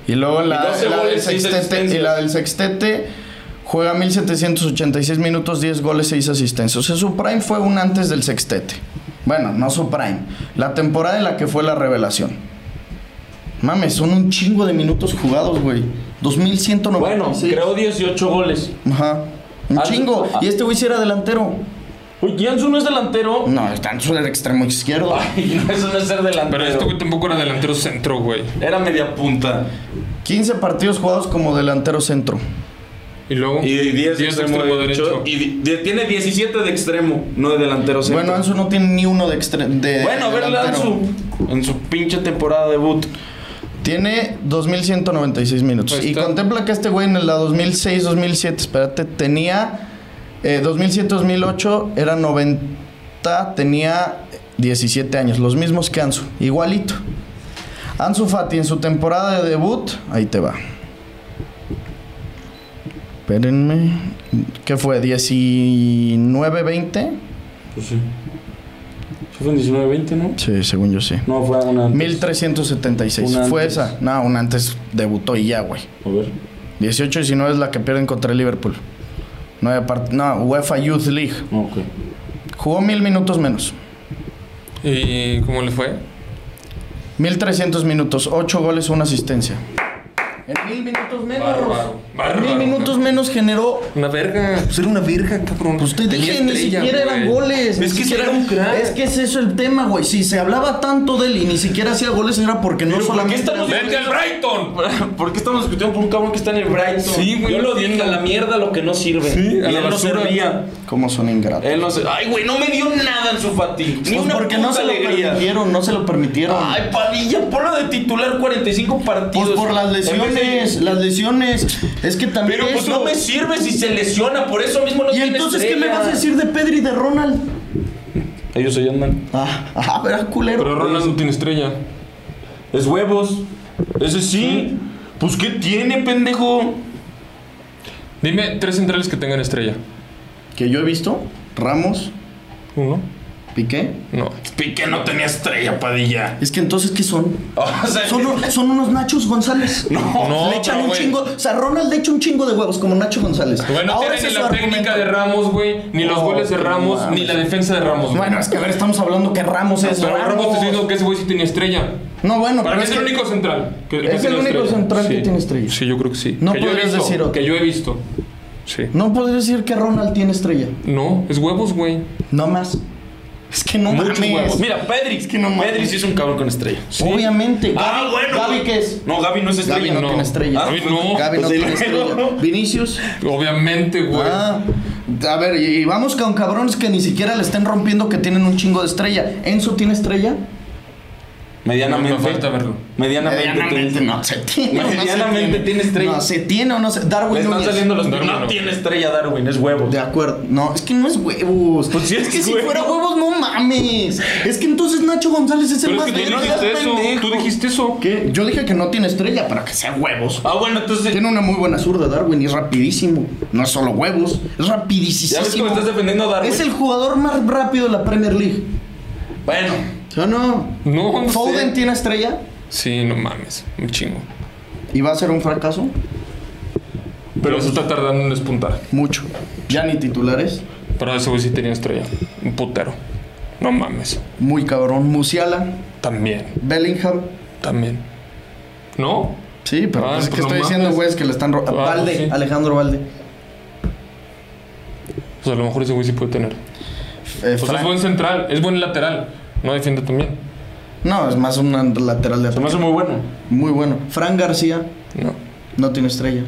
Speaker 2: Y luego la,
Speaker 5: Y 12
Speaker 2: la del
Speaker 5: goles, seis
Speaker 2: sextete,
Speaker 5: asistencias.
Speaker 2: y la del sextete Juega 1786 minutos, 10 goles, 6 asistencias. O sea, su prime fue un antes del sextete. Bueno, no su prime. La temporada en la que fue la revelación. Mames, son un chingo de minutos jugados, güey. 2196.
Speaker 5: Bueno, creó 18 goles.
Speaker 2: Ajá. Un
Speaker 5: Ah,
Speaker 2: chingo.
Speaker 5: ah.
Speaker 2: Y este güey sí era delantero.
Speaker 5: Uy, Jansu no es delantero.
Speaker 2: No, está en su extremo izquierdo.
Speaker 5: Ay, no, eso no es ser delantero.
Speaker 4: Pero este güey tampoco era delantero centro, güey.
Speaker 5: Era media punta.
Speaker 2: 15 partidos jugados como delantero centro.
Speaker 4: Y luego.
Speaker 5: Y 10 de extremo, derecho. Y di- di- tiene 17 de extremo, no de delantero centro.
Speaker 2: Bueno, Ansu no tiene ni uno de extremo.
Speaker 5: Bueno, a ver, Ansu. En su pinche temporada debut.
Speaker 2: Tiene 2196 minutos. Y
Speaker 4: Ahí está.
Speaker 2: contempla que este güey en la 2006-2007, espérate, tenía. eh, 2007-2008 era 90, tenía 17 años, los mismos que Ansu, igualito. Ansu Fati en su temporada de debut, ahí te va. Espérenme. ¿Qué fue? ¿19-20?
Speaker 5: Pues sí. Fue en 19-20, ¿no?
Speaker 2: Sí, según yo sí.
Speaker 5: No, fue una. antes.
Speaker 2: 1376.
Speaker 5: Una
Speaker 2: Fue
Speaker 5: antes.
Speaker 2: esa. No, un antes debutó y ya, güey.
Speaker 5: A ver.
Speaker 2: 18-19 es la que pierden contra el Liverpool. Nueve part- no, UEFA Youth League.
Speaker 5: No, ok.
Speaker 2: Jugó mil minutos menos.
Speaker 4: ¿Y cómo le fue?
Speaker 2: 1300 minutos, 8 goles, una asistencia. En mil minutos menos.
Speaker 4: Bárbaro, bárbaro.
Speaker 2: En mil minutos menos generó.
Speaker 4: Una verga. Pues era una verga, cabrón.
Speaker 2: Pues te
Speaker 4: Tenía
Speaker 2: dije, ni
Speaker 4: estrella,
Speaker 2: siquiera eran
Speaker 4: güey.
Speaker 2: goles. ni
Speaker 4: Es que
Speaker 2: siquiera-
Speaker 4: era un crack.
Speaker 2: Es que es eso el tema, güey. Si se hablaba tanto de él y ni siquiera hacía goles, era porque no solamente.
Speaker 5: estamos-
Speaker 4: ¡Vete al Brighton!
Speaker 5: ¿Por qué estamos discutiendo por un cabrón que está en el Brighton?
Speaker 4: Sí, güey,
Speaker 5: Yo
Speaker 4: no
Speaker 5: lo dije
Speaker 4: entiendo.
Speaker 5: a la mierda lo que no sirve.
Speaker 4: Sí,
Speaker 5: y
Speaker 4: a la
Speaker 5: él no
Speaker 4: basura.
Speaker 5: servía.
Speaker 2: Como son ingratos.
Speaker 5: Él no se... Ay, güey, no me dio nada en su fati. Eh, Ni
Speaker 2: Pues
Speaker 5: una
Speaker 2: porque
Speaker 5: puta
Speaker 2: no se lo
Speaker 5: alegría.
Speaker 2: permitieron, no se lo permitieron.
Speaker 5: Ay, Padilla, ponlo de titular 45 partidos.
Speaker 2: Pues por las
Speaker 5: En vez
Speaker 2: lesiones,
Speaker 5: de-
Speaker 2: las lesiones. Es que también.
Speaker 5: Pero pues
Speaker 2: eso-
Speaker 5: no me sirve si se lesiona, por eso mismo no
Speaker 2: ¿Y
Speaker 5: tiene
Speaker 2: entonces qué
Speaker 5: estrella.
Speaker 2: me vas a decir de Pedri y de Ronald?
Speaker 5: Ellos se llaman.
Speaker 2: Ah, ah, verá, culero.
Speaker 4: Pero Ronald no tiene estrella.
Speaker 5: Es huevos. Ese sí. Pues qué tiene, pendejo.
Speaker 4: Dime tres centrales que tengan estrella.
Speaker 2: Que yo he visto, Ramos,
Speaker 4: ¿Uno?
Speaker 2: Piqué.
Speaker 4: No.
Speaker 5: Piqué no tenía estrella, Padilla.
Speaker 2: Es que entonces, ¿qué son?
Speaker 5: O sea,
Speaker 2: Son, un- son unos Nachos González.
Speaker 5: No,
Speaker 4: no,
Speaker 2: Le echan
Speaker 4: pero,
Speaker 2: un
Speaker 4: güey.
Speaker 2: chingo. O sea, Ronald le echa un chingo de huevos como Nacho González.
Speaker 4: Bueno, no
Speaker 2: Ahora
Speaker 4: tiene
Speaker 2: ese
Speaker 4: ni
Speaker 2: es
Speaker 4: la
Speaker 2: su
Speaker 4: técnica
Speaker 2: argumento.
Speaker 4: de Ramos, güey, ni los
Speaker 2: Oh,
Speaker 4: goles de
Speaker 2: qué
Speaker 4: Ramos,
Speaker 2: mames.
Speaker 4: ni la defensa de Ramos. güey.
Speaker 2: Bueno, es que a ver, estamos hablando que Ramos es
Speaker 4: pero Ramos,
Speaker 2: Ramos.
Speaker 4: te estoy diciendo que ese güey sí tenía estrella.
Speaker 2: No, bueno, pero
Speaker 4: Para mí es,
Speaker 2: es
Speaker 4: el
Speaker 2: que-
Speaker 4: único central. que- que
Speaker 2: es el
Speaker 4: tiene
Speaker 2: único
Speaker 4: estrella.
Speaker 2: central que
Speaker 4: Sí.
Speaker 2: tiene estrella.
Speaker 4: Sí, yo creo que sí.
Speaker 2: No
Speaker 4: que yo he
Speaker 2: podrías
Speaker 4: visto,
Speaker 2: decir otro.
Speaker 4: Que yo he visto. Sí.
Speaker 2: No podría decir que Ronald tiene estrella.
Speaker 4: No, es huevos, güey.
Speaker 2: No más. Es que no
Speaker 4: Muchos
Speaker 2: mames.
Speaker 4: huevos.
Speaker 5: Mira, Pedri.
Speaker 2: Es que no mames.
Speaker 5: Pedri sí es un cabrón con estrella.
Speaker 2: Obviamente.
Speaker 5: Ah,
Speaker 2: Gaby-
Speaker 5: bueno.
Speaker 2: Gaby,
Speaker 5: güey.
Speaker 2: ¿qué es?
Speaker 5: No, Gaby no es estrella.
Speaker 2: Gaby no, tiene estrella.
Speaker 5: Ah,
Speaker 4: Gaby no.
Speaker 2: Gaby no
Speaker 5: Pues,
Speaker 2: tiene
Speaker 5: y luego.
Speaker 2: estrella. Vinicius.
Speaker 4: Obviamente, güey.
Speaker 2: Ah, a ver, y, y vamos con cabrones que ni siquiera le estén rompiendo que tienen un chingo de estrella. ¿Enzo tiene estrella?
Speaker 5: Medianamente.
Speaker 4: No, no falta verlo.
Speaker 5: Medianamente.
Speaker 2: Eh, no se tiene. o no se
Speaker 5: Medianamente tiene estrella.
Speaker 2: No, se tiene o no se. Darwin
Speaker 5: Le están
Speaker 2: Núñez.
Speaker 5: saliendo los
Speaker 4: Darwin,
Speaker 5: No
Speaker 4: no.
Speaker 5: tiene estrella Darwin, es huevo.
Speaker 2: De acuerdo. No, es que no es huevos.
Speaker 5: Pues sí, es que
Speaker 2: si
Speaker 5: huevo.
Speaker 2: fuera huevos, no mames. Es que entonces Nacho González es el
Speaker 4: Pero
Speaker 2: más
Speaker 4: es que tú
Speaker 2: verga.
Speaker 4: dijiste eso.
Speaker 5: pendejo.
Speaker 4: Tú dijiste eso.
Speaker 2: ¿Qué? Yo dije que no tiene estrella para que sea huevos.
Speaker 5: Ah, bueno, entonces.
Speaker 2: Tiene una muy buena zurda Darwin y es rapidísimo. No es solo huevos, es
Speaker 5: Ya ves
Speaker 2: rapidísimo.
Speaker 5: cómo estás defendiendo a Darwin.
Speaker 2: Es el jugador más rápido de la Premier League.
Speaker 5: Bueno.
Speaker 2: ¿Sí o no?
Speaker 4: No, no
Speaker 2: Foden
Speaker 4: sé.
Speaker 2: tiene estrella
Speaker 4: Sí, no mames. Un chingo.
Speaker 2: y va a ser un fracaso.
Speaker 4: Pero pues se está tardando en despuntar.
Speaker 2: Mucho. Ya ni titulares.
Speaker 4: Pero ese güey sí tenía estrella. Un putero. No mames.
Speaker 2: Muy cabrón. Musiala,
Speaker 4: También.
Speaker 2: Bellingham.
Speaker 4: También. ¿No?
Speaker 2: Sí, pero
Speaker 4: Ah,
Speaker 2: es
Speaker 4: pues
Speaker 2: que
Speaker 4: no
Speaker 2: estoy
Speaker 4: mames.
Speaker 2: diciendo, güey, es que le están. ro-
Speaker 4: Ah,
Speaker 2: Valde,
Speaker 4: sí.
Speaker 2: Alejandro Valde. Eh,
Speaker 4: Pues a lo mejor ese güey sí puede tener.
Speaker 2: Eh,
Speaker 4: Pues
Speaker 2: Frank-
Speaker 4: es buen central, es buen lateral. No defiende también.
Speaker 2: No, es más un lateral de
Speaker 5: Se
Speaker 2: ataque.
Speaker 5: me hace muy bueno.
Speaker 2: Muy bueno. Fran García
Speaker 4: No,
Speaker 2: no tiene estrella.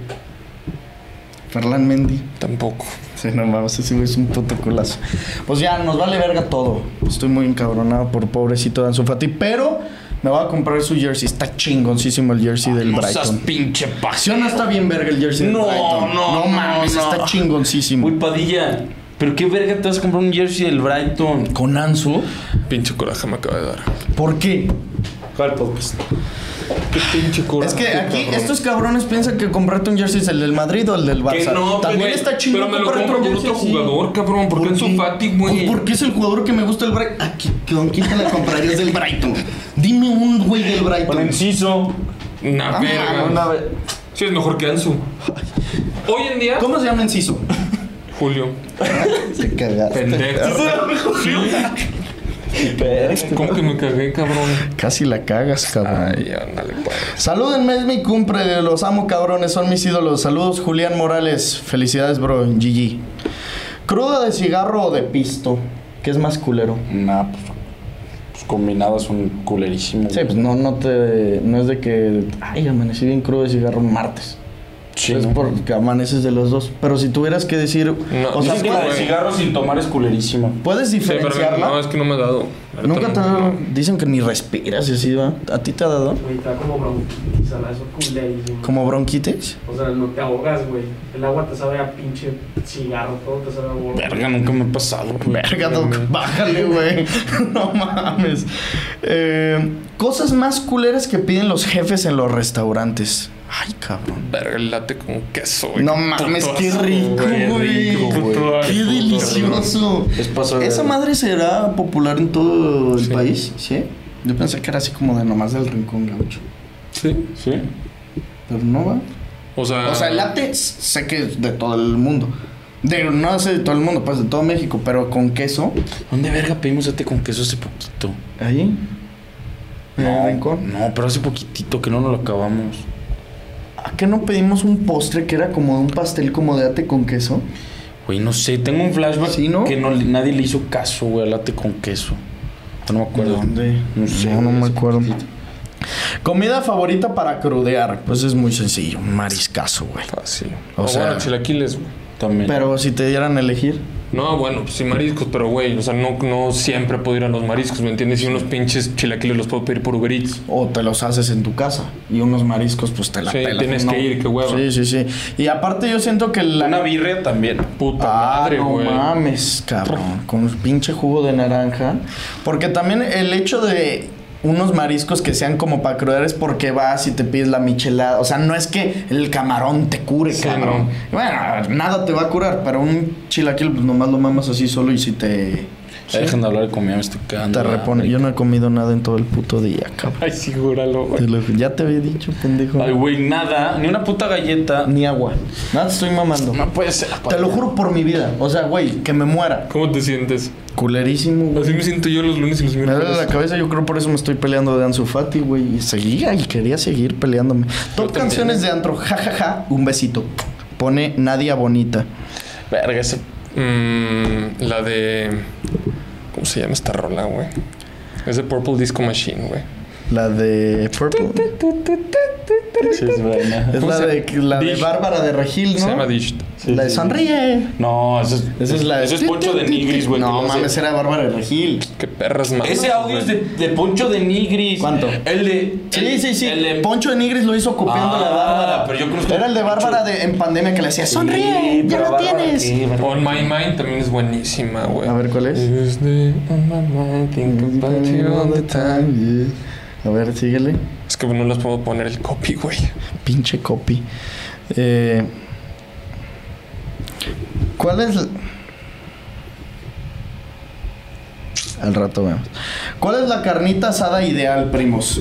Speaker 2: Ferland Mendy.
Speaker 4: tampoco.
Speaker 2: Sí, no mames, ese güey es un puto culazo. Pues ya, nos vale verga todo. Estoy muy encabronado por pobrecito de Ansu Fati, pero me voy a comprar su jersey. Está chingoncísimo el jersey del
Speaker 5: No seas
Speaker 2: Brighton.
Speaker 5: pinche
Speaker 2: ¿Sí
Speaker 5: pasión.
Speaker 2: o no está bien verga el jersey del
Speaker 5: No,
Speaker 2: Brighton?
Speaker 5: no,
Speaker 2: no mames,
Speaker 5: no, no.
Speaker 2: está chingoncísimo.
Speaker 5: Uy, Padilla. Pero qué verga te vas a comprar un jersey del Brighton.
Speaker 2: ¿Con Ansu?
Speaker 4: Pinche coraje me acaba de dar.
Speaker 2: ¿Por qué?
Speaker 5: Ojalá el podcast.
Speaker 4: Qué pinche coraje.
Speaker 2: Es que aquí estos cabrones piensan que comprarte un jersey es el del Madrid o el del Barça.
Speaker 5: Que no,
Speaker 2: También
Speaker 4: güey,
Speaker 2: está chingón
Speaker 4: Pero me lo
Speaker 2: comprar
Speaker 4: compro por
Speaker 2: jersey
Speaker 4: otro
Speaker 2: así.
Speaker 4: jugador, cabrón. ¿Por qué en su Fati, güey?
Speaker 2: Pues porque es el jugador que me gusta el Brighton. ¿A qui- ¿Con quién te la comprarías del Brighton? Dime un güey del
Speaker 5: Con
Speaker 2: Brighton.
Speaker 5: Enciso.
Speaker 4: Una
Speaker 2: Ah,
Speaker 4: verga.
Speaker 2: una
Speaker 5: ve-
Speaker 4: Sí, es mejor que Ansu. Hoy en día,
Speaker 6: ¿Cómo se llama Enciso?
Speaker 4: Julio.
Speaker 2: Te cagaste.
Speaker 4: Pendejo. ¿Cómo que me cagué, cabrón?
Speaker 2: Casi la cagas, cabrón.
Speaker 4: Ay, ándale, pues.
Speaker 2: Salúdenme, es mi cumple. Los amo, cabrones. Son mis ídolos. Saludos, Julián Morales. Felicidades, bro. GG. ¿Cruda de cigarro o de pisto? ¿Qué es más culero?
Speaker 5: Nah, pues, pues combinadas son culerísimas.
Speaker 2: Sí, pues no, no te. No es de que. Ay, amanecí bien crudo de cigarro un martes.
Speaker 5: Sí,
Speaker 2: es
Speaker 5: ¿no?
Speaker 2: porque amaneces de los dos. Pero si tuvieras que decir.
Speaker 4: No,
Speaker 2: o sea,
Speaker 5: Dicen que la de
Speaker 4: güey.
Speaker 5: cigarro sin tomar es culerísima.
Speaker 2: ¿puedes
Speaker 4: Sí, pero
Speaker 2: diferenciarla?
Speaker 4: no, es que no me ha dado.
Speaker 2: Nunca te
Speaker 4: ha
Speaker 2: ha dado- Dicen que ni respiras y así, ¿va? ¿A ti te ha dado?
Speaker 7: Güey, está como bronquitis, a la eso culerísimo.
Speaker 2: ¿Como bronquitis?
Speaker 7: O sea, no te ahogas, güey. El agua te sabe a pinche cigarro, todo te sabe a bordo.
Speaker 5: Verga, nunca me ha pasado, güey.
Speaker 2: Verga, Doc, bájale, güey. No mames. Eh, cosas más culeras que piden los jefes en los restaurantes. Ay, cabrón.
Speaker 4: Verga, el latte con queso, güey.
Speaker 2: No mames,
Speaker 4: Puto
Speaker 2: qué
Speaker 4: asco,
Speaker 2: rico, güey.
Speaker 4: rico,
Speaker 2: Qué
Speaker 4: puto asco, puto asco.
Speaker 2: delicioso.
Speaker 5: Es paso de-
Speaker 2: ¿Esa madre será popular en todo el
Speaker 4: Sí.
Speaker 2: país? ¿Sí? Yo pensé que era así como de nomás del rincón gaucho.
Speaker 4: Sí.
Speaker 5: Sí.
Speaker 2: Pero no va.
Speaker 4: O
Speaker 5: Ah.
Speaker 4: sea,
Speaker 2: O sea, el latte s- sé que es de todo el mundo. De, no sé de todo el mundo, pues de todo México, pero con queso.
Speaker 5: ¿Dónde verga pedimos este con queso hace poquito?
Speaker 2: Ahí. En el rincón.
Speaker 5: No, pero hace poquitito que no nos lo acabamos.
Speaker 2: ¿A qué no pedimos un postre que era como de un pastel como de ate con queso?
Speaker 5: Güey, no sé, tengo un flashback
Speaker 2: Sí, ¿no?
Speaker 5: que no, le- nadie le hizo caso, güey, al late con queso. No me acuerdo. No sé.
Speaker 2: No, no
Speaker 5: güey,
Speaker 2: me
Speaker 5: hace
Speaker 2: acuerdo.
Speaker 5: poquitito.
Speaker 2: Comida favorita para crudear. Pues es muy sencillo, un mariscazo, güey.
Speaker 4: Fácil.
Speaker 2: O
Speaker 4: ah, O,
Speaker 2: sea-
Speaker 4: bueno, chilaquiles, güey.
Speaker 5: También.
Speaker 2: Pero si te dieran a elegir.
Speaker 4: No, bueno, pues sí, mariscos, pero güey, o sea, no, no siempre puedo ir a los mariscos, ¿me entiendes? Y unos pinches chilaquiles los puedo pedir por Uber Eats.
Speaker 2: O te los haces en tu casa. Y unos mariscos, pues te la
Speaker 4: Sí,
Speaker 2: pelas,
Speaker 4: tienes
Speaker 2: ¿no?
Speaker 4: que ir, qué hueva.
Speaker 2: Sí, sí, sí. Y aparte yo siento que la...
Speaker 5: Una birria también.
Speaker 4: Puta
Speaker 2: Ah,
Speaker 4: madre,
Speaker 2: no
Speaker 4: güey.
Speaker 2: mames, cabrón. Con un pinche jugo de naranja. Porque también el hecho de unos mariscos que sean como para crudear es porque vas y te pides la michelada. O sea, no es que el camarón te cure,
Speaker 4: Sí,
Speaker 2: cabrón. Bueno, nada te va a curar, pero un chilaquil pues nomás lo mamas así solo y si te...
Speaker 5: Ya Dejen de hablar de comida, me estoy quedando.
Speaker 2: Te repone. Yo no he comido nada en todo el puto día, cabrón.
Speaker 4: Ay, sí, júralo, güey.
Speaker 2: Te lo- Ya te había dicho, pendejo.
Speaker 5: Ay, güey, nada. Ni una puta galleta.
Speaker 2: Ni agua. Nada, te estoy mamando.
Speaker 5: No puede ser.
Speaker 2: Te lo juro por mi vida. O sea, güey, que me muera.
Speaker 4: ¿Cómo te sientes?
Speaker 2: Culerísimo, güey.
Speaker 4: Así me siento yo los lunes y los
Speaker 2: Me duele la
Speaker 4: miércoles.
Speaker 2: cabeza, yo creo por eso me estoy peleando de Ansu Fati, güey. Y seguía y quería seguir peleándome. Top canciones de antro, jajaja, un besito. Pone Nadia Bonita.
Speaker 5: Verga, ese.
Speaker 4: Mm, la de. ¿Cómo se llama esta rola, güey? Es de Purple Disco Machine, güey.
Speaker 2: La de Purple.
Speaker 5: Sí, es buena.
Speaker 2: Es
Speaker 4: ¿Cómo
Speaker 2: la
Speaker 4: se-
Speaker 2: de, la de
Speaker 4: Dish.
Speaker 2: Bárbara de Regil, ¿no?
Speaker 4: Se llama Dish.
Speaker 5: Sí,
Speaker 2: la de
Speaker 5: sí.
Speaker 2: Sonríe.
Speaker 5: No, eso es.
Speaker 2: Esa es la de.
Speaker 5: Eso es Poncho de Nigris, güey.
Speaker 2: No
Speaker 5: que lo hace.
Speaker 2: mames, era Bárbara de Regil.
Speaker 4: Qué perras más.
Speaker 2: Pues,
Speaker 5: Ese audio es de, de Poncho de Nigris.
Speaker 2: ¿Cuánto?
Speaker 5: El de.
Speaker 2: Sí, sí, sí.
Speaker 5: El de
Speaker 2: Poncho de Nigris lo hizo copiando
Speaker 5: Ah,
Speaker 2: a la Bárbara.
Speaker 5: pero yo conozco
Speaker 2: Era el de
Speaker 5: mucho.
Speaker 2: Bárbara de, en pandemia que le decía: Sonríe,
Speaker 5: Sí,
Speaker 2: ya
Speaker 5: pero
Speaker 2: lo
Speaker 5: Bárbara,
Speaker 2: tienes.
Speaker 5: sí, Bárbara.
Speaker 4: On My Mind también es buenísima, güey.
Speaker 2: A ver, ¿cuál es?
Speaker 4: Is the- on my mind, think about you all the time.
Speaker 2: A ver, síguele.
Speaker 4: Es que no las puedo poner el copy, güey.
Speaker 2: Pinche copy. Eh, ¿Cuál es? la- Al rato vemos. ¿Cuál es la carnita asada ideal, primos?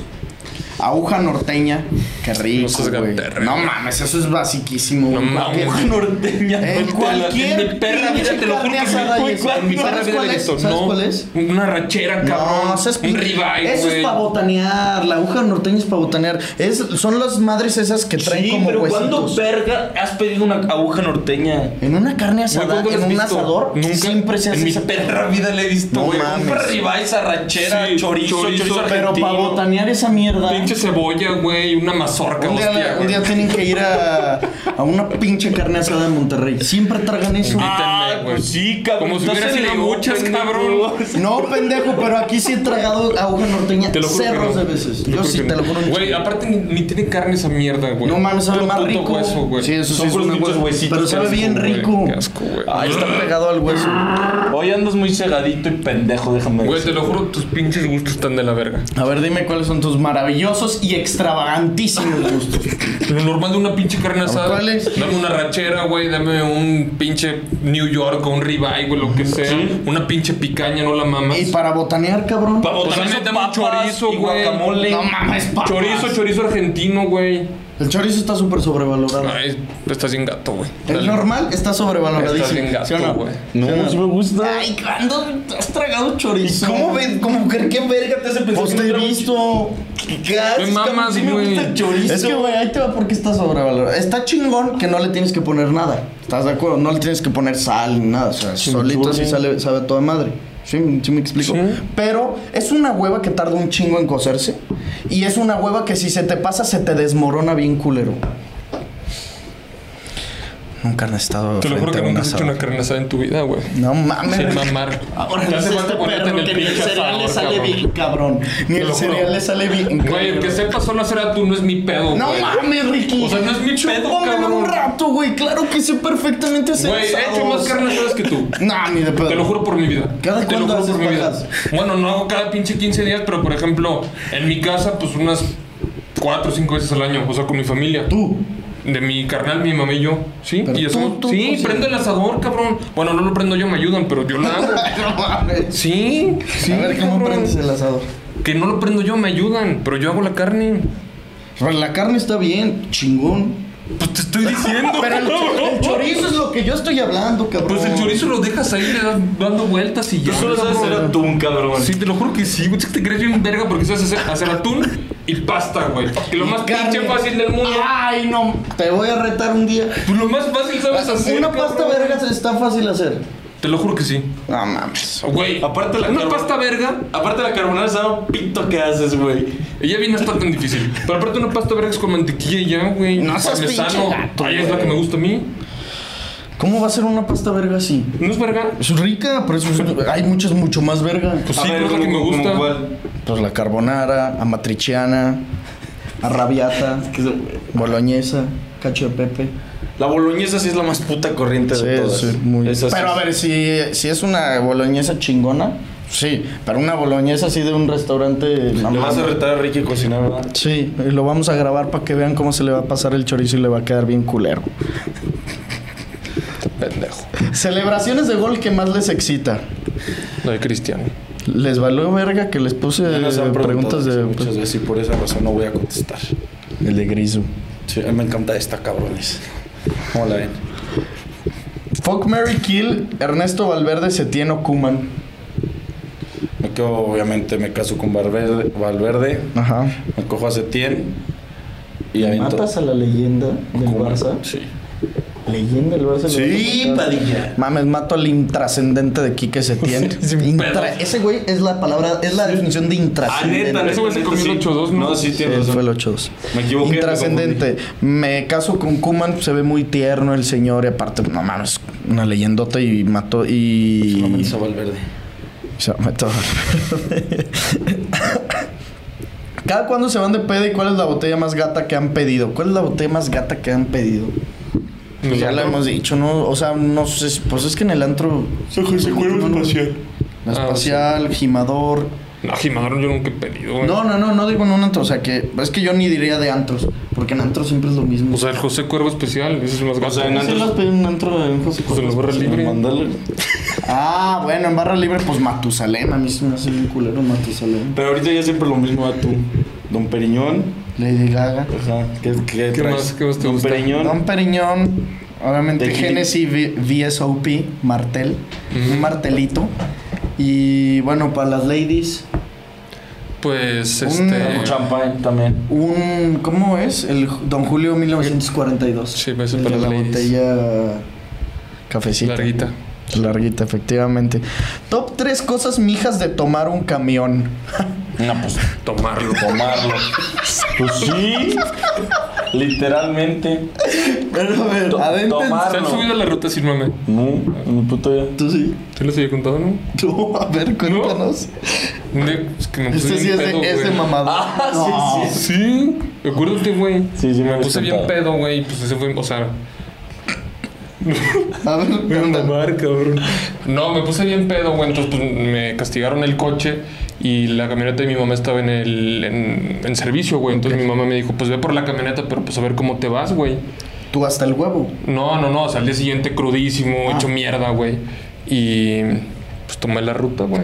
Speaker 2: Aguja norteña. Qué rico,
Speaker 4: No seas
Speaker 2: güey.
Speaker 4: gamberro.
Speaker 2: No mames, eso es basiquísimo.
Speaker 4: No
Speaker 2: güey.
Speaker 4: mames.
Speaker 2: Aguja
Speaker 5: norteña.
Speaker 2: En Eh, cualquier
Speaker 5: Mi perra vida
Speaker 2: pinche
Speaker 5: te lo juro
Speaker 2: carne
Speaker 5: que sí,
Speaker 2: asada y
Speaker 5: güey,
Speaker 2: eso.
Speaker 5: cuál-
Speaker 2: Mi perra
Speaker 5: ¿Sabes
Speaker 2: vida
Speaker 5: cuál
Speaker 2: de
Speaker 5: es?
Speaker 2: eso, ¿sabes
Speaker 4: no,
Speaker 2: cuál es?
Speaker 4: Una rachera, cabrón.
Speaker 2: No, eso es,
Speaker 4: un ribeye,
Speaker 2: Eso
Speaker 4: güey.
Speaker 2: es para botanear. La aguja norteña es para botanear. Es, son las madres esas que traen
Speaker 5: Sí,
Speaker 2: como
Speaker 5: pero ¿cuándo
Speaker 2: huesitos.
Speaker 5: verga has pedido una aguja norteña?
Speaker 2: En una carne asada,
Speaker 4: ¿cuándo
Speaker 2: en
Speaker 4: lo has
Speaker 2: un
Speaker 4: visto?
Speaker 2: asador,
Speaker 4: Nunca.
Speaker 2: siempre se
Speaker 4: En
Speaker 2: hace
Speaker 4: mi
Speaker 2: esa
Speaker 5: Perra vida le he visto,
Speaker 2: No
Speaker 5: güey.
Speaker 2: mames.
Speaker 5: Un ribeye, sarrachera,
Speaker 4: Sí,
Speaker 5: chorizo, chorizo,
Speaker 4: chorizo,
Speaker 5: argentino.
Speaker 2: Pero para botanear esa mierda.
Speaker 4: Pinche cebolla, güey. Una mazorca,
Speaker 2: Un día,
Speaker 4: hostia,
Speaker 2: un
Speaker 4: güey.
Speaker 2: día tienen que ir a, a una pinche carne asada en Monterrey. Siempre tragan eso.
Speaker 5: Ah,
Speaker 4: Invítenme, güey.
Speaker 5: pues sí, cabrón.
Speaker 4: Como si hubiera
Speaker 5: Estás en
Speaker 4: sido
Speaker 5: negocio,
Speaker 4: muchas,
Speaker 5: pendejo.
Speaker 4: cabrón.
Speaker 2: No, pendejo, pero aquí sí he tragado aguja norteña
Speaker 4: Te lo juro que
Speaker 2: cerros
Speaker 4: no.
Speaker 2: de veces.
Speaker 4: Te lo
Speaker 2: Yo
Speaker 4: juro
Speaker 2: sí,
Speaker 4: que
Speaker 2: te
Speaker 4: no.
Speaker 2: lo juro. un
Speaker 4: Güey,
Speaker 2: chingo.
Speaker 4: aparte ni, ni tiene carne esa mierda, güey.
Speaker 2: No mames, sabe
Speaker 4: Puro
Speaker 2: más
Speaker 4: puto
Speaker 2: rico.
Speaker 4: hueso, güey.
Speaker 2: Sí, eso sí
Speaker 5: Son
Speaker 2: es
Speaker 5: puros
Speaker 2: una
Speaker 5: pinches
Speaker 2: hue-
Speaker 5: huesitos,
Speaker 2: Pero sabe
Speaker 5: qué
Speaker 2: bien
Speaker 4: güey,
Speaker 2: rico.
Speaker 4: qué asco, güey.
Speaker 2: Ahí está pegado al hueso.
Speaker 5: Hoy andas muy cegadito y pendejo, déjame
Speaker 4: Güey, te
Speaker 5: decir.
Speaker 4: lo juro, tus pinches gustos están de la verga.
Speaker 2: A ver, dime cuáles son tus maravillosos y extravagantísimos gustos.
Speaker 4: Pues, Lo normal de una pinche carne asada.
Speaker 2: ¿Cuál es?
Speaker 4: Dame una rachera, güey. Dame un pinche New York o un ribeye, güey, lo que sea. Una pinche picaña, no la mamas.
Speaker 2: Y para botanear, cabrón.
Speaker 5: Para
Speaker 4: Pues
Speaker 5: botanear
Speaker 4: dame-
Speaker 5: son
Speaker 4: dame Pues, un
Speaker 5: papas
Speaker 4: chorizo,
Speaker 5: y
Speaker 4: güey.
Speaker 5: guacamole.
Speaker 2: No mames, papas.
Speaker 4: Chorizo, chorizo argentino, güey.
Speaker 2: El chorizo está súper sobrevalorado.
Speaker 4: Ay, pues, estás bien gato, güey.
Speaker 2: El
Speaker 4: Dale.
Speaker 2: Ah. normal está sobrevaloradísimo.
Speaker 4: Estás bien gato,
Speaker 2: ¿sí o no?
Speaker 4: güey.
Speaker 2: ¿Sí o no?
Speaker 3: No, sí me gusta.
Speaker 2: Ay, ¿cuándo has tragado chorizo?
Speaker 5: ¿Cómo ven? ¿Cómo que qué verga te hace pensar
Speaker 2: Pues
Speaker 5: que
Speaker 2: te he
Speaker 5: no trago-
Speaker 2: visto.
Speaker 4: Me mamas,
Speaker 5: sí me
Speaker 4: güey.
Speaker 5: gusta el chorizo.
Speaker 2: Es que, güey, ahí te va porque está sobrevalorado. Está chingón que no le tienes que poner nada. ¿Estás de acuerdo? No le tienes que poner sal ni nada. O sea, solito así sale, sabe a toda madre. ¿Sí? ¿Sí me explico? Pero es una hueva que tarda un chingo en cocerse. Y es una hueva que si se te pasa, se te desmorona bien culero. Nunca han estado.
Speaker 4: Te lo juro
Speaker 2: frente
Speaker 4: que
Speaker 2: a un
Speaker 4: nunca has hecho
Speaker 2: asado.
Speaker 4: una carne asada en tu vida, güey.
Speaker 2: No mames.
Speaker 4: Sin mamar.
Speaker 2: Ahora
Speaker 4: Te hace
Speaker 2: es
Speaker 4: falta
Speaker 2: este
Speaker 4: ponerte en
Speaker 2: perro
Speaker 4: el
Speaker 2: que ni el
Speaker 4: pinche
Speaker 2: cereal le
Speaker 4: sabor,
Speaker 2: sale
Speaker 4: cabrón.
Speaker 2: bien, cabrón. Ni
Speaker 4: Te
Speaker 2: el
Speaker 4: lo juro.
Speaker 2: cereal le sale bien,
Speaker 4: Güey, el que sepa solo hacer atún no es mi pedo, güey.
Speaker 2: No mames, Ricky.
Speaker 4: O sea, no es mi pedo,
Speaker 2: Chúpamelo
Speaker 4: cabrón.
Speaker 2: un rato, güey. Claro que sé perfectamente hacer
Speaker 4: Güey, he hecho
Speaker 2: asados.
Speaker 4: más carne asadas que tú.
Speaker 2: No, ni de pedo.
Speaker 4: Te lo juro por mi vida.
Speaker 2: ¿Cada
Speaker 4: Te lo
Speaker 2: cuándo
Speaker 4: juro
Speaker 2: haces
Speaker 4: por mi vida.
Speaker 2: pajas?
Speaker 4: Bueno, no hago cada pinche 15 días, pero por ejemplo, en mi casa, pues unas 4 o 5 veces al año. O sea, con mi familia.
Speaker 2: Tú.
Speaker 4: De mi carnal, mi mamá y yo. ¿Sí?
Speaker 2: Pero
Speaker 4: y
Speaker 2: tú,
Speaker 4: hacemos-
Speaker 2: tú,
Speaker 4: sí,
Speaker 2: pues, sí.
Speaker 4: prendo el asador, cabrón. Bueno, no lo prendo yo, me ayudan, pero yo lo hago.
Speaker 2: No mames.
Speaker 4: Sí, sí.
Speaker 2: A ver cómo
Speaker 4: cabrón.
Speaker 2: prendes el asador.
Speaker 4: Que no lo prendo yo, me ayudan, pero yo hago la carne.
Speaker 2: Pero La carne está bien, chingón.
Speaker 4: Pues te estoy diciendo.
Speaker 2: Pero el, cho- el chorizo es lo que yo estoy hablando, cabrón.
Speaker 4: Pues el chorizo lo dejas ahí, le das dando vueltas y ya.
Speaker 5: Tú solo sabes hacer
Speaker 4: cabrón.
Speaker 5: atún, cabrón.
Speaker 4: Sí, te lo juro que sí, güey. Es que te crees bien verga porque sabes hacer, hacer atún y pasta, güey. Que lo
Speaker 2: Y
Speaker 4: más
Speaker 2: carne.
Speaker 4: pinche fácil del mundo.
Speaker 5: Ah.
Speaker 2: Ay, no. Te voy a retar un día.
Speaker 4: Pues lo más fácil sabes hacer.
Speaker 2: Una pasta
Speaker 4: cabrón.
Speaker 2: verga se está fácil hacer.
Speaker 4: Te lo juro que sí.
Speaker 2: No mames.
Speaker 4: Güey,
Speaker 5: Aparte la
Speaker 4: una
Speaker 5: carbo-
Speaker 4: pasta verga,
Speaker 5: Aparte la carbonara sabe un pito que haces, güey.
Speaker 4: ella bien no está tan difícil. Pero aparte una pasta verga es con mantequilla y ya, güey.
Speaker 2: No seas
Speaker 4: Parmesano.
Speaker 2: pinche gato,
Speaker 4: Ahí es la
Speaker 2: güey.
Speaker 4: que me gusta a mí.
Speaker 2: ¿Cómo va a ser una pasta verga así?
Speaker 4: ¿No es verga?
Speaker 2: Es rica, pero es- hay muchas mucho más verga.
Speaker 4: Pues
Speaker 5: A
Speaker 4: sí,
Speaker 5: ver,
Speaker 4: pero es la que
Speaker 5: ¿cómo-
Speaker 4: me
Speaker 5: cómo
Speaker 4: gusta.
Speaker 5: cuál?
Speaker 2: Pues la carbonara, amatriciana, arrabiata, boloñesa, cacho de pepe.
Speaker 5: La boloñesa sí es la más puta corriente de todas. Esa sí
Speaker 2: Pero a
Speaker 5: es-
Speaker 2: ver, si, si es una boloñesa chingona, sí. Pero una boloñesa así de un restaurante... no
Speaker 5: Le vas a
Speaker 2: mames.
Speaker 5: retar a Ricky a cocinar, ¿verdad?
Speaker 2: Sí, y lo vamos a grabar para que vean cómo se le va a pasar el chorizo y le va a quedar bien culero.
Speaker 4: Pendejo.
Speaker 2: Celebraciones de gol que más les excita.
Speaker 4: Lo de Cristiano.
Speaker 2: Les valió verga que les puse
Speaker 5: Ya nos han preguntado
Speaker 2: Eh, preguntas de... pues,
Speaker 5: eso muchas veces y por esa razón no voy a contestar.
Speaker 2: El de Griso.
Speaker 5: Sí, a mí me encanta esta, cabrones. ¿Cómo la ven?
Speaker 2: Fuck Mary Kill, Ernesto Valverde, Setieno Kuman.
Speaker 5: Me quedo, obviamente, me caso con Valverde, Valverde,
Speaker 2: Ajá.
Speaker 5: me cojo a Setién y aviento.
Speaker 6: ¿Matas a la leyenda del
Speaker 5: Cuman.
Speaker 6: Barça?
Speaker 5: Sí.
Speaker 6: ¿Leyenda del Barça?
Speaker 2: Sí,
Speaker 6: Padilla.
Speaker 2: Mames, mato al intrascendente de Quique Setién. Intra- ese güey es la palabra, es la definición de
Speaker 5: Ah, neta,
Speaker 2: intrascendente.
Speaker 5: neta,
Speaker 4: Ese güey se
Speaker 5: neta,
Speaker 4: comió el
Speaker 5: sí.
Speaker 4: 8-2, ¿no?
Speaker 5: No, sí,
Speaker 2: Sí,
Speaker 5: tienes
Speaker 2: fue el 8
Speaker 5: razón. Me equivoqué, me
Speaker 2: Intrascendente. Me caso con Kuman, pues, se ve muy tierno el señor. Y aparte, no mames, una leyendota y mató. Y.
Speaker 5: No metes a Valverde.
Speaker 2: Se va a meter. ¿Cada cuándo se van de peda y cuál es la botella más gata que han pedido? ¿Cuál es la botella más gata que han pedido? Pues ya lo hemos dicho, ¿no? O sea, no sé. si- Pues es que en el antro.
Speaker 5: José
Speaker 2: Cuervo
Speaker 5: Espacial.
Speaker 2: La
Speaker 4: Ah,
Speaker 2: espacial, gimador.
Speaker 4: No, Jimadrón yo nunca he pedido, güey.
Speaker 2: No, no, no, no digo en un antro. O sea, que es que yo ni diría de antros. Porque en antros siempre es lo mismo.
Speaker 4: O sea, el José Cuervo especial, ese es más gato.
Speaker 5: sea, en
Speaker 2: ¿Sí
Speaker 5: antro-
Speaker 2: lo has pedido en un antro de José
Speaker 4: Pues en la barra libre.
Speaker 2: Ah, bueno, en barra libre, pues Matusalén. A mí se me hace bien culero Matusalén.
Speaker 5: Pero ahorita ya siempre lo mismo a tú. Don Periñón.
Speaker 2: Lady Gaga.
Speaker 5: Ajá. ¿Qué, qué,
Speaker 4: ¿Qué
Speaker 5: traes?
Speaker 4: más- qué más te
Speaker 5: Don
Speaker 4: gusta?
Speaker 5: Periñón.
Speaker 2: Don Periñón. Obviamente,
Speaker 5: De Kili-
Speaker 2: Genesis V- VSOP, Martel. Un martelito. Y bueno, para las ladies,
Speaker 4: Pues
Speaker 2: Un-
Speaker 4: este.
Speaker 5: Un champagne también.
Speaker 2: un. ¿Cómo es? El Ju- Don Julio 1942.
Speaker 4: Sí, pues,
Speaker 2: El de
Speaker 4: para las
Speaker 2: la
Speaker 4: ladies.
Speaker 2: botella. Cafecita.
Speaker 4: Larguita.
Speaker 2: Larguita, efectivamente. Top 3 cosas mijas de tomar un camión.
Speaker 5: No, pues
Speaker 4: Tomarlo.
Speaker 5: tomarlo. pues sí. Literalmente.
Speaker 2: Pero a ver,
Speaker 5: To-
Speaker 2: adentro.
Speaker 4: ¿Se han
Speaker 5: tomarlo.
Speaker 4: subido a la ruta sin mame?
Speaker 5: No, ni puto idea.
Speaker 2: Tú sí.
Speaker 4: ¿Te les había contado, no?
Speaker 2: Tú, a ver, cuéntanos.
Speaker 4: Un día, es que me puse
Speaker 2: Este sí
Speaker 4: bien
Speaker 2: es de,
Speaker 4: pedo,
Speaker 2: es de
Speaker 4: güey.
Speaker 2: mamador. No.
Speaker 5: Ah, sí,
Speaker 4: Sí, acuérdate, güey.
Speaker 5: Sí, sí, me
Speaker 4: Me
Speaker 5: habías
Speaker 4: puse bien
Speaker 5: contado.
Speaker 4: pedo, güey. Pues ese fue, o sea,
Speaker 2: A ver, cuéntanos.
Speaker 4: cabrón. No, me puse bien pedo, güey. Entonces, pues me castigaron el coche y la camioneta de mi mamá estaba en el en, en servicio, güey. Entonces, mi mamá me dijo, pues ve por la camioneta, pero pues a ver cómo te vas, güey.
Speaker 2: Tú hasta el huevo.
Speaker 4: No, no, no. O sea, al día siguiente crudísimo,
Speaker 2: Ah.
Speaker 4: hecho mierda, güey. Y pues tomé la ruta, güey.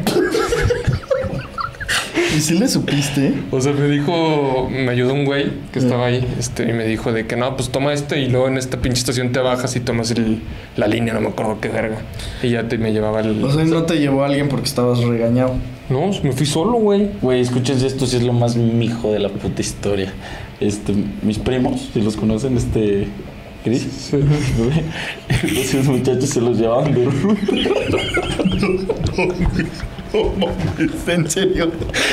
Speaker 2: ¿Y si le supiste?
Speaker 4: O sea, me dijo, me ayudó un güey que estaba ahí, este, y me dijo de que no, pues toma este y luego en esta pinche estación te bajas y tomas el- la línea, no me acuerdo qué verga. Y ya te, me llevaba el.
Speaker 2: O sea, no te llevó a alguien porque estabas regañado.
Speaker 4: No, me fui solo, güey.
Speaker 5: Güey, escuchas esto, si es lo más mijo de la puta historia. Este, mis primos, si los conocen, este. Chris. Los muchachos se los llevaban de
Speaker 2: En serio.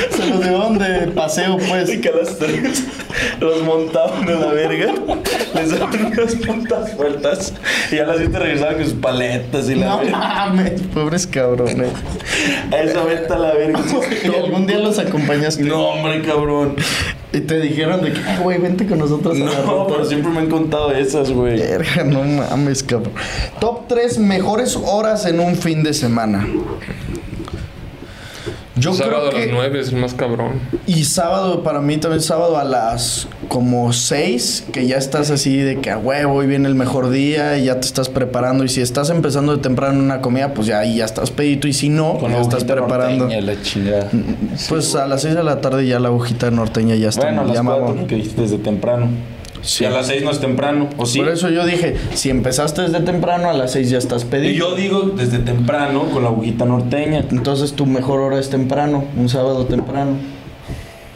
Speaker 2: Se los llevaban de paseo, pues.
Speaker 5: que a las tres los montaban a la verga, les daban unas putas vueltas y a las 7 regresaban con sus paletas y la
Speaker 2: No
Speaker 5: verga.
Speaker 2: mames, pobres cabrones.
Speaker 5: A esa vuelta a la verga.
Speaker 2: Y algún día los acompañaste.
Speaker 5: No, hombre, cabrón.
Speaker 2: Y te dijeron de que, "Ah, güey, vente con nosotros a la
Speaker 5: No,
Speaker 2: ruta".
Speaker 5: pero siempre me han contado esas, güey.
Speaker 2: Verga, no mames, cabrón. Top 3 mejores horas en un fin de semana. Yo
Speaker 4: Sábado
Speaker 2: creo
Speaker 4: a las
Speaker 2: que...
Speaker 4: 9 es el más cabrón.
Speaker 2: Y sábado, para mí también sábado a las como 6, que ya estás así de que a huevo hoy viene el mejor día y ya te estás preparando. Y si estás empezando de temprano una comida, pues ya ahí ya estás pedito. Y si no, pues
Speaker 5: la
Speaker 2: ya estás
Speaker 5: agujita
Speaker 2: preparando.
Speaker 5: norteña, la chingada.
Speaker 2: Pues a las 6 de la tarde ya la agujita norteña ya está.
Speaker 5: Bueno, a las
Speaker 2: ya
Speaker 5: 4
Speaker 2: mamó.
Speaker 5: porque dijiste desde temprano.
Speaker 2: Sí.
Speaker 5: Y a las 6 no es temprano, ¿o sí?
Speaker 2: Por eso yo dije, si empezaste desde temprano, a las 6 ya estás pedido.
Speaker 5: Y yo digo desde temprano con la agujita norteña.
Speaker 2: Entonces tu mejor hora es temprano, un sábado temprano.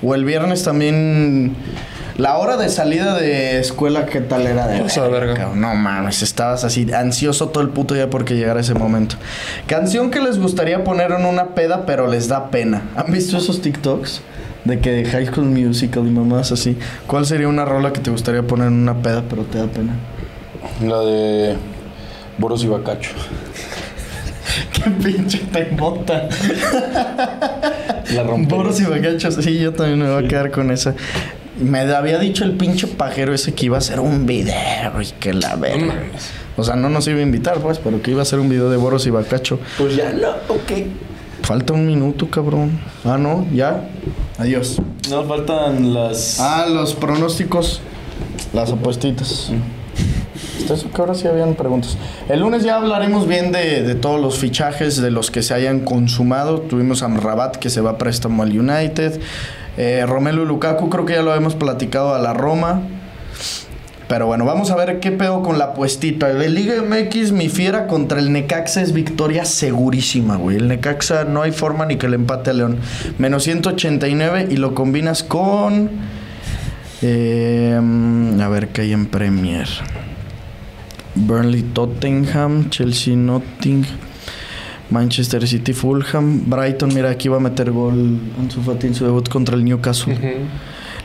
Speaker 2: O el viernes también. La hora de salida de escuela, ¿qué tal era de
Speaker 4: Esa verga.
Speaker 2: cabrón? No mames, estabas así ansioso todo el puto día porque llegara ese momento. Canción que les gustaría poner en una peda, pero les da pena. ¿Han visto esos TikToks? De que de High School Musical y mamás así. ¿Cuál sería una rola que te gustaría poner en una peda, pero te da pena?
Speaker 5: La de Boros y Bacacho.
Speaker 2: ¡Qué pinche te bota!
Speaker 5: La
Speaker 2: Boros y bagachos, sí, yo también me voy a quedar con esa. Me había dicho el pinche pajero ese que iba a hacer un video y que la
Speaker 4: No
Speaker 2: verga.
Speaker 4: mames.
Speaker 2: O sea, no nos iba a invitar, pues, pero que iba a hacer un video de Boros y Bacacho.
Speaker 5: Pues ya no, ok.
Speaker 2: Falta un minuto, cabrón. Ah, no, ya. Adiós.
Speaker 5: No faltan las.
Speaker 2: Ah, los pronósticos. Mm. Las apuestitas. Hasta eso que ahora sí habían preguntas. El lunes ya hablaremos bien de, de todos los fichajes, de los que se hayan consumado. Tuvimos a Amrabat que se va a préstamo al United. Eh, Romelu Lukaku creo que ya lo habíamos platicado a la Roma. Pero bueno, vamos a ver qué pedo con la puestita. De Liga MX, mi fiera contra el Necaxa es victoria segurísima, güey. El Necaxa no hay forma ni que le empate a León. Menos 189 y lo combinas con... eh, a ver qué hay en Premier. Burnley Tottenham, Chelsea Notting, Manchester City Fulham, Brighton, mira aquí va a meter gol Ansu Fati en su debut contra el Newcastle.
Speaker 4: Ujú.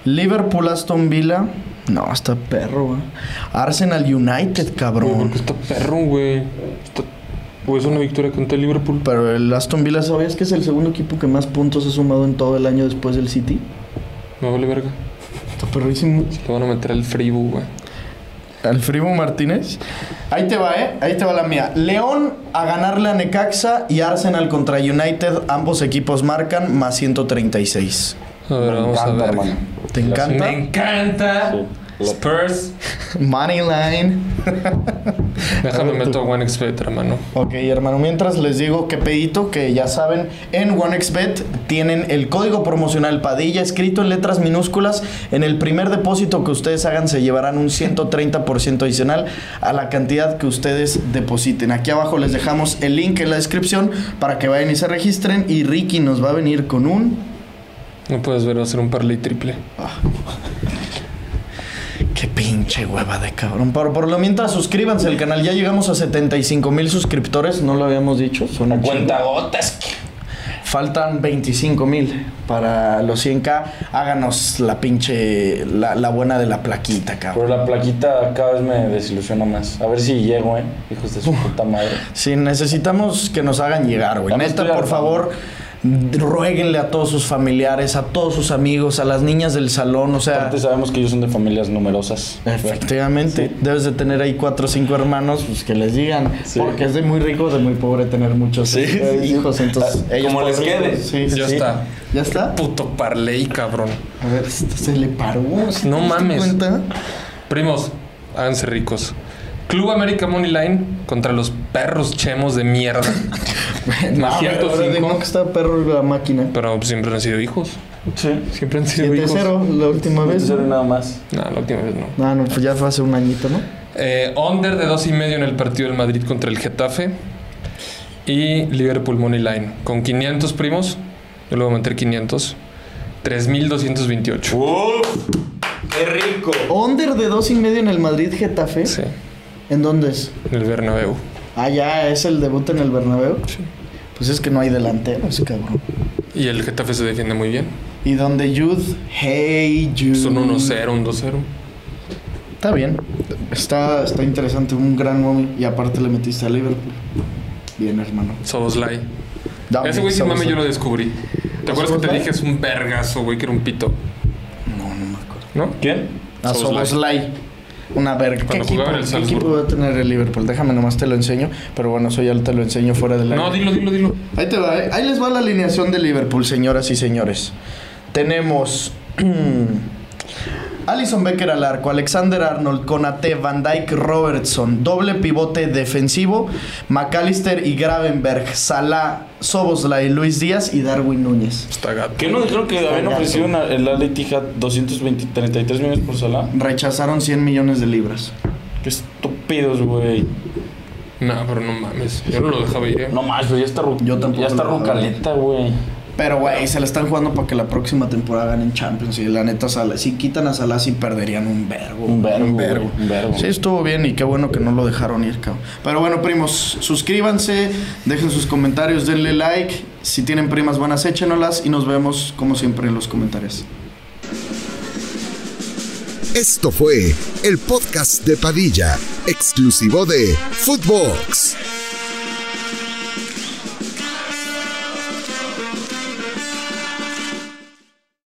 Speaker 2: Liverpool, Aston Villa. No, está perro, güey. Arsenal United,
Speaker 4: Güey,
Speaker 2: cabrón.
Speaker 4: porque está perro, güey. Está- Güey, es una victoria contra el Liverpool.
Speaker 2: Pero el Aston Villa, ¿sabías que es el segundo equipo que más puntos ha sumado en todo el año después del City?
Speaker 4: Me vale verga.
Speaker 2: Está perrísimo.
Speaker 4: Le van a meter al Freiburg, güey.
Speaker 2: Al Fribo Martínez. Ahí te va, ¿eh? Ahí te va la mía. León a ganarle a Necaxa y Arsenal contra United. Ambos equipos marcan más 136.
Speaker 4: A ver,
Speaker 5: Me
Speaker 4: vamos a
Speaker 5: encanta,
Speaker 4: ver.
Speaker 5: hermano.
Speaker 2: ¿Te
Speaker 4: Me
Speaker 2: encanta?
Speaker 4: encanta.
Speaker 5: La-
Speaker 4: Spurs.
Speaker 2: Moneyline.
Speaker 4: Déjame meto a One X Bet, hermano.
Speaker 2: Ok, hermano, mientras les digo que pedito, que ya saben, en OneXBet tienen el código promocional Padilla escrito en letras minúsculas. En el primer depósito que ustedes hagan se llevarán un 130% adicional a la cantidad que ustedes depositen. Aquí abajo les dejamos el link en la descripción para que vayan y se registren. Y Ricky nos va a venir con un...
Speaker 4: No puedes ver, va a ser un parlay triple.
Speaker 2: Qué pinche hueva de cabrón. Por, por lo mientras suscríbanse al canal. Ya llegamos a 75 mil suscriptores, no lo habíamos dicho. Son un chingo.
Speaker 5: Cuenta gotas.
Speaker 2: Faltan 25 mil para los 100k. Háganos la pinche, la, la buena de la plaquita,
Speaker 5: Pero
Speaker 2: cabrón.
Speaker 5: la plaquita cada vez me desilusiona más. A ver si llego, eh. Hijos de su puta madre.
Speaker 2: Sí, necesitamos que nos hagan llegar, güey.
Speaker 5: Ya me
Speaker 2: Neta,
Speaker 5: estoy
Speaker 2: por
Speaker 5: hartando.
Speaker 2: favor, ruéguenle a todos sus familiares, a todos sus amigos, a las niñas del salón, o sea...
Speaker 5: Aparte sabemos que ellos son de familias numerosas.
Speaker 2: Efectivamente, debes de tener ahí cuatro o cinco hermanos, pues que les digan,
Speaker 5: Sí.
Speaker 2: porque es de muy rico, de muy pobre tener muchos
Speaker 5: Sí,
Speaker 2: eh,
Speaker 5: sí.
Speaker 2: hijos, entonces
Speaker 5: Ah, como les
Speaker 2: podrían-
Speaker 5: quede.
Speaker 2: Sí, sí,
Speaker 4: Ya
Speaker 2: sí.
Speaker 4: está.
Speaker 2: Ya está.
Speaker 4: Puto parlay, cabrón.
Speaker 2: A ver, este, se le paró. ¿sí
Speaker 4: No
Speaker 2: te diste
Speaker 4: mames.
Speaker 2: cuenta?
Speaker 4: Primos, háganse ricos. Club América Money Line contra los perros chemos de mierda. No es cierto,
Speaker 2: ahora de
Speaker 4: cinco.
Speaker 2: no que está perro la máquina.
Speaker 4: Pero pues, siempre han sido hijos.
Speaker 5: Sí.
Speaker 4: Siempre han sido hijos.
Speaker 2: 7-0 la última vez.
Speaker 5: Cero y nada más.
Speaker 4: No, la última vez no.
Speaker 2: Ah, no, pues ya fue hace un añito, ¿no?
Speaker 4: Eh, under de dos y medio en el partido del Madrid contra el Getafe. Y Liverpool Money Line. Con 500 primos. Yo le voy a meter 500. 3.228.
Speaker 5: ¡Uf! ¡Qué rico!
Speaker 2: Under de dos y medio en el Madrid Getafe.
Speaker 4: Sí,
Speaker 2: ¿En dónde es?
Speaker 4: en el Bernabéu.
Speaker 2: Ah, ya, es el debut en el Bernabéu.
Speaker 4: Sí.
Speaker 2: Pues es que no hay delanteros, cabrón.
Speaker 4: Y el Getafe se defiende muy bien.
Speaker 2: Y donde Jude, hey Jude.
Speaker 4: Son 1-0, un 2-0.
Speaker 2: Está bien. Está, está interesante, un gran momio. Y aparte le metiste a Liverpool. Bien, hermano.
Speaker 4: Soboslai.
Speaker 2: Dame,
Speaker 4: Ese güey sin
Speaker 2: sabes-
Speaker 4: mame yo lo descubrí. ¿Te acuerdas que te
Speaker 2: Soboslai?
Speaker 4: dije es un vergazo, güey, que era un pito?
Speaker 2: No, no me acuerdo.
Speaker 4: ¿No?
Speaker 5: ¿Quién?
Speaker 2: A
Speaker 4: Szoboszlai.
Speaker 2: Soboslai. Ah, Una verga. ¿Qué
Speaker 4: Cuando
Speaker 2: equipo,
Speaker 4: jugaba en el
Speaker 2: qué
Speaker 4: Salzburgo.
Speaker 2: equipo va a tener el Liverpool? Déjame nomás te lo enseño. Pero bueno, eso ya te lo enseño fuera del
Speaker 4: No,
Speaker 2: aire.
Speaker 4: dilo, dilo, dilo.
Speaker 2: Ahí te va, ¿eh? ahí les va la alineación de Liverpool, señoras y señores. Tenemos Alison Becker al arco, Alexander Arnold, Conate, Van Dyke, Robertson, doble pivote defensivo, McAllister y Gravenberg, Salah, Soboslay, Luis Díaz y Darwin Núñez.
Speaker 4: Está gato.
Speaker 5: ¿Qué no dijeron que habían ofrecido una- el Al Tija 233 millones por Salah?
Speaker 2: Rechazaron 100 millones de libras.
Speaker 5: Qué estúpidos, güey.
Speaker 4: No, pero no mames. Yo no lo dejaba ir. eh.
Speaker 5: No más, güey, ya está ru-
Speaker 2: Yo tampoco
Speaker 5: Ya está
Speaker 2: lo veo.
Speaker 5: rucaleta, güey.
Speaker 2: Pero, güey, se la están jugando para que la próxima temporada ganen Champions. Y la neta, Salah- si quitan a Salah, sí perderían un verbo.
Speaker 5: Un verbo, güey, un verbo.
Speaker 2: Sí, estuvo bien y qué bueno que no lo dejaron ir, cabrón. Pero bueno, primos, suscríbanse, dejen sus comentarios, denle like. Si tienen primas buenas, échenolas y nos vemos, como siempre, en los comentarios.
Speaker 1: Esto fue el podcast de Padilla, exclusivo de Footbox.